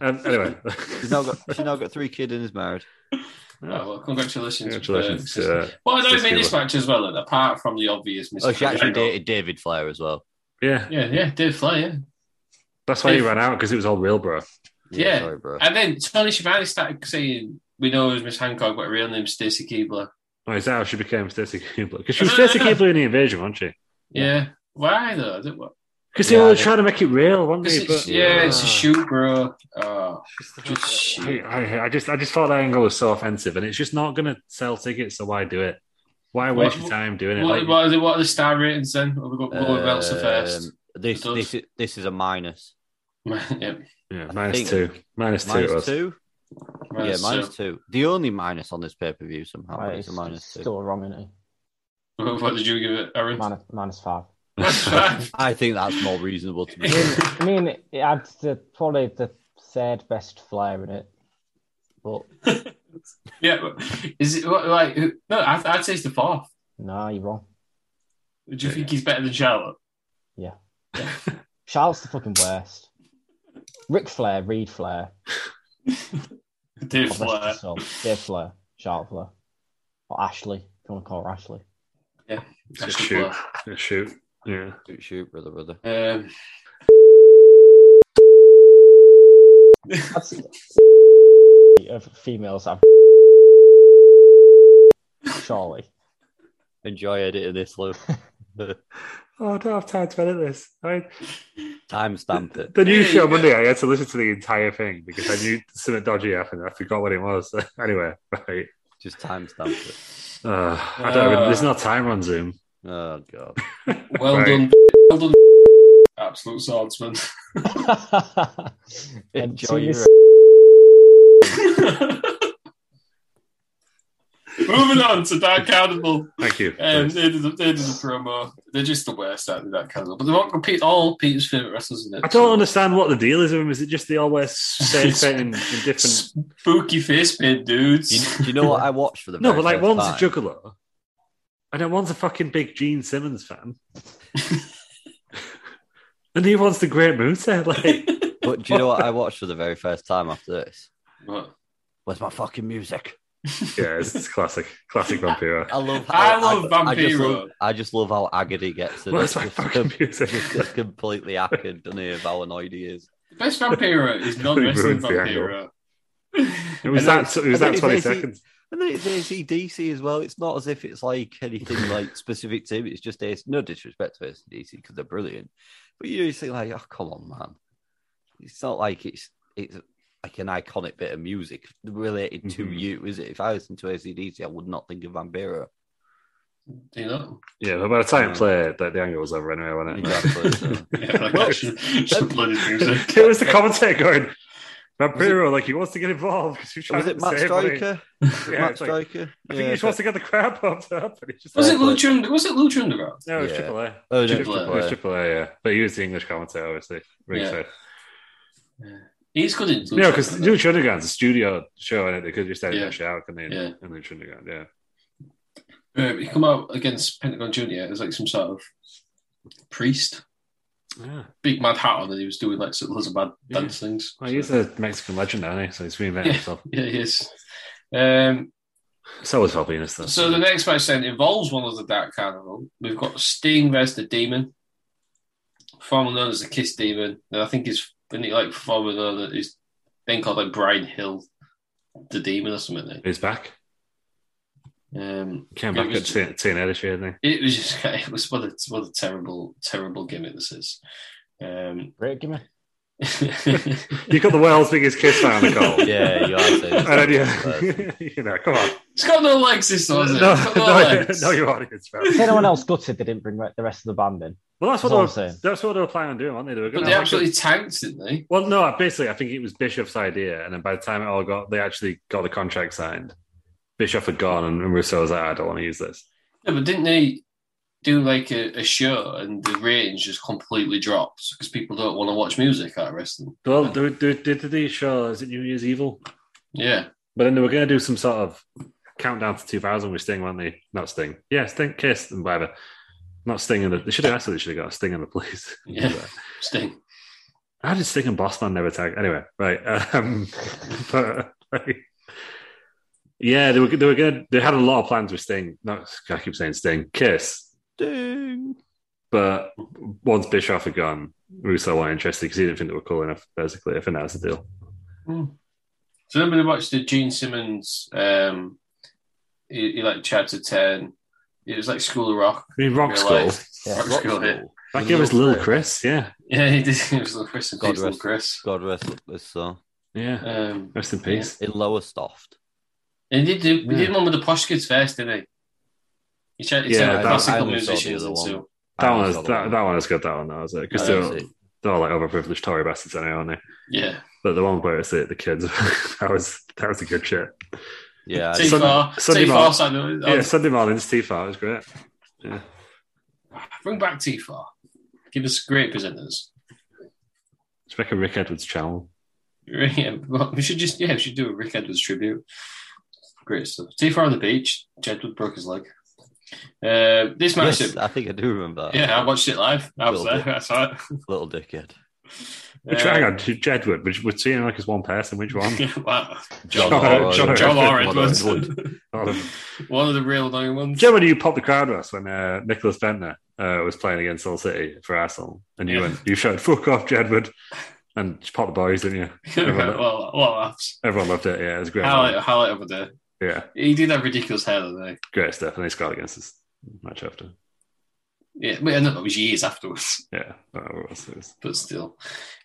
[SPEAKER 4] Um, anyway.
[SPEAKER 5] She's now got she's now got three kids and is married.
[SPEAKER 3] Oh, well, congratulations.
[SPEAKER 4] Congratulations
[SPEAKER 3] Uh,
[SPEAKER 4] to uh,
[SPEAKER 3] well, I know
[SPEAKER 4] Sister
[SPEAKER 3] in this
[SPEAKER 4] Eva.
[SPEAKER 3] match as well, and apart from the obvious mistake.
[SPEAKER 5] Oh, she actually dated David Flair as well.
[SPEAKER 4] Yeah.
[SPEAKER 3] Yeah, yeah, Dave Flair, yeah.
[SPEAKER 4] That's why he ran out because it was all real, bro.
[SPEAKER 3] Yeah.
[SPEAKER 5] sorry, bro.
[SPEAKER 3] And then Tony Schiavone started saying, we know it was Miss Hancock, but her real name's Stacey Keebler.
[SPEAKER 4] Oh, is that how she became Stacey Keebler? Because she was
[SPEAKER 3] Uh,
[SPEAKER 4] Stacey Keebler in the invasion, wasn't she?
[SPEAKER 3] Yeah. Why though? I don't, what,
[SPEAKER 4] Because they
[SPEAKER 5] Yeah,
[SPEAKER 4] all were
[SPEAKER 5] they-
[SPEAKER 4] trying to make it real, weren't
[SPEAKER 3] It's-
[SPEAKER 4] they?
[SPEAKER 3] it's-
[SPEAKER 4] But
[SPEAKER 3] yeah, it's a shoot, bro. Oh, just
[SPEAKER 4] I,
[SPEAKER 3] shoot.
[SPEAKER 4] I, I just, I just thought that angle was so offensive, and it's just not going to sell tickets. So why do it? Why
[SPEAKER 3] What-
[SPEAKER 4] waste your time doing it?
[SPEAKER 3] What,
[SPEAKER 4] Like,
[SPEAKER 3] what, are the, what are the star ratings then? Have we got Glory um, Belts first?
[SPEAKER 5] Um, This
[SPEAKER 3] It does.
[SPEAKER 5] this is this is a minus.
[SPEAKER 3] yeah,
[SPEAKER 4] yeah,
[SPEAKER 5] I
[SPEAKER 4] minus
[SPEAKER 5] think-
[SPEAKER 4] two, minus two, it
[SPEAKER 5] Minus
[SPEAKER 4] was.
[SPEAKER 5] two? yeah, minus two. The only minus on this pay per view somehow
[SPEAKER 6] Right,
[SPEAKER 5] but
[SPEAKER 6] it's,
[SPEAKER 5] it's a minus
[SPEAKER 6] it's
[SPEAKER 5] two.
[SPEAKER 6] still wrong, isn't it?
[SPEAKER 3] What, what did you give it, Aaron?
[SPEAKER 6] Minus, minus five.
[SPEAKER 5] I think that's more reasonable to
[SPEAKER 6] I
[SPEAKER 5] me.
[SPEAKER 6] mean, I mean, it had the, probably the third best flair in it. But
[SPEAKER 3] yeah, but is it what, like who- no? I, I'd say it's the fourth.
[SPEAKER 6] no, you're wrong.
[SPEAKER 3] Do you think he's better than Charlotte?
[SPEAKER 6] Charlotte's the fucking worst. Ric Flair, Reed Flair,
[SPEAKER 3] Dave
[SPEAKER 6] Or rest of the
[SPEAKER 3] Flair.
[SPEAKER 6] sub, Dave Flair, Charlotte Flair, or Ashley, if you want to call her Ashley.
[SPEAKER 4] A
[SPEAKER 3] Ashley
[SPEAKER 4] shoot, a shoot. Yeah.
[SPEAKER 5] Shoot, shoot, brother, brother.
[SPEAKER 3] Flair. Um,
[SPEAKER 6] That's of females have surely.
[SPEAKER 5] Enjoy editing this, Lou.
[SPEAKER 4] Oh, I don't have time to edit this. I,
[SPEAKER 5] Timestamp it.
[SPEAKER 4] the news show Monday, I had to listen to the entire thing because I knew something dodgy happened. I forgot what it was. anyway, right.
[SPEAKER 5] Just timestamp it.
[SPEAKER 4] Uh, I don't even, there's no time on Zoom.
[SPEAKER 5] Oh god.
[SPEAKER 3] well
[SPEAKER 4] Right.
[SPEAKER 3] done, well done, absolute swordsman.
[SPEAKER 6] and
[SPEAKER 5] Enjoy
[SPEAKER 6] see
[SPEAKER 5] your
[SPEAKER 6] this-
[SPEAKER 3] Moving on to Dark Animal.
[SPEAKER 4] Thank you.
[SPEAKER 3] Um, they, did a, they did a promo. They're just the worst out of that candle. But they won't compete all Peter's favourite wrestlers in it.
[SPEAKER 4] I don't
[SPEAKER 3] so-
[SPEAKER 4] understand what the deal is with them. Is it just they always say it in, in different.
[SPEAKER 3] Spooky face paint
[SPEAKER 5] Do you,
[SPEAKER 3] dudes.
[SPEAKER 5] do you know what I watched for the
[SPEAKER 4] No,
[SPEAKER 5] very
[SPEAKER 4] but like
[SPEAKER 5] first
[SPEAKER 4] one's a
[SPEAKER 5] time?
[SPEAKER 4] juggler, and then one's a fucking big Gene Simmons fan, and he wants the Great Moonset. Like,
[SPEAKER 5] But do you know what I watched for the very first time after this?
[SPEAKER 3] What?
[SPEAKER 5] Where's my fucking music?
[SPEAKER 4] yeah, it's, it's classic, classic vampire.
[SPEAKER 5] I love.
[SPEAKER 3] I love
[SPEAKER 5] I just
[SPEAKER 3] Vampiro.
[SPEAKER 5] love, I just love how agate he gets. in it.
[SPEAKER 4] Where's my
[SPEAKER 5] Just
[SPEAKER 4] fucking
[SPEAKER 5] com-
[SPEAKER 4] music?
[SPEAKER 5] just completely acted, doesn't he? Of how annoyed he is.
[SPEAKER 3] The best Vampiro is not
[SPEAKER 4] He
[SPEAKER 3] wrestling
[SPEAKER 4] ruins the
[SPEAKER 3] Vampiro.
[SPEAKER 4] It was
[SPEAKER 5] And then
[SPEAKER 4] that. It was
[SPEAKER 5] and then
[SPEAKER 4] that
[SPEAKER 5] he
[SPEAKER 4] twenty
[SPEAKER 5] says he-
[SPEAKER 4] seconds.
[SPEAKER 5] And then it's ACDC as well. It's not as if it's like anything like specific to him. It's just AC. No disrespect to ACDC because they're brilliant, but you just think like, oh come on, man. it's not like it's it's like an iconic bit of music related to
[SPEAKER 4] Mhm.
[SPEAKER 5] you, is it? If I listened to ACDC, I would not think of Van Buren.
[SPEAKER 3] Do you know?
[SPEAKER 4] Yeah, but by the time it played, like, the angle was over anyway, wasn't it?
[SPEAKER 5] Exactly. so-
[SPEAKER 3] Yeah, like
[SPEAKER 4] Well,
[SPEAKER 3] actually, some bloody music.
[SPEAKER 4] it was the commentator going, Vampiro, like he wants to get involved because he's trying
[SPEAKER 5] was it
[SPEAKER 4] to
[SPEAKER 5] Matt
[SPEAKER 4] save money."
[SPEAKER 5] Striker?
[SPEAKER 4] Yeah,
[SPEAKER 5] Matt
[SPEAKER 4] it's like,
[SPEAKER 5] Striker?
[SPEAKER 4] I think he
[SPEAKER 5] Yeah,
[SPEAKER 4] just wants to get the crowd pumped up. And he's just
[SPEAKER 3] Was
[SPEAKER 4] like,
[SPEAKER 3] it Lucha? und- Was it Lucha Underground?
[SPEAKER 4] No, it was
[SPEAKER 5] Yeah.
[SPEAKER 4] Triple A.
[SPEAKER 5] Oh, no,
[SPEAKER 4] It was
[SPEAKER 3] Triple A.
[SPEAKER 4] Triple A, it was Triple A, yeah. But he was the English commentator, obviously.
[SPEAKER 3] Yeah.
[SPEAKER 4] Ringside.
[SPEAKER 3] He's good in Lucha.
[SPEAKER 4] Yeah, no, because
[SPEAKER 3] Underground.
[SPEAKER 4] Lucha Underground's a studio show, and they could just edit
[SPEAKER 3] Yeah.
[SPEAKER 4] that shit out, couldn't they?
[SPEAKER 3] Yeah.
[SPEAKER 4] In Lucha Underground, yeah.
[SPEAKER 3] Um, he come out against Pentagon Junior as like some sort of priest,
[SPEAKER 4] Yeah.
[SPEAKER 3] big mad hat on, and he was doing like sort of loads of mad
[SPEAKER 4] Yeah. Oh,
[SPEAKER 3] dance things.
[SPEAKER 4] Well, he's a Mexican legend, now, isn't he? So he's reinvented
[SPEAKER 3] Yeah.
[SPEAKER 4] himself.
[SPEAKER 3] Yeah, he is. Um,
[SPEAKER 4] So was Valvinus, though.
[SPEAKER 3] so the next match then involves one of the Dark Carnival. We've got Sting versus the Demon, formerly known as the Kiss Demon, and I think he's isn't he like formerly known as he's been called like Brian Hill, the Demon or something. Like.
[SPEAKER 4] He's back.
[SPEAKER 3] Um,
[SPEAKER 4] He came
[SPEAKER 3] Yeah,
[SPEAKER 4] back
[SPEAKER 3] it
[SPEAKER 4] at
[SPEAKER 3] was-
[SPEAKER 4] TNA this year, didn't
[SPEAKER 3] it was just it was what a what a terrible terrible gimmick this is. Um,
[SPEAKER 6] Great, give me.
[SPEAKER 3] it's
[SPEAKER 4] he? You got the world's biggest kiss fan, Nicole.
[SPEAKER 5] Yeah, you are saying.
[SPEAKER 4] And then you, you know, come on.
[SPEAKER 3] got no legs, this one. has it?
[SPEAKER 4] no,
[SPEAKER 3] It's got no
[SPEAKER 4] no,
[SPEAKER 3] legs.
[SPEAKER 4] no, your audience, man.
[SPEAKER 6] If anyone else gutted they didn't bring the rest of the band in,
[SPEAKER 4] Well, that's
[SPEAKER 6] That's
[SPEAKER 4] what,
[SPEAKER 6] all I'm
[SPEAKER 4] they were,
[SPEAKER 6] saying.
[SPEAKER 4] that's what they were planning on doing, weren't they? They were
[SPEAKER 3] But
[SPEAKER 4] going
[SPEAKER 3] they
[SPEAKER 4] to
[SPEAKER 3] absolutely tanked, didn't they?
[SPEAKER 4] Well, no, basically, I think it was Bishop's idea, and then by the time it all got, they actually got the contract signed. Bishop had gone, and Russo was like, "I don't want to use this."
[SPEAKER 3] No, but didn't they do like a, a show and the ratings just completely dropped because people don't want to watch music at wrestling?
[SPEAKER 4] Well, they, they, they did the show is it New Year's Evil,
[SPEAKER 3] Yeah,
[SPEAKER 4] but then they were going to do some sort of countdown to 2000 with Sting, weren't they? Not Sting, yeah, Sting, Kiss, and whatever. Not Sting and the. They should have actually should have got Sting and the Police.
[SPEAKER 3] Yeah. Sting.
[SPEAKER 4] How did Sting and Bossman never tag? Anyway, right. Um, but like, yeah, they were they were good. They had a lot of plans with Sting. Not I keep saying Sting, Kiss,
[SPEAKER 5] Ding.
[SPEAKER 4] but once Bischoff had gone, Russo weren't interested because he didn't think they were cool enough. Basically, I think that was the deal.
[SPEAKER 3] So remember they watched the Gene Simmons? Um, he, he like tried to turn. It was like School of Rock.
[SPEAKER 4] I mean, Rock
[SPEAKER 3] Real
[SPEAKER 4] School.
[SPEAKER 3] life. Rock
[SPEAKER 5] Rock
[SPEAKER 3] School hit.
[SPEAKER 5] School.
[SPEAKER 4] That gave us Little Chris. Yeah,
[SPEAKER 3] Yeah, he did. It was Little Chris and
[SPEAKER 5] God
[SPEAKER 3] Little
[SPEAKER 5] rest-
[SPEAKER 3] Chris.
[SPEAKER 5] God rest this so
[SPEAKER 4] yeah.
[SPEAKER 3] Um,
[SPEAKER 4] Rest in peace.
[SPEAKER 5] in lower stoft.
[SPEAKER 3] And he did, do, he
[SPEAKER 4] Yeah.
[SPEAKER 3] did one with the posh kids first, didn't he? He tried to
[SPEAKER 4] Yeah,
[SPEAKER 3] turn
[SPEAKER 4] that-
[SPEAKER 5] I
[SPEAKER 3] classical
[SPEAKER 5] only saw the
[SPEAKER 3] musicians
[SPEAKER 5] other one.
[SPEAKER 3] into.
[SPEAKER 4] That
[SPEAKER 5] I
[SPEAKER 4] one is
[SPEAKER 5] saw the
[SPEAKER 4] that, that one is good. That one that was it because
[SPEAKER 3] I
[SPEAKER 4] they're,
[SPEAKER 3] don't
[SPEAKER 4] all- they're all like overprivileged Tory bastards anyway, aren't they?
[SPEAKER 3] Yeah.
[SPEAKER 4] But the one where it's the, the kids, that was that was a good shit.
[SPEAKER 5] Yeah, I
[SPEAKER 3] Too
[SPEAKER 4] Sun-
[SPEAKER 3] far.
[SPEAKER 4] Sunday
[SPEAKER 3] Too far.
[SPEAKER 4] Mar-
[SPEAKER 3] Simon.
[SPEAKER 4] Yeah, Sunday morning's too far. It was great. Yeah.
[SPEAKER 3] Bring back T4. Give us great presenters.
[SPEAKER 4] It's like a Rick Edwards channel.
[SPEAKER 3] Yeah, well, we should just yeah, we should do a Rick Edwards tribute. Great stuff. T4 on the beach. Jedwood broke his leg. Uh, this match,
[SPEAKER 5] Yes, I think I do remember. that.
[SPEAKER 3] yeah, I watched it live. I was
[SPEAKER 5] Little
[SPEAKER 3] there. I saw it.
[SPEAKER 5] Little dickhead.
[SPEAKER 4] Which, hang on, Jedward, which would seem like it's one person. Which one?
[SPEAKER 3] Uh, wow.
[SPEAKER 4] John
[SPEAKER 3] John,
[SPEAKER 4] Laura-
[SPEAKER 3] John,
[SPEAKER 4] John
[SPEAKER 3] Laura
[SPEAKER 4] Laura
[SPEAKER 3] Edwards.
[SPEAKER 4] Oh, the-
[SPEAKER 3] One of the real annoying ones.
[SPEAKER 4] Do you know when you popped the crowd us when uh, Nicholas Bentner uh, was playing against Hull City for Arsenal? And you
[SPEAKER 3] Yeah.
[SPEAKER 4] went, you shouted, fuck off, Jedward. And just popped the boys, didn't you? Everyone, loved-
[SPEAKER 3] well, well, that's
[SPEAKER 4] everyone loved it. Yeah, it was great.
[SPEAKER 3] highlight, highlight of the day.
[SPEAKER 4] Yeah,
[SPEAKER 3] He did have ridiculous hair, didn't he?
[SPEAKER 4] great stuff. And they scored against us match after.
[SPEAKER 3] Yeah, well, no, it was years afterwards.
[SPEAKER 4] Yeah, I don't know what else it was.
[SPEAKER 3] but still. Um,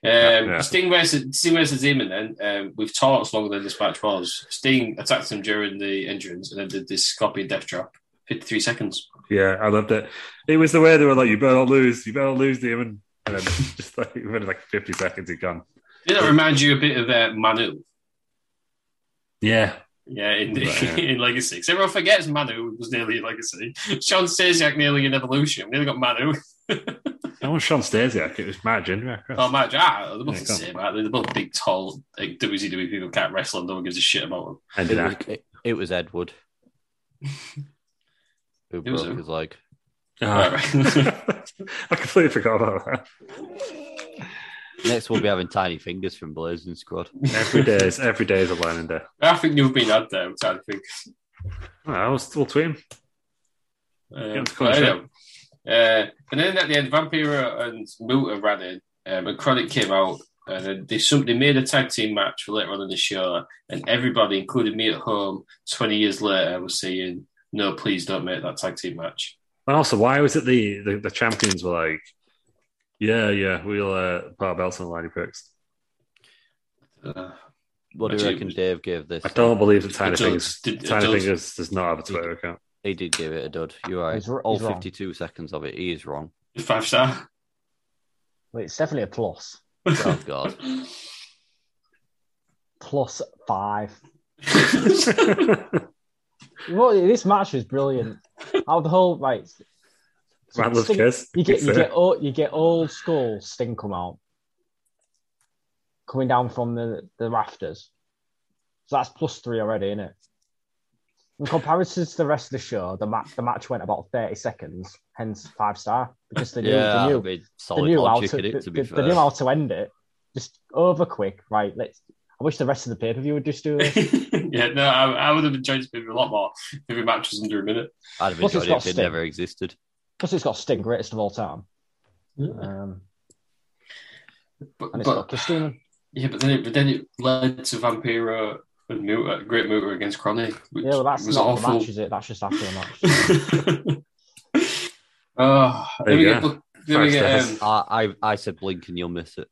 [SPEAKER 4] yeah.
[SPEAKER 3] Sting versus Sting versus Demon. Then um, we've talked longer than this match was. Sting attacked him during the entrance and then did this scorpion death drop. Fifty-three seconds.
[SPEAKER 4] Yeah, I loved it. It was the way they were like, you better not lose, you better not lose, Demon. And then just like, within like 50 seconds, he'd gone.
[SPEAKER 3] Did that remind you a bit of uh, Manu?
[SPEAKER 4] Yeah.
[SPEAKER 3] Yeah, in,
[SPEAKER 4] Right, yeah.
[SPEAKER 3] in Legacy. 'Cause everyone forgets Manu was nearly in Legacy. Sean Stasiak nearly in Evolution. Nearly got Manu.
[SPEAKER 4] That was Sean Stasiak. It was Matt Jindrak.
[SPEAKER 3] Oh, my God. They're
[SPEAKER 4] Yeah,
[SPEAKER 3] both
[SPEAKER 4] go
[SPEAKER 3] the
[SPEAKER 4] on.
[SPEAKER 3] same, aren't they? They're both big, tall, like, WCW people can't wrestle and no one gives a shit about them.
[SPEAKER 4] and
[SPEAKER 5] It was,
[SPEAKER 4] Dak.
[SPEAKER 5] it, it was Edward who
[SPEAKER 3] It was
[SPEAKER 5] broke
[SPEAKER 3] who?
[SPEAKER 5] his leg.
[SPEAKER 4] Ah.
[SPEAKER 3] Right,
[SPEAKER 4] I completely forgot about that.
[SPEAKER 5] Next, we'll be having tiny fingers from Blazing Squad.
[SPEAKER 4] Every day is every day is a learning day.
[SPEAKER 3] I think you've been out there, which I think.
[SPEAKER 4] Oh, I was still tweeting.
[SPEAKER 3] Um,
[SPEAKER 4] Against
[SPEAKER 3] but
[SPEAKER 4] Coventry.
[SPEAKER 3] anyway, uh, and then at the end, Vampiro and Muta ran in, um, and Chronic came out, and then they, some, they made a tag team match for later on in the show, and everybody, including me at home, 20 years later, was saying, no, please don't make that tag team match.
[SPEAKER 4] And also, why was it the the, the champions were like, yeah, yeah, we'll uh, put our belts on the line, you pricks.
[SPEAKER 3] Uh,
[SPEAKER 5] What do you
[SPEAKER 3] Actually,
[SPEAKER 5] reckon Dave gave this?
[SPEAKER 4] I don't believe that Tiny
[SPEAKER 3] It does.
[SPEAKER 4] Fingers
[SPEAKER 3] It- it
[SPEAKER 4] Tiny
[SPEAKER 3] does.
[SPEAKER 4] Fingers does not have a Twitter account.
[SPEAKER 5] He did give it a dud. You're right.
[SPEAKER 6] He's wr-
[SPEAKER 5] All
[SPEAKER 6] he's wrong.
[SPEAKER 5] 52 seconds of it, he is wrong.
[SPEAKER 3] five star.
[SPEAKER 6] Well, it's definitely a plus.
[SPEAKER 5] Oh, God.
[SPEAKER 6] Plus five. Well, this match was brilliant. How the whole right. so
[SPEAKER 4] Man, love
[SPEAKER 6] Sting-
[SPEAKER 4] kiss.
[SPEAKER 6] You get
[SPEAKER 4] It's
[SPEAKER 6] you
[SPEAKER 4] there.
[SPEAKER 6] get old, you get old school Sting come out coming down from the, the rafters. So that's plus three already, isn't it? In comparison to the rest of the show, the match the match went about thirty seconds, hence five star because they knew
[SPEAKER 5] yeah,
[SPEAKER 6] they
[SPEAKER 5] I
[SPEAKER 6] knew
[SPEAKER 5] mean,
[SPEAKER 6] they
[SPEAKER 5] solid
[SPEAKER 6] knew how
[SPEAKER 5] logic
[SPEAKER 6] to,
[SPEAKER 5] in it, to be
[SPEAKER 6] they, they
[SPEAKER 5] fair.
[SPEAKER 6] knew how to end it. Just over quick, right? Let's. I wish the rest of the pay per view would just do it.
[SPEAKER 3] yeah, no, I, I would have enjoyed this movie a lot more if the match was under a minute.
[SPEAKER 5] I'd have
[SPEAKER 6] Plus
[SPEAKER 5] enjoyed it
[SPEAKER 6] it's got
[SPEAKER 5] if it
[SPEAKER 6] Sting.
[SPEAKER 5] never existed.
[SPEAKER 6] Plus, it's got Sting, greatest of all time, um,
[SPEAKER 3] But,
[SPEAKER 6] and it's got
[SPEAKER 3] but
[SPEAKER 6] Kiss Demon.
[SPEAKER 3] yeah, but then it, but then it led to Vampiro and Muta, Great Muta against Chronic, which
[SPEAKER 6] Yeah, well, that's
[SPEAKER 3] was
[SPEAKER 6] not the
[SPEAKER 3] awful.
[SPEAKER 6] match, is it? That's just after the match.
[SPEAKER 3] oh,
[SPEAKER 4] There
[SPEAKER 3] then we
[SPEAKER 4] you
[SPEAKER 3] get, then we
[SPEAKER 4] Five
[SPEAKER 3] get
[SPEAKER 4] stars.
[SPEAKER 3] um,
[SPEAKER 5] I, I, I said blink and you'll miss it.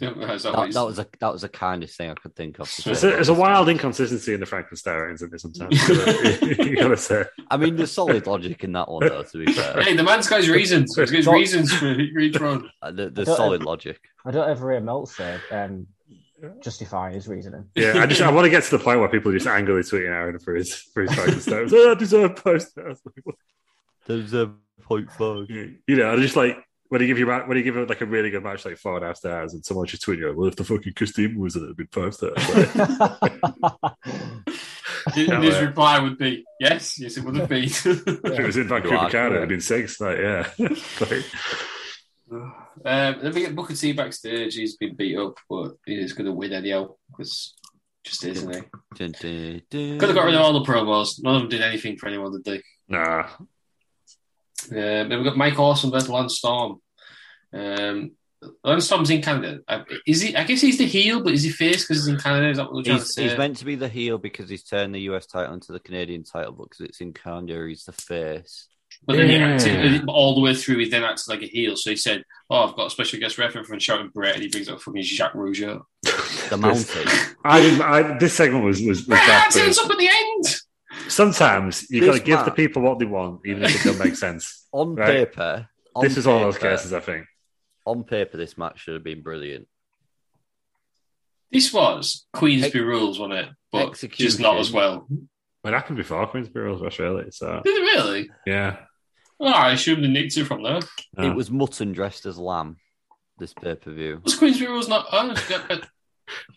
[SPEAKER 3] yeah, is that what
[SPEAKER 5] That,
[SPEAKER 3] it's-
[SPEAKER 5] that was a that was the kindest thing I could think of. to say
[SPEAKER 3] It's
[SPEAKER 4] It's a,
[SPEAKER 5] about
[SPEAKER 4] it's a
[SPEAKER 5] this
[SPEAKER 4] wild
[SPEAKER 5] match.
[SPEAKER 4] inconsistency in the Frankenstein ratings, isn't it? Sometimes you gotta say.
[SPEAKER 5] I mean, there's solid logic in that one, though. To be fair,
[SPEAKER 3] Hey, the man's got his reasons. He's got his
[SPEAKER 6] Don't-
[SPEAKER 3] reasons for each one.
[SPEAKER 5] Uh, there- there's
[SPEAKER 6] don't-
[SPEAKER 5] solid logic.
[SPEAKER 6] I don't ever hear Melt say um, justifying his reasoning.
[SPEAKER 4] Yeah, I just I want to get to the point where people are just angrily tweeting Aaron for his for his Frankenstein. oh, I deserve post.
[SPEAKER 5] There's a point five.
[SPEAKER 4] You know, I just like when you give you when you give it like a really good match like four and a half stars, and someone just tweeting you, well, if the fucking Christine was in it, it'd be five stars. Like,
[SPEAKER 3] His,
[SPEAKER 4] Yeah,
[SPEAKER 3] his
[SPEAKER 4] well.
[SPEAKER 3] reply would be, yes, yes, it would have been.
[SPEAKER 4] if it was in Vancouver,
[SPEAKER 5] You are
[SPEAKER 4] Canada, it'd
[SPEAKER 5] correct.
[SPEAKER 4] been six. Like, yeah, like,
[SPEAKER 3] um, then we get Booker T backstage. He's been beat up, but he's going to win anyhow because just isn't he? Could have got rid of all the promos. None of them did anything for anyone, did they?
[SPEAKER 4] nah.
[SPEAKER 3] Um, then we've got Mike Awesome versus Lance Storm. Um, Lance Storm's in Canada. Uh, Is he? I guess he's the heel, but is he face because he's in Canada? Is that what we're trying to
[SPEAKER 5] He's,
[SPEAKER 3] say?
[SPEAKER 5] he's meant to be the heel because he's turned the US title into the Canadian title, but because it's in Canada, he's the face.
[SPEAKER 3] But then he
[SPEAKER 4] Yeah.
[SPEAKER 3] acted uh, all the way through. He then acted like a heel. So he said, "Oh, I've got a special guest referee from Shouting Brett," and he brings up fucking Jacques Rougeau.
[SPEAKER 5] The mountain.
[SPEAKER 4] I didn't. I, this segment was was. was
[SPEAKER 3] Brett
[SPEAKER 4] bad,
[SPEAKER 3] Hart ends
[SPEAKER 4] but
[SPEAKER 3] up at the end.
[SPEAKER 4] Sometimes you
[SPEAKER 5] This
[SPEAKER 4] gotta give the
[SPEAKER 5] match-
[SPEAKER 4] people what they want, even if it don't make sense.
[SPEAKER 5] on
[SPEAKER 4] Right.
[SPEAKER 5] paper, on
[SPEAKER 4] This is all those
[SPEAKER 5] paper-
[SPEAKER 4] cases, I think.
[SPEAKER 5] On paper, this match should have been brilliant.
[SPEAKER 3] This was Queensby
[SPEAKER 5] Ex-
[SPEAKER 3] rules, wasn't it? But just
[SPEAKER 5] Execution.
[SPEAKER 3] not as well.
[SPEAKER 4] It happened before Queensbury Rules Rush, really. So
[SPEAKER 3] Did it really?
[SPEAKER 4] yeah,
[SPEAKER 3] Well, I assume they nicked it from there.
[SPEAKER 4] No.
[SPEAKER 5] It was mutton dressed as lamb. This pay per view.
[SPEAKER 3] Was Queensby rules not? Oh, it's got- got-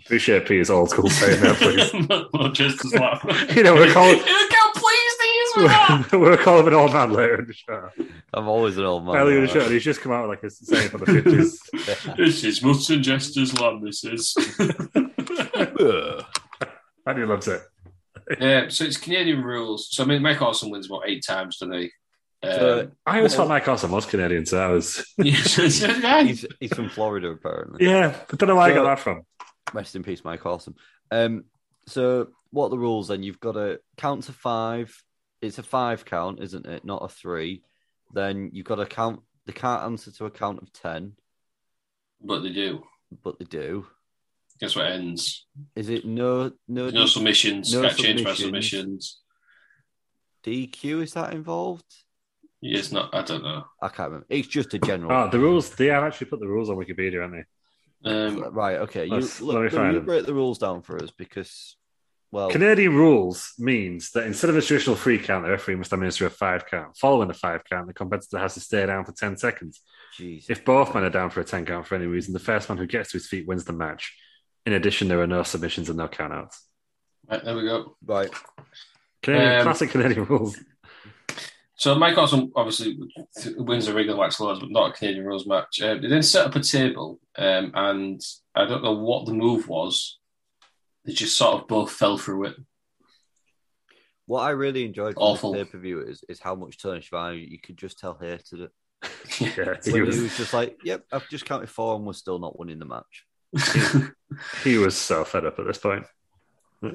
[SPEAKER 4] appreciate Peter's old school saying that, please.
[SPEAKER 3] not, not just as well.
[SPEAKER 4] You know, we're calling-
[SPEAKER 3] Look how pleased he is with that.
[SPEAKER 4] we'll call him an old man later in the show.
[SPEAKER 5] I'm always an old man.
[SPEAKER 4] Earlier in the
[SPEAKER 5] now,
[SPEAKER 4] show, and he's just come out like a saying from the fifties.
[SPEAKER 3] this is Mutton Jester's Lamb, this is. Uh,
[SPEAKER 5] right?
[SPEAKER 4] and he loves it.
[SPEAKER 3] yeah, so it's Canadian rules. So, I mean, Mike Awesome wins, what, eight times, doesn't he?
[SPEAKER 4] Uh,
[SPEAKER 5] So,
[SPEAKER 3] Um,
[SPEAKER 4] I always thought Mike Awesome was Canadian, so I was
[SPEAKER 3] yeah, so- so- yeah.
[SPEAKER 5] he's, he's from Florida, apparently.
[SPEAKER 4] yeah, but don't know where I got
[SPEAKER 5] So-
[SPEAKER 4] that from.
[SPEAKER 5] Rest in peace, Mike Awesome. Um, so what are the rules then? You've got to count to five. It's a five count, isn't it? Not a three. Then you've got to count. They can't answer to a count of ten,
[SPEAKER 3] But they do.
[SPEAKER 5] but they do.
[SPEAKER 3] Guess what ends?
[SPEAKER 5] Is it no
[SPEAKER 4] Uh,
[SPEAKER 5] no,
[SPEAKER 3] No submissions.
[SPEAKER 5] No
[SPEAKER 3] Got changed by
[SPEAKER 5] submissions.
[SPEAKER 3] submissions.
[SPEAKER 5] DQ? Is that involved?
[SPEAKER 3] Yeah, it's not, I don't know.
[SPEAKER 5] I can't remember. It's just a general.
[SPEAKER 4] Oh, the rules. They have actually put the rules on Wikipedia, haven't
[SPEAKER 3] Um,
[SPEAKER 5] right. Okay. You,
[SPEAKER 4] Let's-
[SPEAKER 5] look,
[SPEAKER 4] let me
[SPEAKER 5] Bill,
[SPEAKER 4] find
[SPEAKER 5] you
[SPEAKER 4] them.
[SPEAKER 5] break the rules down for us because, well,
[SPEAKER 4] they? Canadian rules means that instead of a traditional three count, the referee must administer a five count. Following a five count, the competitor has to stay down for ten seconds.
[SPEAKER 5] jeez.
[SPEAKER 4] If both men are down for a 10 count for any reason, the first man who gets to his feet wins the match. In addition, there are no submissions and no countouts.
[SPEAKER 3] right, there we go.
[SPEAKER 5] right.
[SPEAKER 4] Canadian,
[SPEAKER 3] Um,
[SPEAKER 4] classic Canadian rules.
[SPEAKER 3] So Mike Awesome obviously wins a regular wax laws, but not a Canadian rules match. Uh, they then set up a table, um, and I don't know what the move was. They just sort of both fell through it.
[SPEAKER 5] What I really enjoyed from
[SPEAKER 3] Awful.
[SPEAKER 5] the pay per view is, is how much Tony Schiavone you could just tell hated it.
[SPEAKER 4] Yeah,
[SPEAKER 5] When
[SPEAKER 4] he
[SPEAKER 5] he
[SPEAKER 4] was,
[SPEAKER 5] was just like, "Yep, I've just counted four and we're still not winning the match."
[SPEAKER 4] he was so fed up at this point.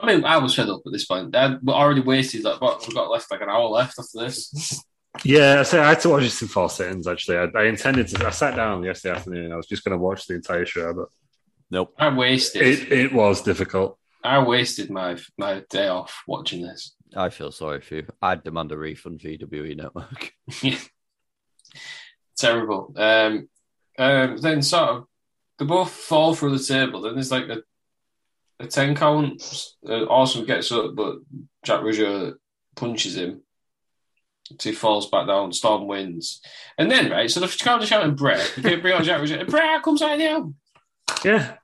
[SPEAKER 3] I mean, I was fed up at this point. I, we already wasted like what we got left like an hour left after this.
[SPEAKER 4] Yeah, so I had to watch this in four sittings, actually. I, I intended to, I sat down yesterday afternoon and I was just going to watch the entire show, but
[SPEAKER 5] Nope.
[SPEAKER 3] I wasted.
[SPEAKER 4] It it was difficult.
[SPEAKER 3] I wasted my my day off watching this.
[SPEAKER 5] I feel sorry for you. I'd demand a refund VWE E Network.
[SPEAKER 3] Terrible. Um, um, then sort of they both fall through the table. Then there's like a a ten count. Uh, Awesome gets up, but Jack Rougeau punches him. So he falls back down. Storm wins, and then right. So the crowd are shouting "Brett!" They bring out Jack Rougeau. Brett comes out now,
[SPEAKER 4] Yeah.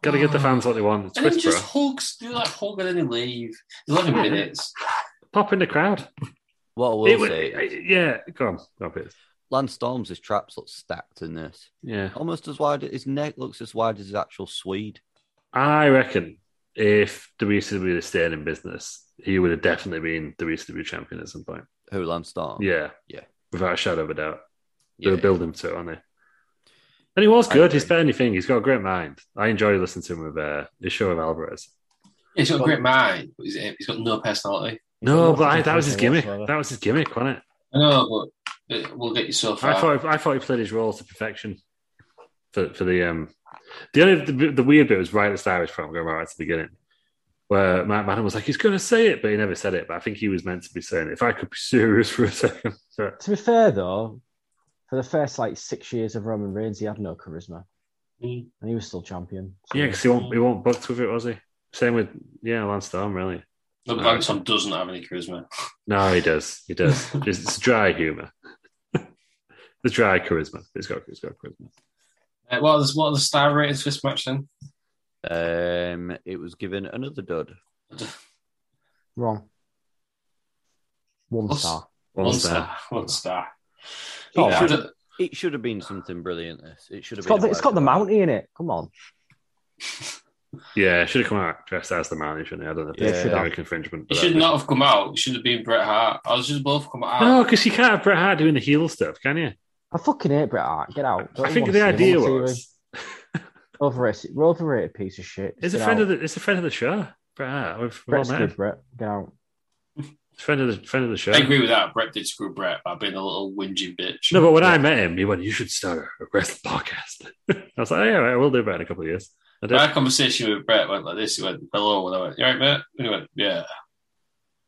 [SPEAKER 4] Got to get the fans what they want. It's
[SPEAKER 3] and then
[SPEAKER 4] Chris,
[SPEAKER 3] just
[SPEAKER 4] bro.
[SPEAKER 3] hugs. They like hug and then they leave. Eleven minutes.
[SPEAKER 4] Pop in the crowd.
[SPEAKER 5] What I will
[SPEAKER 4] It would,
[SPEAKER 5] say, is,
[SPEAKER 4] yeah, go on. No, please.
[SPEAKER 5] Lance Storms' traps look stacked in this.
[SPEAKER 4] Yeah.
[SPEAKER 5] Almost as wide. His neck looks as wide as his actual Swede.
[SPEAKER 4] I reckon if WCW was staying in business, he would have definitely been WCW champion at some point.
[SPEAKER 5] Who Lance Storm?
[SPEAKER 4] Yeah.
[SPEAKER 5] Oh, Yeah.
[SPEAKER 4] Without a shadow of a doubt. They
[SPEAKER 5] Yeah.
[SPEAKER 4] were building to it, aren't they? And he was
[SPEAKER 5] I
[SPEAKER 4] good.
[SPEAKER 5] agree.
[SPEAKER 4] He's better than you think. He's got a great mind. I enjoy listening to him with uh, his show with Alvarez.
[SPEAKER 3] He's got a great mind, but he's, he's got no personality.
[SPEAKER 4] No,
[SPEAKER 6] not
[SPEAKER 4] but I,
[SPEAKER 6] good
[SPEAKER 4] that was his
[SPEAKER 6] person
[SPEAKER 4] gimmick.
[SPEAKER 6] whatsoever.
[SPEAKER 4] That was his gimmick, wasn't it?
[SPEAKER 3] I know, but it will get you so far.
[SPEAKER 4] I thought I thought he played his role to perfection for for the um the only the, the weird bit was right at the start of his promo, going right at the beginning, where Matt Madden was like, he's going to say it, but he never said it. But I think he was meant to be saying it. If I could be serious for a second, but
[SPEAKER 6] To be fair, though, for the first like six years of Roman Reigns, he had no charisma,
[SPEAKER 3] Mm.
[SPEAKER 6] and he was still champion. So-
[SPEAKER 4] yeah, because he won't he won't booked with it, was he? Same with yeah, Lance Storm, really.
[SPEAKER 3] The
[SPEAKER 4] No.
[SPEAKER 3] Branson doesn't have any charisma.
[SPEAKER 4] No, he does. He does. it's, it's dry humor. the dry charisma. He's got he's got charisma.
[SPEAKER 3] Uh, what, are the, what are the star ratings for this match then?
[SPEAKER 5] Um, it was given another dud.
[SPEAKER 6] wrong. One
[SPEAKER 3] Us.
[SPEAKER 6] star.
[SPEAKER 4] One star.
[SPEAKER 3] One star.
[SPEAKER 6] Oh,
[SPEAKER 3] He
[SPEAKER 6] yeah.
[SPEAKER 3] should've-
[SPEAKER 5] It should have been something brilliant. This. It should have
[SPEAKER 6] It's
[SPEAKER 5] been.
[SPEAKER 6] got the, it's got the Mountie in it. Come on.
[SPEAKER 4] Yeah, should have come out dressed as the man, shouldn't he? I don't know. if
[SPEAKER 5] Yeah,
[SPEAKER 4] it's
[SPEAKER 5] should have.
[SPEAKER 4] generic infringement.
[SPEAKER 3] He
[SPEAKER 4] but
[SPEAKER 3] should
[SPEAKER 4] that-
[SPEAKER 3] not have come out. He should have been Bret Hart. Oh, I was just both come out.
[SPEAKER 4] No, because you can't have Bret Hart doing the heel stuff, can you?
[SPEAKER 6] I fucking hate Bret Hart. Get out. Don't
[SPEAKER 4] I think
[SPEAKER 6] wanna
[SPEAKER 4] the
[SPEAKER 6] see him on
[SPEAKER 4] idea
[SPEAKER 6] TV.
[SPEAKER 4] was
[SPEAKER 6] overrated, we're overrated piece of shit.
[SPEAKER 4] it's a
[SPEAKER 6] Get
[SPEAKER 4] friend
[SPEAKER 6] out.
[SPEAKER 4] of the it's a friend of the show. Bret Hart, we've, we've all
[SPEAKER 6] Brett's
[SPEAKER 4] met
[SPEAKER 6] good,
[SPEAKER 4] him.
[SPEAKER 6] Brett. Get out.
[SPEAKER 4] friend of the friend of the show.
[SPEAKER 3] I agree with that. Brett did screw Brett by being a little whinging bitch.
[SPEAKER 4] No, but when I met him, he went, "You should start a wrestling podcast." I was like, "Oh, "Yeah, right, I will do that in a couple of years." I did.
[SPEAKER 3] My conversation with Brett went like this. He went, hello. And I went, you all right, Matt? And he went, yeah.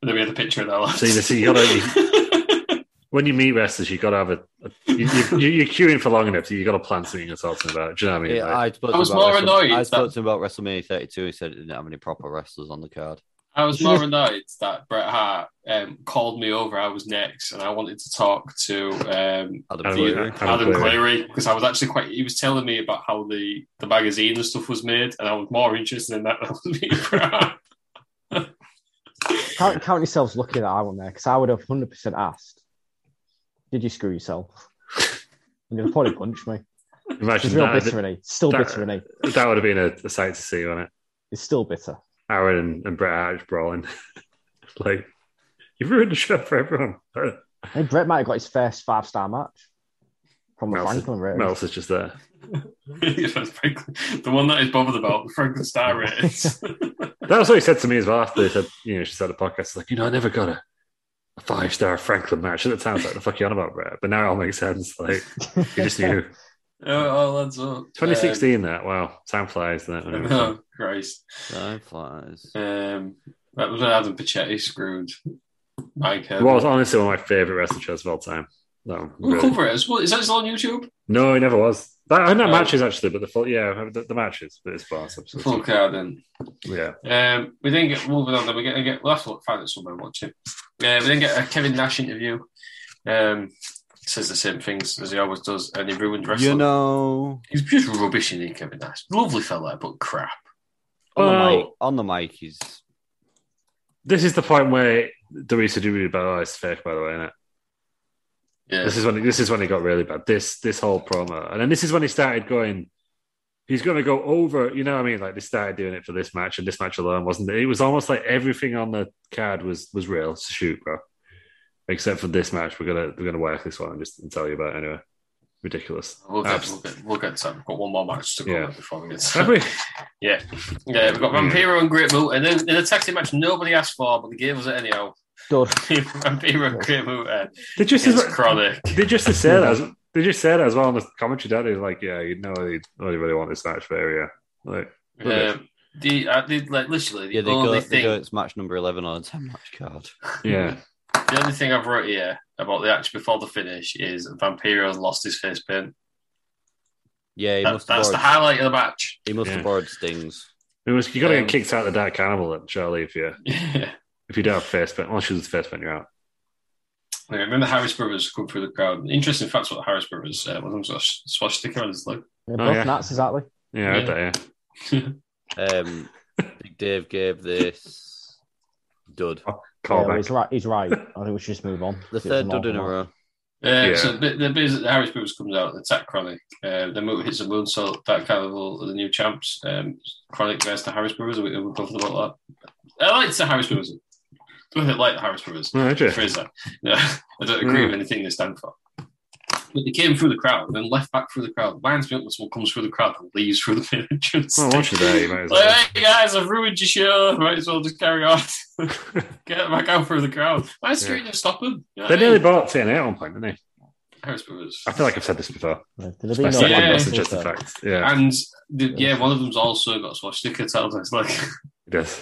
[SPEAKER 3] And then we had the picture in our lives.
[SPEAKER 4] So you see, you gotta- when you meet wrestlers, you got to have a, a you, you, you're queuing for long enough. So you got to plan something you're talking about. Do you know what I mean?
[SPEAKER 5] Yeah,
[SPEAKER 4] Like,
[SPEAKER 5] I, spoke
[SPEAKER 3] I
[SPEAKER 5] to
[SPEAKER 3] was
[SPEAKER 5] him
[SPEAKER 3] more
[SPEAKER 5] about Wrestle-
[SPEAKER 3] annoyed
[SPEAKER 5] I
[SPEAKER 3] that-
[SPEAKER 5] spoke to him about WrestleMania 32. He said it didn't have any proper wrestlers on the card.
[SPEAKER 3] I was more annoyed that Bret Hart um, called me over. I was next, and I wanted to talk to um,
[SPEAKER 5] Adam
[SPEAKER 4] Adam-
[SPEAKER 5] Cleary.
[SPEAKER 4] Adam
[SPEAKER 3] Adam
[SPEAKER 4] Cleary.
[SPEAKER 3] Cleary because I was actually quite. He was telling me about how the the magazine and stuff was made, and I was more interested in that than I was meeting Bret Hart.
[SPEAKER 6] Count, count yourselves lucky that I went there because I would have 100% asked, Did you screw yourself? And you'd have probably punched me. She's
[SPEAKER 4] Imagine
[SPEAKER 6] real
[SPEAKER 4] that.
[SPEAKER 6] bitter in it. Still
[SPEAKER 4] that-
[SPEAKER 6] bitter in it.
[SPEAKER 4] That would have been a, a sight to see, wouldn't it?
[SPEAKER 6] It's still bitter.
[SPEAKER 4] Aaron and, and Bret Hart just brawling. like, you've ruined the show for everyone.
[SPEAKER 6] Hey, Brett might have got his first five star match from the
[SPEAKER 4] Mel's-
[SPEAKER 6] Franklin rating.
[SPEAKER 4] Mel's is just there.
[SPEAKER 3] the one that is bothered about, the Franklin Star ratings.
[SPEAKER 4] That was what he said to me as well after he said, you know, she said the podcast, like, you know, I never got a, a five star Franklin match. At the time, I was like, the fuck you on about, Brett? But now it all makes sense. Like, you just
[SPEAKER 6] Um,
[SPEAKER 4] knew.
[SPEAKER 3] oh, it all adds up.
[SPEAKER 4] 2016, that. Wow. Time flies, isn't
[SPEAKER 3] Um,
[SPEAKER 4] it?
[SPEAKER 3] oh Christ!
[SPEAKER 5] Time flies.
[SPEAKER 3] Um, that was when Adam Pachetti screwed Mike.
[SPEAKER 4] It
[SPEAKER 3] Herbert.
[SPEAKER 4] was honestly one of my favorite wrestling shows of all time. No,
[SPEAKER 3] We'll
[SPEAKER 4] really.
[SPEAKER 3] cover it as well. Is that still on YouTube?
[SPEAKER 4] no, it never was. That, and that
[SPEAKER 5] Uh,
[SPEAKER 3] Oh.
[SPEAKER 4] matches actually, but the full, yeah, the, the matches, but it's class.
[SPEAKER 3] Full card then.
[SPEAKER 4] Yeah,
[SPEAKER 3] Um, we then get moving on. Then we get, we get we'll have to look, find it somewhere and watch it. Uh, we then get a Kevin Nash interview. Um, says the same things as he always does, and he ruined wrestling.
[SPEAKER 5] You know,
[SPEAKER 3] he's just rubbish in Kevin Nash. Lovely fella, but crap.
[SPEAKER 5] on,
[SPEAKER 4] Well-
[SPEAKER 5] the mic, on the mic, he's
[SPEAKER 4] this is the point where WCW about oh, it's fake, by the way, isn't it?
[SPEAKER 3] Yeah,
[SPEAKER 4] This is when this is when it got really bad. This this whole promo, and then this is when he started going. He's going to go over. You know what I mean? Like they started doing it for this match and this match alone, wasn't it? It was almost like everything on the card was was real. It's a shoot, bro. Except for this match, we're gonna we're gonna work this one and just and tell you about it anyway. Ridiculous.
[SPEAKER 3] we'll get,
[SPEAKER 4] Abs-
[SPEAKER 3] we'll get we'll get to that. We've got one more match to cover
[SPEAKER 4] Yeah.
[SPEAKER 3] before we get to
[SPEAKER 4] Have we?
[SPEAKER 3] Yeah, yeah. We've got Vampiro and Great Muta, and then in a taxi match nobody asked for, but they gave us it anyhow.
[SPEAKER 6] Good.
[SPEAKER 3] Vampiro and Great Muta
[SPEAKER 4] They just
[SPEAKER 3] against Chronic.
[SPEAKER 4] they just say that. as- They just said as well on the commentary that is like, yeah, you know, they only really want this match for yeah. Like, Rubbish.
[SPEAKER 3] Um, the, I did like literally the
[SPEAKER 5] Yeah, they go,
[SPEAKER 3] only
[SPEAKER 5] they
[SPEAKER 3] thing.
[SPEAKER 5] go, it's match number 11 on a 10 match card.
[SPEAKER 4] yeah.
[SPEAKER 3] The only thing I've wrote here about the action before the finish is Vampiro lost his face paint.
[SPEAKER 5] Yeah, he
[SPEAKER 3] That-
[SPEAKER 5] must, have
[SPEAKER 3] that's the
[SPEAKER 5] borrowed,
[SPEAKER 3] highlight of the match.
[SPEAKER 5] he must
[SPEAKER 4] Yeah.
[SPEAKER 5] have borrowed Sting's.
[SPEAKER 4] It was, you got to
[SPEAKER 3] Um,
[SPEAKER 4] get kicked out of the Dark Carnival then, Charlie, if you
[SPEAKER 3] Yeah.
[SPEAKER 4] if you don't have first pen. Well, she was first pen, you're out.
[SPEAKER 3] I remember Harris Brothers come through the crowd. Interesting facts about Harris Brothers. Uh, one of them's got a sh- swastika on his leg.
[SPEAKER 6] They're
[SPEAKER 4] Oh,
[SPEAKER 6] both
[SPEAKER 4] yeah.
[SPEAKER 6] Nats, exactly.
[SPEAKER 4] Yeah, I
[SPEAKER 3] Yeah.
[SPEAKER 4] heard that, yeah.
[SPEAKER 5] Um, Big Dave gave this dud.
[SPEAKER 4] Call
[SPEAKER 6] Yeah,
[SPEAKER 4] back.
[SPEAKER 6] he's right. He's right. I think we should just move on.
[SPEAKER 5] The
[SPEAKER 6] It's
[SPEAKER 5] third
[SPEAKER 6] an
[SPEAKER 5] dud in a
[SPEAKER 6] awful lot.
[SPEAKER 5] row.
[SPEAKER 3] Uh,
[SPEAKER 4] Yeah.
[SPEAKER 3] So the, the, biz- Harris Brothers comes out, attack Chronic. Uh, the move hits a moonsault, that carnival, the new champs. Um, Chronic versus the Harris Brothers. Are we, are we comfortable about that? I like the Harris Brothers. I like the Harris Brothers.
[SPEAKER 4] No, Oh, did you?
[SPEAKER 3] phrase that. No, I don't agree
[SPEAKER 4] Hmm.
[SPEAKER 3] with anything they stand for. But they came through the crowd and then left back through the crowd. Lion's Milkman comes through the crowd and leaves through the main entrance.
[SPEAKER 4] Well, once you're there, you might as well.
[SPEAKER 3] Like, hey guys, I've ruined your show. Might as well just carry on. Get back out through the crowd. Why is
[SPEAKER 4] Yeah.
[SPEAKER 3] Street yeah. stop him? You know what
[SPEAKER 4] They
[SPEAKER 3] I mean?
[SPEAKER 4] nearly bought TNA at one point, didn't they?
[SPEAKER 3] Harris Brothers.
[SPEAKER 4] I feel like I've said this before.
[SPEAKER 6] Yeah, there'd be
[SPEAKER 4] My
[SPEAKER 6] no
[SPEAKER 4] second
[SPEAKER 3] yeah.
[SPEAKER 4] message is
[SPEAKER 6] difference
[SPEAKER 4] the
[SPEAKER 6] there.
[SPEAKER 4] fact. Yeah,
[SPEAKER 3] And the, yeah, one of them's also got a swastika tattoo. It's like
[SPEAKER 4] it is.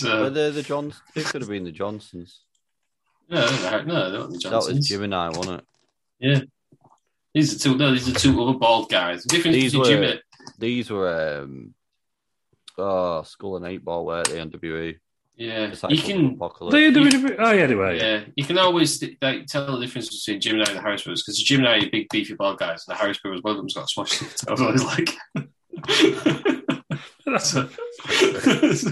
[SPEAKER 5] Were
[SPEAKER 3] so.
[SPEAKER 5] they the Johns? It could have been the Johnsons.
[SPEAKER 3] No, they're not- no, they're not the
[SPEAKER 5] That was
[SPEAKER 3] Johnsons.
[SPEAKER 5] Jim and I, wasn't it?
[SPEAKER 3] These are two. No, these are two other bald guys. The difference
[SPEAKER 5] These
[SPEAKER 3] between
[SPEAKER 5] were-
[SPEAKER 3] Jimmy.
[SPEAKER 5] These were um, oh, Skull and Eight Ball, weren't they, E? on WWE?
[SPEAKER 3] Yeah,
[SPEAKER 5] It's like
[SPEAKER 3] you can
[SPEAKER 5] Apocalypse.
[SPEAKER 4] They, they, they, oh, yeah, anyway. Yeah.
[SPEAKER 3] Yeah, you can always like, tell the difference between Gemini and the Harris Brothers because the Gemini are big, beefy bald guys, and the Harris Brothers, one of them's got a swastika. I was always like, that's, a, that's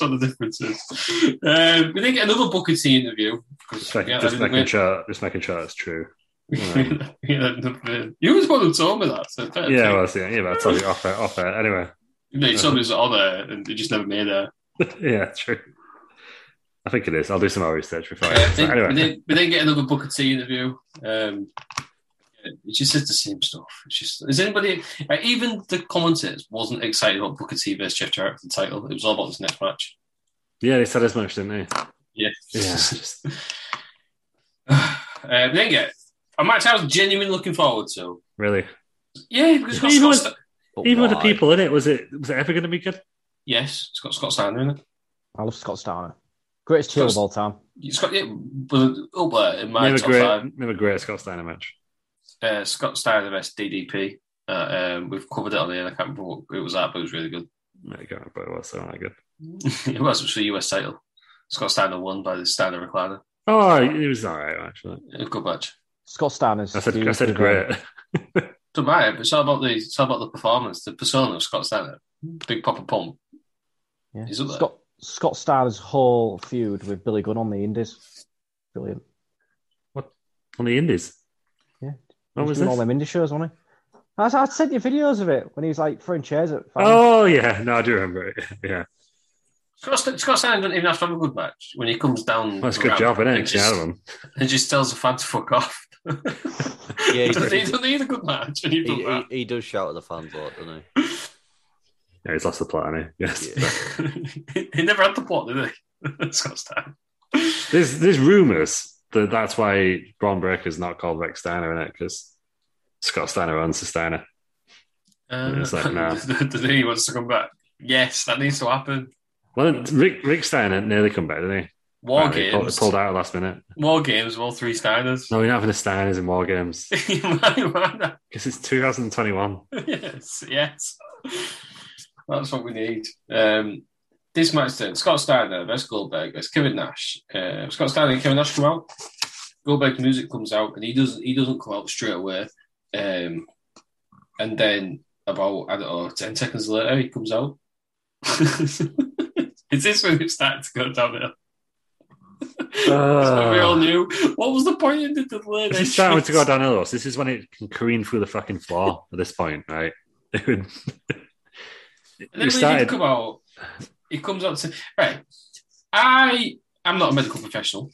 [SPEAKER 3] what the difference is. Um, we did get another Booker T interview. 'cause,
[SPEAKER 4] Just, making-
[SPEAKER 3] yeah, I
[SPEAKER 4] just
[SPEAKER 3] didn't
[SPEAKER 4] making
[SPEAKER 3] wait-
[SPEAKER 4] sure, just making sure it's true.
[SPEAKER 3] yeah, the- uh, you was the one who told me that. So fair
[SPEAKER 4] Yeah,
[SPEAKER 3] play.
[SPEAKER 4] well, uh-huh. yeah, yeah, but I told you off air, off air. Anyway,
[SPEAKER 3] no, you told me it was on there, and it just never made it.
[SPEAKER 4] yeah, true. I think it is. I'll do some more research before. I,
[SPEAKER 3] Uh,
[SPEAKER 4] but
[SPEAKER 3] they,
[SPEAKER 4] anyway,
[SPEAKER 3] we, didn't, we didn't get another Booker T interview. Um, it just says the same stuff. It's just is anybody uh, even the commentators wasn't excited about Booker T versus Jeff Jarrett for the title. It was all about this next match.
[SPEAKER 4] yeah, they said as much, didn't
[SPEAKER 3] Yeah,
[SPEAKER 4] Yeah.
[SPEAKER 3] uh, we didn't get a match I was genuinely looking forward to.
[SPEAKER 4] they? Really?
[SPEAKER 3] Yeah, because it's got
[SPEAKER 4] Even
[SPEAKER 3] Scott
[SPEAKER 4] with-
[SPEAKER 3] Sta-
[SPEAKER 5] But
[SPEAKER 4] Even with the
[SPEAKER 5] why?
[SPEAKER 4] people in it, was it was it ever going to be good?
[SPEAKER 3] yes, it's got Scott Steiner in it.
[SPEAKER 6] I love Scott Steiner. Greatest heel of all time.
[SPEAKER 3] It's got yeah, but up there in my
[SPEAKER 4] Never
[SPEAKER 3] top
[SPEAKER 4] great,
[SPEAKER 3] five.
[SPEAKER 4] never great Scott Steiner match.
[SPEAKER 3] Uh, Scott Steiner versus DDP. Uh, um, we've covered it on here. I can't remember what it was at, but it was really good.
[SPEAKER 4] No, I can't remember what it was so not good.
[SPEAKER 3] it was it was for the US title. Scott Steiner won by the Steiner recliner.
[SPEAKER 4] Oh, it was all right actually.
[SPEAKER 3] A good match.
[SPEAKER 6] Scott Steiner's.
[SPEAKER 4] I said I
[SPEAKER 6] huge
[SPEAKER 4] said
[SPEAKER 6] with,
[SPEAKER 4] great.
[SPEAKER 6] uh,
[SPEAKER 3] Don't matter, but it's all about the it's all about the performance, the persona of Scott Steiner. Big Papa Pump.
[SPEAKER 6] yeah.
[SPEAKER 3] He's up there.
[SPEAKER 6] Scott Scott Steiner's whole feud with Billy Gunn on the Indies. Brilliant.
[SPEAKER 4] on the Indies.
[SPEAKER 6] Yeah.
[SPEAKER 4] What
[SPEAKER 6] He
[SPEAKER 4] was
[SPEAKER 6] doing
[SPEAKER 4] this?
[SPEAKER 6] all them indie shows, wasn't he? I, I sent you videos of it when he was like throwing chairs at. fans.
[SPEAKER 4] Oh yeah, no, I do remember it. Yeah,
[SPEAKER 3] Scott, St- Scott Steiner doesn't even have to have a good match when he comes down.
[SPEAKER 4] that's a
[SPEAKER 3] the ramp
[SPEAKER 4] good job, isn't
[SPEAKER 3] And
[SPEAKER 4] it? Yeah,
[SPEAKER 3] just,
[SPEAKER 4] one.
[SPEAKER 3] and just tells the fan to fuck off. yeah,
[SPEAKER 5] he
[SPEAKER 3] he doesn't,
[SPEAKER 5] did.
[SPEAKER 3] he doesn't need a good match, and he
[SPEAKER 5] He,
[SPEAKER 3] does
[SPEAKER 5] he, he does shout at the fans a lot, doesn't
[SPEAKER 4] Yeah, he's lost the plot, hasn't he? Yes.
[SPEAKER 5] he? Yeah.
[SPEAKER 3] that. he never had the plot, did he? Scott Steiner.
[SPEAKER 4] There's there's rumors that that's why Braun Breaker's not called Rex Steiner in it because Scott Steiner owns the Steiner.
[SPEAKER 3] Uh,
[SPEAKER 4] It's like, nah.
[SPEAKER 3] the, the day he wants to come back. Yes, that needs to happen.
[SPEAKER 4] Well, Rick Rick Steiner nearly come back, didn't he?
[SPEAKER 3] War
[SPEAKER 4] Apparently, he pulled-
[SPEAKER 3] games.
[SPEAKER 4] pulled out at last minute.
[SPEAKER 3] War games, all three Steiners.
[SPEAKER 4] No, we're not having the Steiners in War Games
[SPEAKER 3] Marijuana.
[SPEAKER 4] because it's 2021.
[SPEAKER 3] yes, yes. That's what we need. Um, this match then, Scott Steiner versus Goldberg versus Kevin Nash. Uh, Scott Steiner and Kevin Nash come out. Goldberg's music comes out, and he doesn't. He doesn't come out straight away. Um, and then about I don't know, ten seconds later, he comes out. Is this when it started to go downhill?
[SPEAKER 4] Uh,
[SPEAKER 3] That's what we all knew. What was the point in the delay?
[SPEAKER 4] This is starting to go downhill. though, so This is when it can careen through the fucking floor at this point, right? It would-
[SPEAKER 3] And then
[SPEAKER 4] it
[SPEAKER 3] when he
[SPEAKER 4] started.
[SPEAKER 3] come out, he comes out to right. I am not a medical professional.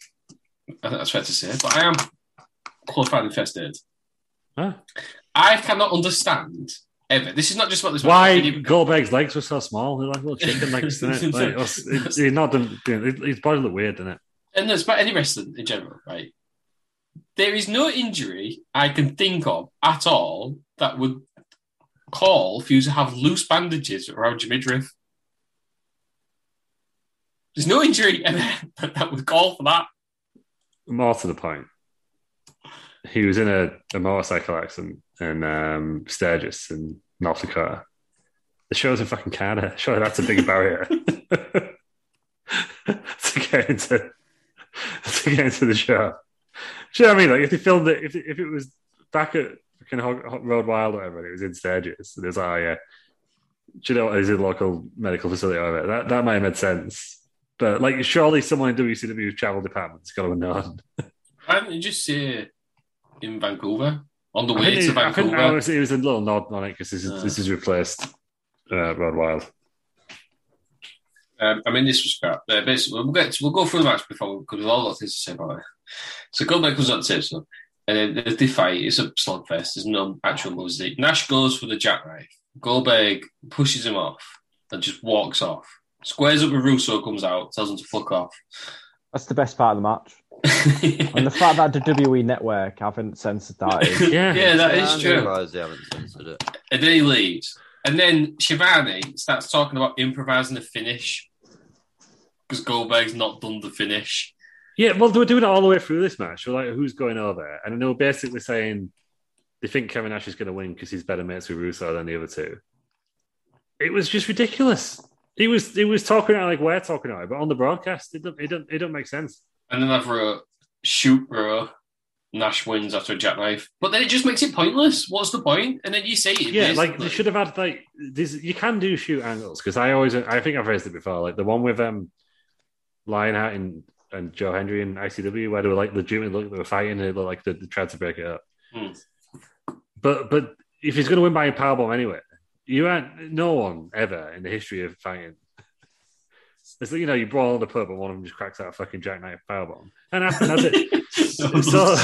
[SPEAKER 3] I think that's fair to say, but I am qualified in first aid.
[SPEAKER 4] Huh?
[SPEAKER 3] I cannot understand ever. This is not just about this.
[SPEAKER 4] Why
[SPEAKER 3] match.
[SPEAKER 4] Goldberg's legs were so small? They're like little chicken legs. Didn't it? Like, it was- it- he's not done, doing- his body looked weird, didn't it?
[SPEAKER 3] and that's about any wrestling in general, right? There is no injury I can think of at all that would call for you to have loose bandages around your midriff. There's no injury that that would call for that.
[SPEAKER 4] More to the point, he was in a, a motorcycle accident in um, Sturgis in North Dakota. The show's in fucking Canada. Surely that's a big barrier to get into to get into the show. Do you know what I mean? Like if they filmed it, if if it was back at fucking Hog, Hog- Road Wild or whatever, and it was in Sturgis, and it was like, oh yeah, do you know what? It's in local medical facility over there. That that might have made sense. But like, surely someone in WCW's travel department's got to have known.
[SPEAKER 3] Why haven't you just say it in Vancouver? On the
[SPEAKER 4] I
[SPEAKER 3] way
[SPEAKER 4] think
[SPEAKER 3] to
[SPEAKER 4] it- I think that
[SPEAKER 3] Vancouver.
[SPEAKER 4] was- it was a little nod on it because this is
[SPEAKER 3] Uh.
[SPEAKER 4] this is replaced uh, Road Wild.
[SPEAKER 3] Um, I mean, this was crap. Uh, basically, we'll get we'll go through the match before because we've all got things to say about it. So Goldberg comes out to say something, and then they- they fight. It's a slugfest. There's no actual music. Nash goes for the jackknife. Goldberg pushes him off and just walks off. Squares up with Russo, comes out, tells him to fuck off.
[SPEAKER 6] That's the best part of the match. And the fact that the WWE network haven't censored that is
[SPEAKER 4] Yeah.
[SPEAKER 3] yeah, that
[SPEAKER 5] Yeah,
[SPEAKER 3] is
[SPEAKER 5] I'm
[SPEAKER 3] true.
[SPEAKER 5] surprised they haven't censored it.
[SPEAKER 3] And then he leaves. And then Shivani starts talking about improvising the finish because Goldberg's not done the finish.
[SPEAKER 4] Yeah, well, they were doing it all the way through this match. We're like, who's going over? And they were basically saying they think Kevin Nash is going to win because he's better mates with Russo than the other two. It was just ridiculous. He was he was talking out like we're talking out, but on the broadcast, it don't it don't it don't make sense.
[SPEAKER 3] And then I've wrote shoot row. Nash wins after a jackknife, but then it just makes it pointless. What's the point? And then you say it.
[SPEAKER 4] Yeah, like
[SPEAKER 3] basically.
[SPEAKER 4] they should have had like this. You can do shoot angles because I always I think I've raised it before, like the one with um Lionheart and and Joe Hendry and ICW where they were like legitimately look they were fighting and it looked like they, they tried to break it up.
[SPEAKER 3] Hmm.
[SPEAKER 4] But but if he's going to win by a powerbomb anyway, you aren't no one ever in the history of fighting. It's like, you know you brawl on the pub and one of them just cracks out a fucking jackknife powerbomb and that's, that's it so,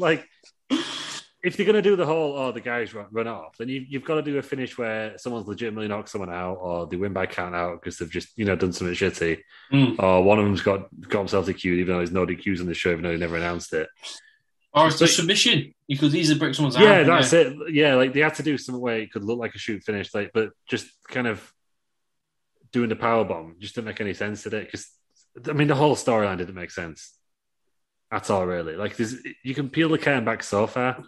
[SPEAKER 4] like, if you're going to do the whole, oh, the guys run, run off, then you, you've got to do a finish where someone's legitimately knocked someone out, or they win by count out because they've just, you know, done something shitty,
[SPEAKER 3] Hmm.
[SPEAKER 4] or one of them's got got himself DQ'd, even though there's no DQs on the show, even though they never announced it.
[SPEAKER 3] or it's a submission. You could easily break someone's arm.
[SPEAKER 4] yeah, that's it. Yeah, like they had to do some way it could look like a shoot finish, like, but just kind of doing the power bomb just didn't make any sense today because I mean the whole storyline didn't make sense at all, really. Like, there's, you can peel the curtain back so far,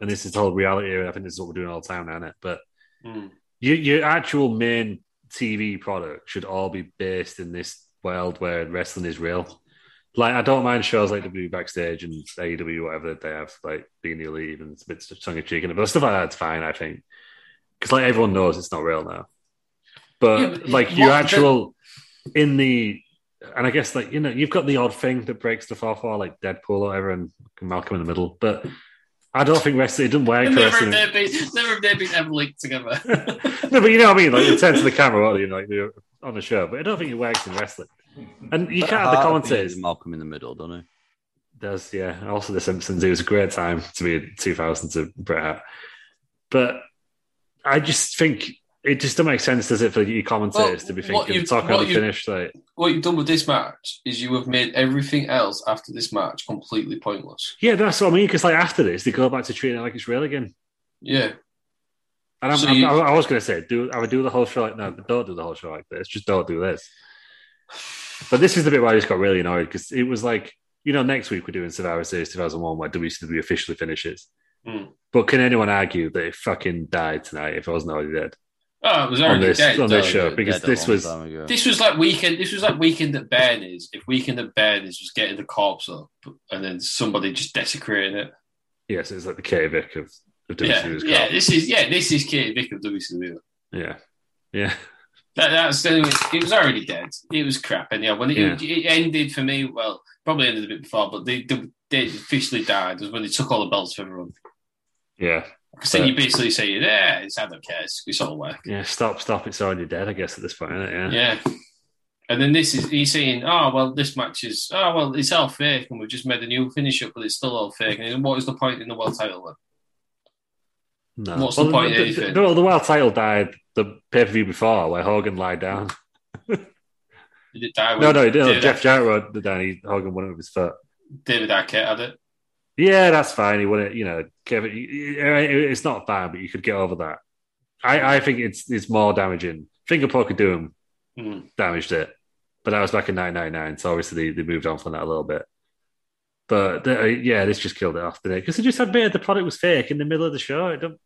[SPEAKER 4] and this is the whole reality. Here. I think this is what we're doing all the time, isn't it? But
[SPEAKER 3] Hmm.
[SPEAKER 4] your, your actual main TV product should all be based in this world where wrestling is real. Like, I don't mind shows like W Backstage and AEW, whatever they have, like being the elite and it's a bit tongue in cheek in it, but stuff like that's fine, I think. Because, like, everyone knows it's not real now. But,
[SPEAKER 3] Yeah, but
[SPEAKER 4] like,
[SPEAKER 3] what
[SPEAKER 4] your
[SPEAKER 3] the-
[SPEAKER 4] actual in the, and I guess, like, you know, you've got the odd thing that breaks stuff off, or like Deadpool or whatever, and Malcolm in the middle. But I don't think wrestling, it doesn't work. for
[SPEAKER 3] Never
[SPEAKER 4] wrestling
[SPEAKER 3] have they been, never have they been ever linked together.
[SPEAKER 4] no, but you know what I mean. Like you turn to the camera, well, you know, like you're on the show. But I don't think it works in wrestling. And you
[SPEAKER 5] But
[SPEAKER 4] can't have the
[SPEAKER 5] Hart appears
[SPEAKER 4] commentators.
[SPEAKER 5] in Malcolm in the middle, don't he?
[SPEAKER 4] Does yeah. And Also, The Simpsons. It was a great time to be in 2000 to Bret Hart. But I just think it just doesn't make sense, does it, for you commentators
[SPEAKER 3] Well,
[SPEAKER 4] to be
[SPEAKER 3] what
[SPEAKER 4] thinking
[SPEAKER 3] you-
[SPEAKER 4] talk about
[SPEAKER 3] what
[SPEAKER 4] the
[SPEAKER 3] you-
[SPEAKER 4] finish? Like
[SPEAKER 3] what you've done with this match is you have made everything else after this match completely pointless.
[SPEAKER 4] yeah, that's what I mean. Because like after this, they go back to treating it like it's real again.
[SPEAKER 3] Yeah.
[SPEAKER 4] And I'm,
[SPEAKER 3] So
[SPEAKER 4] I'm,
[SPEAKER 3] you-
[SPEAKER 4] I was going to say, do I would do the whole show like no, don't do the whole show like this. Just don't do this. But this is the bit where I just got really annoyed because it was like, you know, next week we're doing Survivor Series 2001 where WCW officially finishes.
[SPEAKER 3] Hmm.
[SPEAKER 4] But can anyone argue that it fucking died tonight if it wasn't already dead
[SPEAKER 3] Oh, it was
[SPEAKER 4] on
[SPEAKER 3] already
[SPEAKER 4] this
[SPEAKER 3] dead.
[SPEAKER 4] on this
[SPEAKER 3] though.
[SPEAKER 4] show?
[SPEAKER 5] Dead
[SPEAKER 4] Because
[SPEAKER 5] a
[SPEAKER 4] this
[SPEAKER 5] long
[SPEAKER 4] was
[SPEAKER 5] time ago.
[SPEAKER 3] This was like weekend. This was like weekend at Bernie's. If weekend at Bernie's was getting the corpse up, and then somebody just desecrating it.
[SPEAKER 4] yes, it was like the K Vic of, of
[SPEAKER 3] Yeah,
[SPEAKER 4] WCW's
[SPEAKER 3] yeah.
[SPEAKER 4] call.
[SPEAKER 3] This is yeah. This is Katie Vick of WCW.
[SPEAKER 4] yeah, yeah.
[SPEAKER 3] That, that's anyway, it was already dead. It was crap. And yeah, when it,
[SPEAKER 4] Yeah.
[SPEAKER 3] it ended for me, well, probably ended a bit before, but they they, they officially died was when they took all the belts from everyone.
[SPEAKER 4] yeah.
[SPEAKER 3] Because then you basically say, yeah, it's I don't care. It's, it's all work.
[SPEAKER 4] Yeah, stop, stop. It's already dead, I guess, at this point, isn't it? Yeah.
[SPEAKER 3] Yeah. And then this is he's saying, oh well, this match is oh well, it's all fake, and we've just made a new finish up, but it's still all fake. And what is the point in the world title? Then?
[SPEAKER 4] No.
[SPEAKER 3] What's the point of
[SPEAKER 4] the,
[SPEAKER 3] anything?
[SPEAKER 4] The, the world title died the pay per view before where Hogan lied down.
[SPEAKER 3] Did it die?
[SPEAKER 4] No,
[SPEAKER 3] when
[SPEAKER 4] no, no
[SPEAKER 3] David,
[SPEAKER 4] Jeff Jarrett wrote the Danny Hogan one of his foot.
[SPEAKER 3] David Arquette had it.
[SPEAKER 4] Yeah, that's fine. He wouldn't, you know, Kevin. It's not bad, but you could get over that. I, I think it's it's more damaging. Finger poke of doom
[SPEAKER 3] Mm.
[SPEAKER 4] damaged it, but that was back in 1999, so obviously they, they moved on from that a little bit. But the- uh, yeah, this just killed it off today because they just admitted the product was fake in the middle of the show. It don't,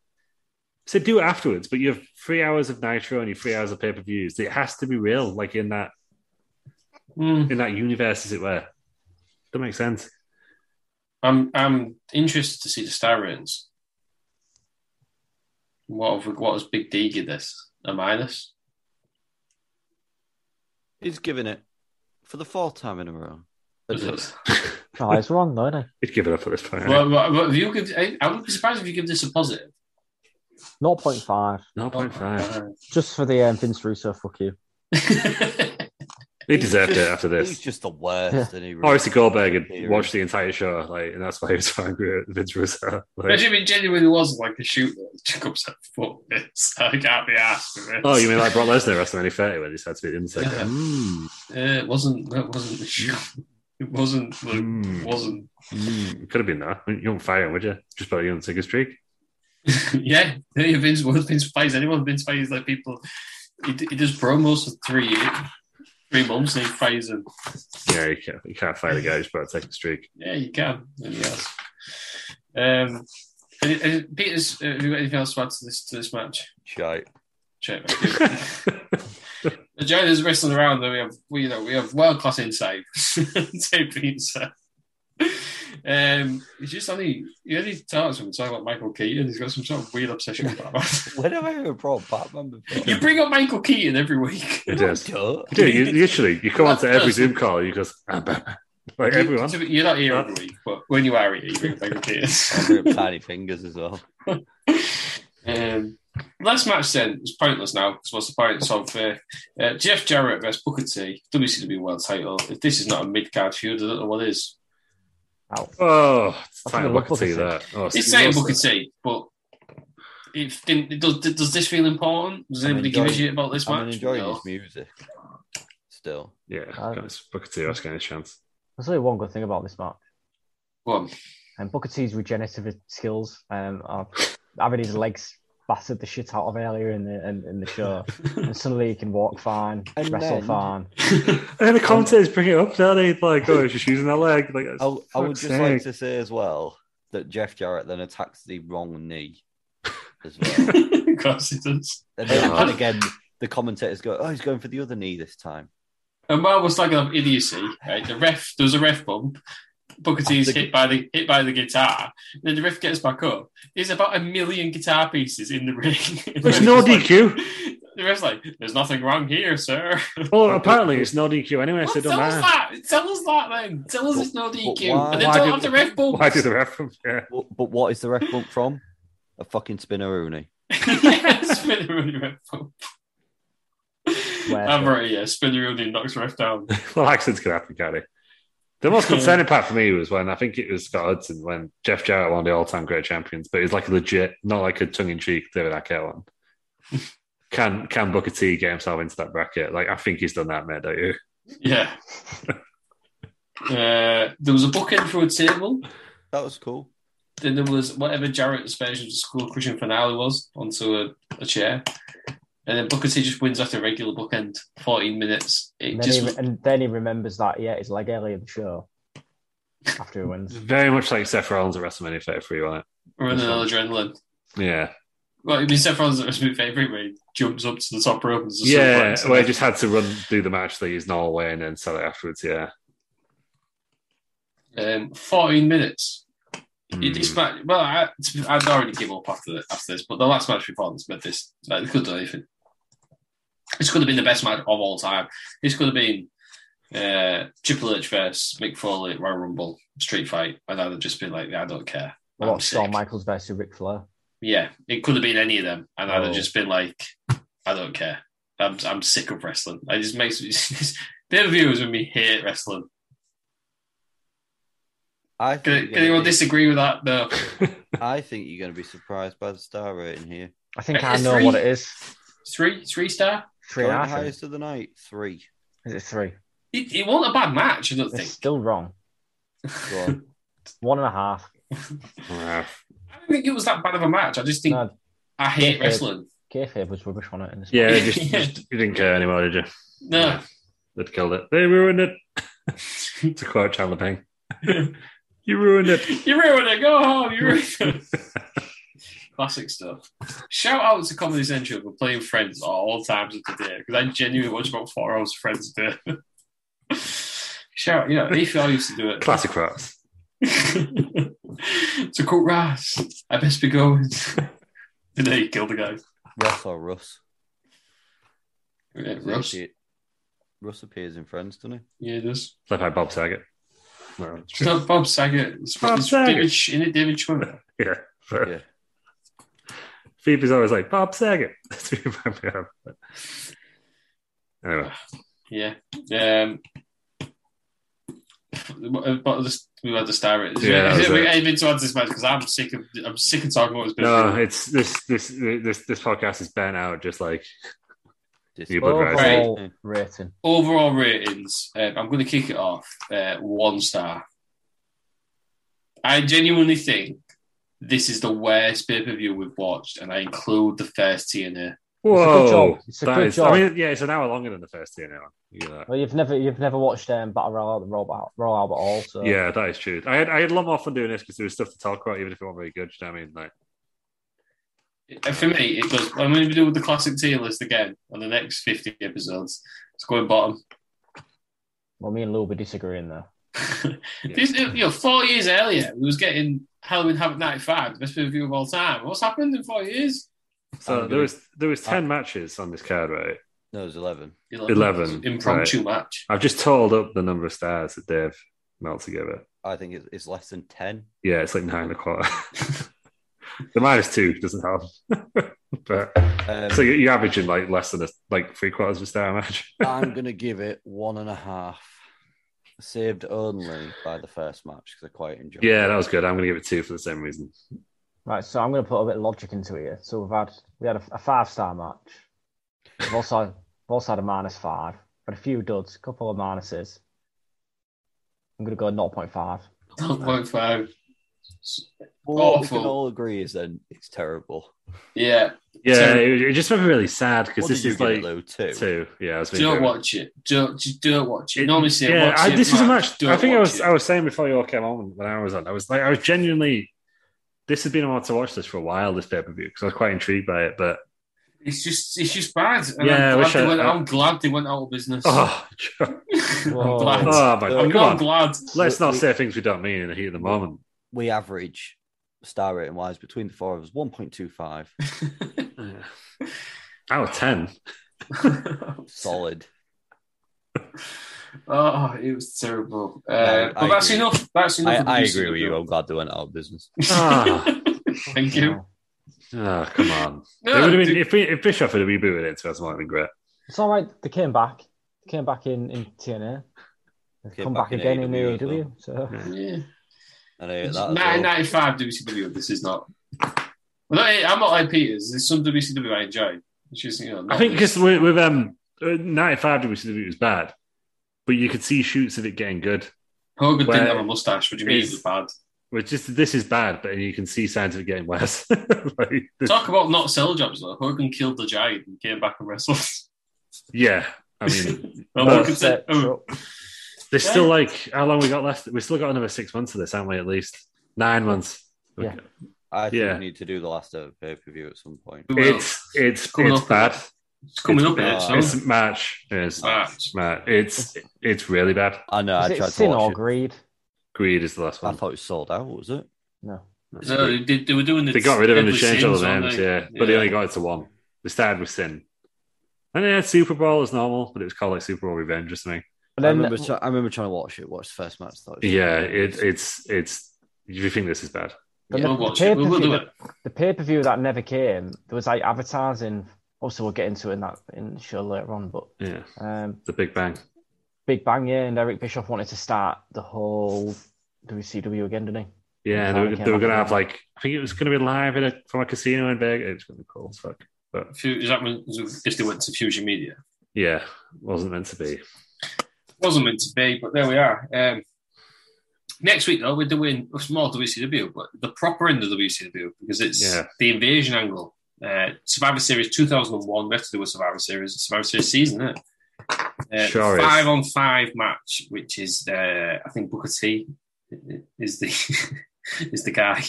[SPEAKER 4] so do it afterwards, but you have three hours of Nitro and you have three hours of pay per views. It has to be real, like in that
[SPEAKER 3] Mm.
[SPEAKER 4] in that universe, as it were. That makes sense.
[SPEAKER 3] I'm I'm interested to see the star ratings. What have we, what has Big D give this? A minus?
[SPEAKER 5] He's giving it for the fourth time in a row. A
[SPEAKER 3] Is
[SPEAKER 5] dub.
[SPEAKER 3] it-
[SPEAKER 6] Oh, it's wrong, though, isn't it?
[SPEAKER 4] You'd give it up at this point.
[SPEAKER 3] Well, well, well, if you give, I, I would be surprised if you give this a positive.
[SPEAKER 6] 0.5.
[SPEAKER 4] Not point
[SPEAKER 3] uh,
[SPEAKER 4] five.
[SPEAKER 6] Just for the um, Vince Russo, fuck you.
[SPEAKER 4] They deserved it
[SPEAKER 5] just-
[SPEAKER 4] after
[SPEAKER 5] He's
[SPEAKER 4] this.
[SPEAKER 5] just the worst. and he really-
[SPEAKER 4] Obviously, Goldberg
[SPEAKER 5] He
[SPEAKER 4] had watched the entire show, like, and that's why he was so angry at Vince Russo. Like,
[SPEAKER 3] Imagine if it genuinely was like a shoot that took up said, fuck this, I can't be asked for this.
[SPEAKER 4] oh, you mean like Brock Lesnar at WrestleMania 30 when he said to me, didn't say,
[SPEAKER 3] Yeah.
[SPEAKER 4] mm,
[SPEAKER 3] Uh, it wasn't, that wasn't the shoot. It wasn't, like,
[SPEAKER 4] Mm.
[SPEAKER 6] Hmm.
[SPEAKER 3] wasn't. Hmm.
[SPEAKER 4] mm. It could have been that. You wouldn't fire him, would you? Just by the Undertaker streak.
[SPEAKER 3] yeah, hey, Vince, what Vince pays anyone, Vince pays like people, he, d- he does promos for three years, three months and he pays them.
[SPEAKER 4] Yeah, you can't, you can't fire the guy just by a taking streak.
[SPEAKER 3] Yeah, you can. Yes. Um, and, and Peters, uh, have you got anything else to add to this, to this match?
[SPEAKER 5] Shite.
[SPEAKER 3] Check. the Jonas wrestling around, and we have we you know we have world class insight. Two pizza. Um, he's just only he only talks when we talk about Michael Keaton. He's got some sort of weird obsession with Batman.
[SPEAKER 5] When have I ever brought Batman before?
[SPEAKER 3] you bring up Michael Keaton every week.
[SPEAKER 4] It
[SPEAKER 5] No, I
[SPEAKER 4] is.
[SPEAKER 5] don't.
[SPEAKER 4] You do. You, literally, you come onto every
[SPEAKER 3] That's-
[SPEAKER 4] Zoom call, you goes, I'm Batman. Like everyone.
[SPEAKER 3] You, you're not here every week, but when you are here, you bring up Michael
[SPEAKER 5] I
[SPEAKER 3] Keaton.
[SPEAKER 5] bring up tiny fingers as well.
[SPEAKER 3] um, last match then is pointless now because what's the point? So uh, uh, Jeff Jarrett versus Booker T, WCW World Title. If this is not a mid card feud, I don't know what is.
[SPEAKER 6] Ow.
[SPEAKER 4] Oh, it's
[SPEAKER 6] I think
[SPEAKER 4] time
[SPEAKER 6] I
[SPEAKER 4] I
[SPEAKER 6] love
[SPEAKER 4] can see
[SPEAKER 6] Booker
[SPEAKER 4] that. Oh,
[SPEAKER 3] It's
[SPEAKER 4] it's
[SPEAKER 3] saying Booker
[SPEAKER 4] awesome.
[SPEAKER 3] T, but if didn't, does does this feel important? Does
[SPEAKER 5] I'm
[SPEAKER 3] anybody give a
[SPEAKER 5] enjoying-
[SPEAKER 3] shit about this
[SPEAKER 5] I'm
[SPEAKER 3] match?
[SPEAKER 5] enjoying
[SPEAKER 3] No.
[SPEAKER 5] his music still.
[SPEAKER 4] Yeah,
[SPEAKER 6] Um,
[SPEAKER 4] God, it's Booker T. That's kind of chance.
[SPEAKER 6] There's only one good thing about this match.
[SPEAKER 3] Go on.
[SPEAKER 6] And Booker T's regenerative skills um, are having his legs battered the shit out of earlier in the in, in the show, and suddenly he can walk fine,
[SPEAKER 5] And
[SPEAKER 6] wrestle
[SPEAKER 5] then-
[SPEAKER 6] fine.
[SPEAKER 4] And the commentators bring it up, don't they? Like, oh, she's using that leg. Like, that's,
[SPEAKER 5] I, Oh, I would
[SPEAKER 4] fuck's
[SPEAKER 5] just like
[SPEAKER 4] sake.
[SPEAKER 5] to say as well that Jeff Jarrett then attacks the wrong knee as well.
[SPEAKER 3] of course it does.
[SPEAKER 5] and, then,
[SPEAKER 4] Yeah.
[SPEAKER 5] and again, the commentators go, "Oh, he's going for the other knee this time."
[SPEAKER 3] And while we're slagging off idiocy, right, the ref does a ref bump. Booker T is
[SPEAKER 5] After-
[SPEAKER 3] hit by the hit by the guitar. Then the ref gets back up. There's about a million guitar pieces in the ring.
[SPEAKER 4] There's no DQ.
[SPEAKER 3] The ref's like, "There's nothing wrong here, sir."
[SPEAKER 4] Well, apparently it's no DQ anyway, so it
[SPEAKER 3] tell
[SPEAKER 4] don't
[SPEAKER 3] us
[SPEAKER 4] matter.
[SPEAKER 3] that. Tell us that then. Tell us it's no DQ.
[SPEAKER 5] why-
[SPEAKER 3] and then
[SPEAKER 4] why
[SPEAKER 3] don't
[SPEAKER 4] did-
[SPEAKER 3] have the ref bump.
[SPEAKER 4] Why do the ref? Yeah.
[SPEAKER 5] But, but what is the ref book from? A fucking spinneroonie.
[SPEAKER 3] yes, spin the rooney ref bump.
[SPEAKER 6] Where-
[SPEAKER 3] I'm right, yeah. Spin the rooney knocks ref down.
[SPEAKER 4] Well, accidents can happen, can't they? The most concerning part for me was when I think it was Scott Hudson when Jeff Jarrett won the all-time great champions, but it's like a legit, not like a tongue-in-cheek David Arquette one. Can can Booker T get himself into that bracket? Like I think he's done that, mate. Don't you?
[SPEAKER 3] Yeah. Uh, there was a booking for a table.
[SPEAKER 5] That was cool.
[SPEAKER 3] Then there was whatever Jarrett's version of the school crushing finale was onto a, a chair. And then Booker T just wins after a regular bookend, 14 minutes. It
[SPEAKER 6] And then,
[SPEAKER 3] just
[SPEAKER 6] he,
[SPEAKER 3] was-
[SPEAKER 6] and then he remembers that yeah, his leg earlier in the show after he
[SPEAKER 4] It's
[SPEAKER 6] wins.
[SPEAKER 4] very much like Seth Rollins at WrestleMania 33, wasn't
[SPEAKER 3] running on adrenaline.
[SPEAKER 4] it? Yeah,
[SPEAKER 3] Well, I mean, Seth Rollins was my favourite where he jumps up to the top rope and does a
[SPEAKER 4] yeah.
[SPEAKER 3] suplex.
[SPEAKER 4] Well, he just had to run do the match that he's not way and then sell it afterwards. Yeah,
[SPEAKER 3] um, 14 minutes. You
[SPEAKER 4] Mm.
[SPEAKER 3] This match, well, I, I'd already give up after after this, but the last match we fought this, but this, like, they could do anything. This could have been the best match of all time. This could have been uh, Triple H versus Mick Foley, Royal Rumble, Street Fight, and I'd have just been like, I don't care.
[SPEAKER 6] A
[SPEAKER 3] I'm
[SPEAKER 6] lot of Shawn
[SPEAKER 3] sick.
[SPEAKER 6] Michaels versus Ric Flair.
[SPEAKER 3] Yeah, it could have been any of them, and I'd
[SPEAKER 6] Oh.
[SPEAKER 3] have just been like, I don't care. I'm I'm sick of wrestling. I just makes me. the viewers with me hate wrestling.
[SPEAKER 5] I
[SPEAKER 3] Can,
[SPEAKER 5] think,
[SPEAKER 3] can
[SPEAKER 5] you're
[SPEAKER 3] anyone
[SPEAKER 5] gonna be,
[SPEAKER 3] disagree with that? No.
[SPEAKER 4] Hmm.
[SPEAKER 5] I think you're going to be surprised by the star rating here.
[SPEAKER 6] I think
[SPEAKER 3] Uh,
[SPEAKER 6] I
[SPEAKER 3] it's
[SPEAKER 6] know
[SPEAKER 3] three.
[SPEAKER 6] what it is.
[SPEAKER 3] Three three star.
[SPEAKER 6] Three,
[SPEAKER 5] Current
[SPEAKER 6] I think.
[SPEAKER 5] highest of the night, three.
[SPEAKER 6] Is it three?
[SPEAKER 3] It, it wasn't a bad match, I don't
[SPEAKER 6] It's
[SPEAKER 3] think.
[SPEAKER 6] still wrong.
[SPEAKER 5] Go on.
[SPEAKER 6] One and a half.
[SPEAKER 4] Nah.
[SPEAKER 3] I don't think it was that bad of a match. I just think
[SPEAKER 6] No,
[SPEAKER 3] I hate
[SPEAKER 6] Kayfabe.
[SPEAKER 3] wrestling.
[SPEAKER 6] kayfabe was rubbish on it. In this
[SPEAKER 4] Yeah,
[SPEAKER 6] match.
[SPEAKER 4] you just, just- you didn't care anymore, did you?
[SPEAKER 3] No.
[SPEAKER 4] They'd killed it. They ruined it. to quote Chandler Bing. you ruined it.
[SPEAKER 3] You ruined it. Go home. You ruined it. Classic stuff. Shout out to Comedy Central for playing Friends at all times of the day because I genuinely watch about four hours of Friends a day. Shout, you know, EFL used to do it.
[SPEAKER 4] Classic rats.
[SPEAKER 3] to quote Ras, I best be going. and then he killed the guy.
[SPEAKER 5] Russ or Russ?
[SPEAKER 3] Yeah,
[SPEAKER 5] Does he
[SPEAKER 3] Russ.
[SPEAKER 5] appear- Russ appears in Friends, doesn't he?
[SPEAKER 3] Yeah, it is.
[SPEAKER 4] Led by Bob Saget. No,
[SPEAKER 3] It's not Bob Saget. It's,
[SPEAKER 4] Bob
[SPEAKER 3] it's
[SPEAKER 4] Saget.
[SPEAKER 3] David, Sch- isn't it David Schwimmer?
[SPEAKER 4] yeah. But
[SPEAKER 5] Yeah.
[SPEAKER 4] Phoebe's always like, Bob Saget. That's who you remind me of. Anyway,
[SPEAKER 3] Yeah. Um, what, what the, we had the star ratings.
[SPEAKER 4] Yeah, that was
[SPEAKER 3] we
[SPEAKER 4] it.
[SPEAKER 3] ain't been to answer this match because I'm sick of I'm sick of talking about this.
[SPEAKER 4] no, it's this this this this podcast is burnt out. Just like You blood
[SPEAKER 5] Dispo-
[SPEAKER 4] rise.
[SPEAKER 6] Overall
[SPEAKER 5] Right.
[SPEAKER 6] rating.
[SPEAKER 3] Overall ratings. Um, I'm going to kick it off. Uh, one star. I genuinely think this is the worst pay per view we've watched, and I include the first TNA.
[SPEAKER 4] whoa,
[SPEAKER 6] job. It's a
[SPEAKER 4] That
[SPEAKER 6] good
[SPEAKER 4] is-
[SPEAKER 6] job.
[SPEAKER 4] I mean, yeah, it's an hour longer than the first TNA one. You know that.
[SPEAKER 6] Well, you've never you've never watched um, Battle Royale, the Royal, Royal Albert Hall. So
[SPEAKER 4] Yeah, that is true. I had I had a lot more fun doing this because there was stuff to talk about, even if it wasn't very good. do You know what I mean? Like,
[SPEAKER 3] Uh, For me, it does. I'm going to do with the classic tier list again on the next 50 episodes. It's going bottom.
[SPEAKER 6] well, me and Lou will be disagreeing there.
[SPEAKER 3] These, you know, four years earlier, we was getting Halloween Havoc 95, the best pay-per-view of all time. What's happened in four years?
[SPEAKER 4] so
[SPEAKER 5] I'm
[SPEAKER 4] there
[SPEAKER 5] gonna-
[SPEAKER 4] was there was ten matches on this card, right?
[SPEAKER 5] No, it was eleven.
[SPEAKER 3] 11.
[SPEAKER 4] Eleven,
[SPEAKER 3] Impromptu match.
[SPEAKER 4] I've just told up the number of stars that Dave Meltzer gave it.
[SPEAKER 5] I think it's, it's less than ten.
[SPEAKER 4] Yeah, it's like nine and a quarter. the minus two doesn't help, but
[SPEAKER 5] Um,
[SPEAKER 4] so you're, you're averaging like less than a, like three quarters of a star a match.
[SPEAKER 5] I'm gonna give it one and a half. Saved only by the first match because I quite enjoyed.
[SPEAKER 4] yeah,
[SPEAKER 5] it.
[SPEAKER 4] that was good. I'm gonna give it two for the same reason.
[SPEAKER 6] Right, so I'm going to put a bit of logic into it here. So we've had we had a, a five star match. We've also we've also had a minus five, but a few duds, a couple of minuses. I'm going to go 0.5.
[SPEAKER 3] 1.5.
[SPEAKER 5] But what we can
[SPEAKER 3] awful.
[SPEAKER 5] all agree is then it's terrible.
[SPEAKER 3] Yeah.
[SPEAKER 4] Yeah,
[SPEAKER 3] Two.
[SPEAKER 4] it, it just made me really sad because
[SPEAKER 5] What
[SPEAKER 4] this
[SPEAKER 5] did you
[SPEAKER 4] is
[SPEAKER 5] give it,
[SPEAKER 4] like
[SPEAKER 5] Lou? Two.
[SPEAKER 4] two. Yeah, I was gonna
[SPEAKER 3] Don't
[SPEAKER 4] give it-
[SPEAKER 3] watch it. Don't, just don't watch it.
[SPEAKER 4] It-
[SPEAKER 3] Normally say,
[SPEAKER 4] yeah,
[SPEAKER 3] watch
[SPEAKER 4] I,
[SPEAKER 3] it,
[SPEAKER 4] this is a match.
[SPEAKER 3] Don't
[SPEAKER 4] I think I
[SPEAKER 3] watch
[SPEAKER 4] was
[SPEAKER 3] it.
[SPEAKER 4] I was saying before you all came on when I was on. I was like I was genuinely. This has been on to watch this for a while. This pay per view because I was quite intrigued by it. But
[SPEAKER 3] It's just, it's just bad. And
[SPEAKER 4] Yeah, I
[SPEAKER 3] I'm, glad
[SPEAKER 4] wish
[SPEAKER 3] they
[SPEAKER 4] I-
[SPEAKER 3] went,
[SPEAKER 4] I-
[SPEAKER 3] I'm glad they went out of business.
[SPEAKER 4] oh, oh
[SPEAKER 3] I'm
[SPEAKER 6] Whoa.
[SPEAKER 3] glad.
[SPEAKER 4] my
[SPEAKER 3] I'm not
[SPEAKER 4] god! Come on,
[SPEAKER 3] glad.
[SPEAKER 4] let's not
[SPEAKER 5] We-
[SPEAKER 4] say things we don't mean in the heat of the moment.
[SPEAKER 5] We average star rating wise between the four of us one point two five.
[SPEAKER 4] Out of ten,
[SPEAKER 5] Solid.
[SPEAKER 3] oh, it was terrible. Uh,
[SPEAKER 5] No,
[SPEAKER 3] but
[SPEAKER 5] I
[SPEAKER 3] that's
[SPEAKER 5] agree.
[SPEAKER 3] enough. That's enough.
[SPEAKER 5] I,
[SPEAKER 3] of the
[SPEAKER 5] I
[SPEAKER 3] music
[SPEAKER 5] agree with you.
[SPEAKER 3] though.
[SPEAKER 5] I'm glad they went out of business.
[SPEAKER 4] Ah.
[SPEAKER 3] Thank you.
[SPEAKER 4] oh, come on.
[SPEAKER 3] No,
[SPEAKER 4] it would have been,
[SPEAKER 3] d-
[SPEAKER 4] if, we, if Bischoff had rebooted it, so that's might have been great.
[SPEAKER 6] It's all right. They came back. They came back in, in TNA. They've
[SPEAKER 5] Came
[SPEAKER 6] come
[SPEAKER 5] back
[SPEAKER 6] back,
[SPEAKER 5] in
[SPEAKER 6] again in
[SPEAKER 5] AEW as
[SPEAKER 6] AEW. So
[SPEAKER 3] yeah.
[SPEAKER 5] And I hate
[SPEAKER 3] It's
[SPEAKER 5] that. as well.
[SPEAKER 3] 1995 WCW. This is not. Well, I, I'm not like Peters. There's some WCW I enjoy. It's just you know. not
[SPEAKER 4] I think
[SPEAKER 3] this.
[SPEAKER 4] because with, with um, uh, 95 WCW was bad, but you could see shoots of it getting good.
[SPEAKER 3] Hogan
[SPEAKER 4] where-
[SPEAKER 3] didn't have a mustache. What do you mean it
[SPEAKER 4] is-
[SPEAKER 3] was bad?
[SPEAKER 4] Which just this is bad, but you can see signs of it getting worse. Like, this-
[SPEAKER 3] Talk about not sell jobs though. Hogan killed the giant and came back and wrestled.
[SPEAKER 4] yeah, I mean,
[SPEAKER 3] Well,
[SPEAKER 4] Well,
[SPEAKER 3] Hogan said, oh,
[SPEAKER 4] there's still like how long we got left? We still got another six months of this, haven't we? At least nine months.
[SPEAKER 6] Yeah.
[SPEAKER 5] I think
[SPEAKER 4] Yeah.
[SPEAKER 5] we need to do the last ever pay per view at some point.
[SPEAKER 3] well,
[SPEAKER 4] It's it's
[SPEAKER 3] coming
[SPEAKER 4] it's
[SPEAKER 3] up.
[SPEAKER 4] bad.
[SPEAKER 3] it's coming
[SPEAKER 4] it's
[SPEAKER 3] up here.
[SPEAKER 5] bad.
[SPEAKER 3] So.
[SPEAKER 4] It's March. It's
[SPEAKER 3] March.
[SPEAKER 4] March. It's it's really bad.
[SPEAKER 5] I know.
[SPEAKER 6] is
[SPEAKER 5] I
[SPEAKER 6] it
[SPEAKER 5] tried to
[SPEAKER 6] sin or
[SPEAKER 5] watch it.
[SPEAKER 6] greed?
[SPEAKER 4] Greed is the last
[SPEAKER 5] I
[SPEAKER 4] one.
[SPEAKER 5] thought it was sold out. Was it?
[SPEAKER 6] No.
[SPEAKER 4] That's
[SPEAKER 3] no,
[SPEAKER 4] greed.
[SPEAKER 3] they, did- they were doing the.
[SPEAKER 4] They got rid of him to
[SPEAKER 3] Deadly
[SPEAKER 4] change all
[SPEAKER 3] Sins,
[SPEAKER 4] the
[SPEAKER 3] weren't
[SPEAKER 4] names,
[SPEAKER 3] they?
[SPEAKER 4] yeah. But they only got it to one. They started with Sin. And they had Super Bowl as normal, but it was called like Super Bowl Revenge or something.
[SPEAKER 6] But
[SPEAKER 5] I
[SPEAKER 6] then
[SPEAKER 5] remember. try- I remember trying to watch it. Watch the first match. Thought was-
[SPEAKER 4] Yeah, it, it's it's you think this is bad.
[SPEAKER 6] But
[SPEAKER 3] We'll
[SPEAKER 6] the-
[SPEAKER 3] watch
[SPEAKER 6] the
[SPEAKER 3] it. We'll, we'll do
[SPEAKER 6] pay-per-view-
[SPEAKER 3] it.
[SPEAKER 6] the pay per view that never came. There was like advertising. Also, we'll get into it in that in the show later on. But
[SPEAKER 4] Yeah.
[SPEAKER 6] um,
[SPEAKER 4] The Big Bang.
[SPEAKER 6] Big Bang, yeah, and Eric Bischoff wanted to start the whole WCW again, didn't he?
[SPEAKER 4] Yeah,
[SPEAKER 6] Yeah,
[SPEAKER 4] they
[SPEAKER 6] I
[SPEAKER 4] were,
[SPEAKER 6] can't
[SPEAKER 4] they were gonna
[SPEAKER 6] imagine
[SPEAKER 4] have like I think it was gonna be live in a from a casino in Vegas. It was gonna be cool as fuck. But
[SPEAKER 3] Fu- Is that when if they went to Fusion Media?
[SPEAKER 4] yeah, wasn't meant to be.
[SPEAKER 3] wasn't meant to be, but there we are. Um, Next week, though, we're doing it's more WCW, but the proper end of WCW because it's
[SPEAKER 4] Yeah.
[SPEAKER 3] the invasion angle. Uh, Survivor Series 2001. We have to do a Survivor Series, Survivor Series season, isn't it? Uh,
[SPEAKER 4] Sure is.
[SPEAKER 3] five on five match, which is uh, I think Booker T is the is the guy.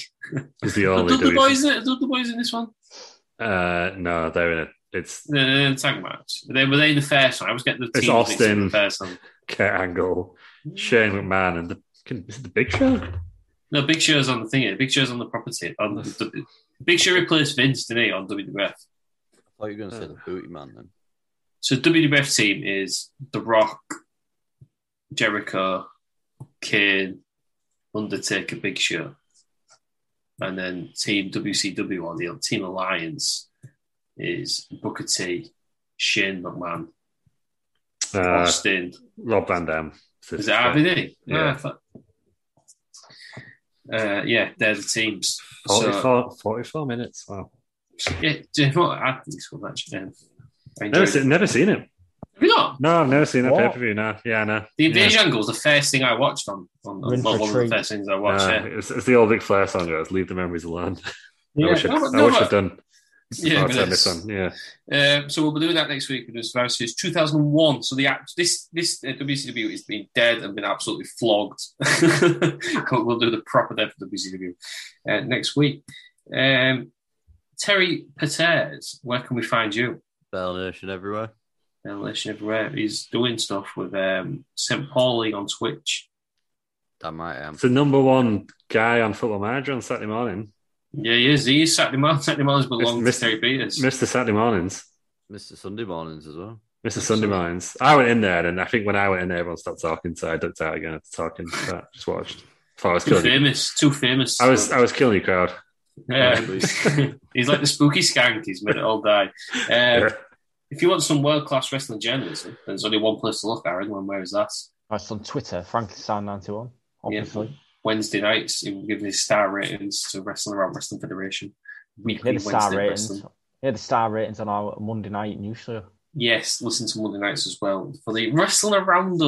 [SPEAKER 4] Is the
[SPEAKER 3] Are
[SPEAKER 4] only
[SPEAKER 3] the
[SPEAKER 4] WWE.
[SPEAKER 3] boys? in it? Are the boys in this one?
[SPEAKER 4] Uh, no, they're in it. It's
[SPEAKER 3] The the tag match. Were they, were they in the first one? I was getting the
[SPEAKER 4] It's
[SPEAKER 3] team mixed in
[SPEAKER 4] Austin.
[SPEAKER 3] the first one.
[SPEAKER 4] Kurt Angle, Shane McMahon, and the can, is it the Big Show.
[SPEAKER 3] No, Big Show's on the thing. here. Big Show's on the property. On the, the- Big Show replaced Vince, didn't he, on WWF?
[SPEAKER 5] thought you were going to say the booty man then.
[SPEAKER 3] So WWF team is The Rock, Jericho, Kane, Undertaker, Big Show, and then Team WCW or the Team Alliance is Booker T, Shane McMahon,
[SPEAKER 4] Uh,
[SPEAKER 3] Austin.
[SPEAKER 4] Rob Van Dam.
[SPEAKER 3] Is it RVD?
[SPEAKER 4] Yeah.
[SPEAKER 3] Ah, fuck. Uh, yeah, they're the teams. So-
[SPEAKER 4] 44, 44 minutes. Wow.
[SPEAKER 3] Yeah, do you know what? I think it's good match. Um, I enjoyed
[SPEAKER 4] Never
[SPEAKER 3] it.
[SPEAKER 4] seen, never seen him.
[SPEAKER 3] Have you not?
[SPEAKER 4] No, I've never seen that
[SPEAKER 6] What?
[SPEAKER 4] pay per view. No, yeah, no.
[SPEAKER 3] The Invasion Angle was the first thing I watched on, on, on
[SPEAKER 6] Rinse
[SPEAKER 3] well, one of
[SPEAKER 6] retreat.
[SPEAKER 3] the first things I
[SPEAKER 4] Yeah.
[SPEAKER 3] watched.
[SPEAKER 4] No,
[SPEAKER 3] yeah.
[SPEAKER 4] it's, it's the old Big Flair song. Guys. Leave the memories alone. I wish, I'd,
[SPEAKER 3] No, but-
[SPEAKER 4] I
[SPEAKER 3] no,
[SPEAKER 4] wish
[SPEAKER 3] but-
[SPEAKER 4] I'd done.
[SPEAKER 3] Yeah,
[SPEAKER 4] oh,
[SPEAKER 3] but
[SPEAKER 4] I'd done this
[SPEAKER 3] that's-
[SPEAKER 4] one. Yeah.
[SPEAKER 3] Um, so we'll be doing that next week with the Survivor Series 2001. So the act, this this uh, WCW has been dead and been absolutely flogged. But we'll do the proper dead for WCW uh, next week. Um, Terry Peters, where can we find you?
[SPEAKER 5] Bell Nation everywhere.
[SPEAKER 3] Unless you're everywhere, he's doing stuff with um, St. Pauli on Twitch.
[SPEAKER 5] Damn right I am.
[SPEAKER 4] It's the number one guy on Football Manager on Saturday morning.
[SPEAKER 3] Yeah, he is. He is Saturday morning. Saturday mornings belong to
[SPEAKER 4] Mr.
[SPEAKER 3] Terry Peters.
[SPEAKER 4] Mr. Saturday mornings.
[SPEAKER 5] Mr. Sunday mornings as well.
[SPEAKER 4] Mr. Sunday mornings. I went in there, and I think when I went in there, everyone stopped talking, so I ducked out again after talking. But just watched. Thought I was
[SPEAKER 3] Too
[SPEAKER 4] killing.
[SPEAKER 3] famous. Too famous.
[SPEAKER 4] I was I was killing the crowd.
[SPEAKER 3] Yeah.
[SPEAKER 5] Probably.
[SPEAKER 3] he's like the spooky skank. He's made it all die. Um,
[SPEAKER 4] Yeah.
[SPEAKER 3] If you want some world class wrestling journalism, there's only one place to look, Aaron. And where is that?
[SPEAKER 6] That's on Twitter, Frankenstein921, obviously.
[SPEAKER 3] Wednesday nights, he will give his star ratings to Wrestling Around Wrestling Federation.
[SPEAKER 6] Hear
[SPEAKER 3] Weekly
[SPEAKER 6] the star
[SPEAKER 3] Wednesday
[SPEAKER 6] ratings.
[SPEAKER 3] Wrestling.
[SPEAKER 6] Hear the star ratings on our Monday night news show.
[SPEAKER 3] Yes, listen to Monday nights as well for the Wrestling Around.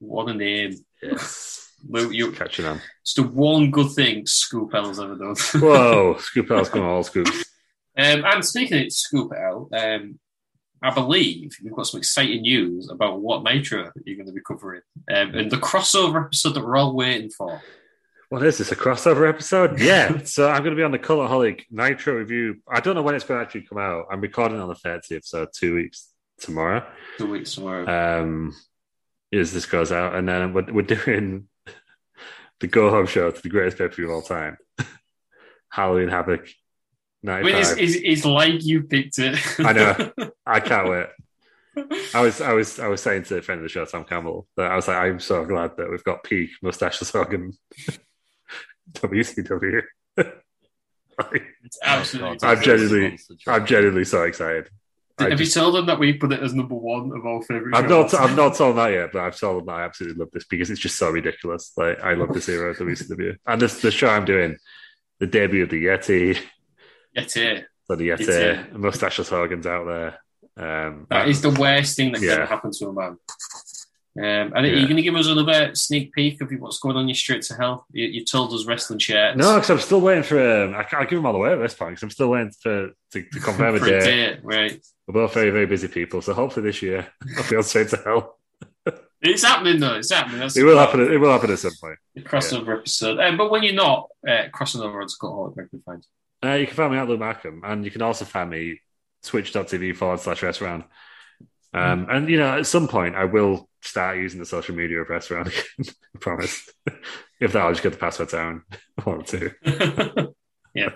[SPEAKER 3] What a name.
[SPEAKER 4] Yes.
[SPEAKER 3] Well, you-
[SPEAKER 4] catching on.
[SPEAKER 3] It's the one good thing Scoop L has ever done.
[SPEAKER 4] Whoa, Scoop House going all scoops.
[SPEAKER 3] Um, and speaking of Scoop L, um, I believe we've got some exciting news about what Nitro you're going to be covering um, and the crossover episode that we're all waiting for.
[SPEAKER 4] What is this? A crossover episode? Yeah. so I'm going to be on the Colorholic Nitro review. I don't know when it's going to actually come out. I'm recording on the 30th, so two weeks tomorrow.
[SPEAKER 3] Two weeks tomorrow.
[SPEAKER 4] Um, is this goes out, and then we're, we're doing the go home show to the greatest pay per view of all time, Halloween Havoc.
[SPEAKER 3] I
[SPEAKER 4] 95.
[SPEAKER 3] mean, it's, it's, it's like you picked it.
[SPEAKER 4] I know. I can't wait. I was, I was, I was saying to a friend of the show, Tom Campbell, that I was like, I'm so glad that we've got peak mustache Hogan WCW. Like,
[SPEAKER 3] It's absolutely.
[SPEAKER 5] Oh, God,
[SPEAKER 4] I'm genuinely-
[SPEAKER 5] that's a monster
[SPEAKER 4] I'm
[SPEAKER 5] track.
[SPEAKER 4] genuinely so excited. I
[SPEAKER 3] Have you
[SPEAKER 4] just,
[SPEAKER 3] told them that we put it as number one of our favorite?
[SPEAKER 4] I've not, I've not told that yet, but I've told them that I absolutely love this because it's just so ridiculous. Like, I love this era of WCW, and this the show I'm doing, the debut of the Yeti,
[SPEAKER 3] It's it.
[SPEAKER 4] so the Yeti,
[SPEAKER 3] Yeti.
[SPEAKER 4] mustacheless Hogan's out there. Um,
[SPEAKER 3] That is the worst thing that could ever
[SPEAKER 4] Yeah.
[SPEAKER 3] happen to a man. Um, and are
[SPEAKER 4] Yeah.
[SPEAKER 3] you going to give us another sneak peek of what's going on in your street to hell? You, you told us wrestling shirts.
[SPEAKER 4] No, because I'm still waiting for. Um, I can't I'll give them all away at this point because I'm still waiting for to, to confirm a
[SPEAKER 3] for a
[SPEAKER 4] date.
[SPEAKER 3] date, right?
[SPEAKER 4] We're both very very busy people, so hopefully this year I'll be on straight to hell.
[SPEAKER 3] It's happening though. It's happening. That's
[SPEAKER 4] It will happen. It will happen at some point.
[SPEAKER 3] The crossover episode. Um, but when you're not uh, crossing over to Cut Hole, where can we find you?
[SPEAKER 4] Uh, you can find me at Luke Markham, and you can also find me twitch.tv forward slash restaurant. Um, and you know, at some point, I will start using the social media of restaurant. Again, I promise. if that, I'll just get the password down one or two.
[SPEAKER 3] yeah.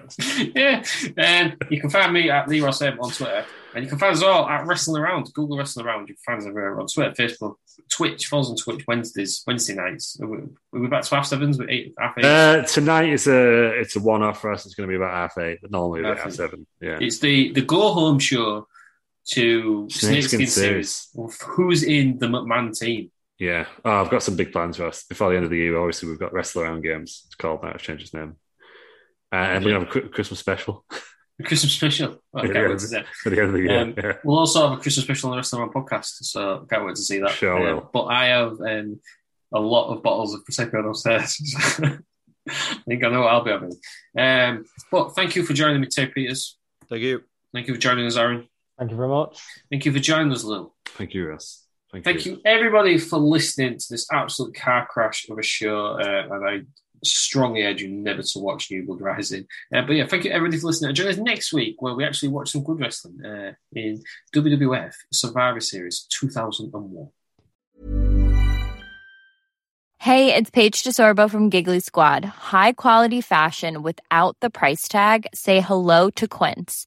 [SPEAKER 3] yeah. Um, you can find me at Lee Ross M on Twitter. And you can find us all at Wrestling Around. Google Wrestling Around. You can find us everywhere on Twitter, Facebook, Twitch. Follows on Twitch Wednesdays, Wednesday nights. We're, we're back to half sevens. We're eight, half eight.
[SPEAKER 4] Uh, tonight is a it's a one off for us. It's going to be about half eight. Normally we're at
[SPEAKER 3] Half
[SPEAKER 4] half
[SPEAKER 3] eight.
[SPEAKER 4] seven. Yeah.
[SPEAKER 3] it's the, the go home show to
[SPEAKER 4] Snakeskin
[SPEAKER 3] Snakeskin Series. Who's in the McMahon team?
[SPEAKER 4] Yeah, oh, I've got some big plans for us before the end of the year. Obviously, we've got Wrestle Around Games. It's called now. It's changed its name. Uh, and we're gonna have a Chri- Christmas special
[SPEAKER 3] The Christmas special. Okay,
[SPEAKER 4] Yeah.
[SPEAKER 3] what's that?
[SPEAKER 4] at the end of the year.
[SPEAKER 3] Um,
[SPEAKER 4] yeah.
[SPEAKER 3] We'll also have a Christmas special on the Wrestling Around podcast, so can't wait to see that.
[SPEAKER 4] Sure
[SPEAKER 3] Um,
[SPEAKER 4] will.
[SPEAKER 3] But I have um, a lot of bottles of prosecco downstairs. I think I know what I'll be having. Um, but thank you for joining me today, Peters.
[SPEAKER 5] Thank you.
[SPEAKER 3] Thank you for joining us, Aaron.
[SPEAKER 8] Thank you very much.
[SPEAKER 3] Thank you for joining us, Lou.
[SPEAKER 4] Thank you, Russ. Thank,
[SPEAKER 3] Thank you, everybody, for listening to this absolute car crash of a show. Uh, and I strongly urge you never to watch New Blood Rising. Uh, but yeah, thank you, everybody, for listening. And join us next week where we actually watch some good wrestling uh, in WWF Survivor Series 2001.
[SPEAKER 7] Hey, it's Paige DeSorbo from Giggly Squad. High quality fashion without the price tag. Say hello to Quince.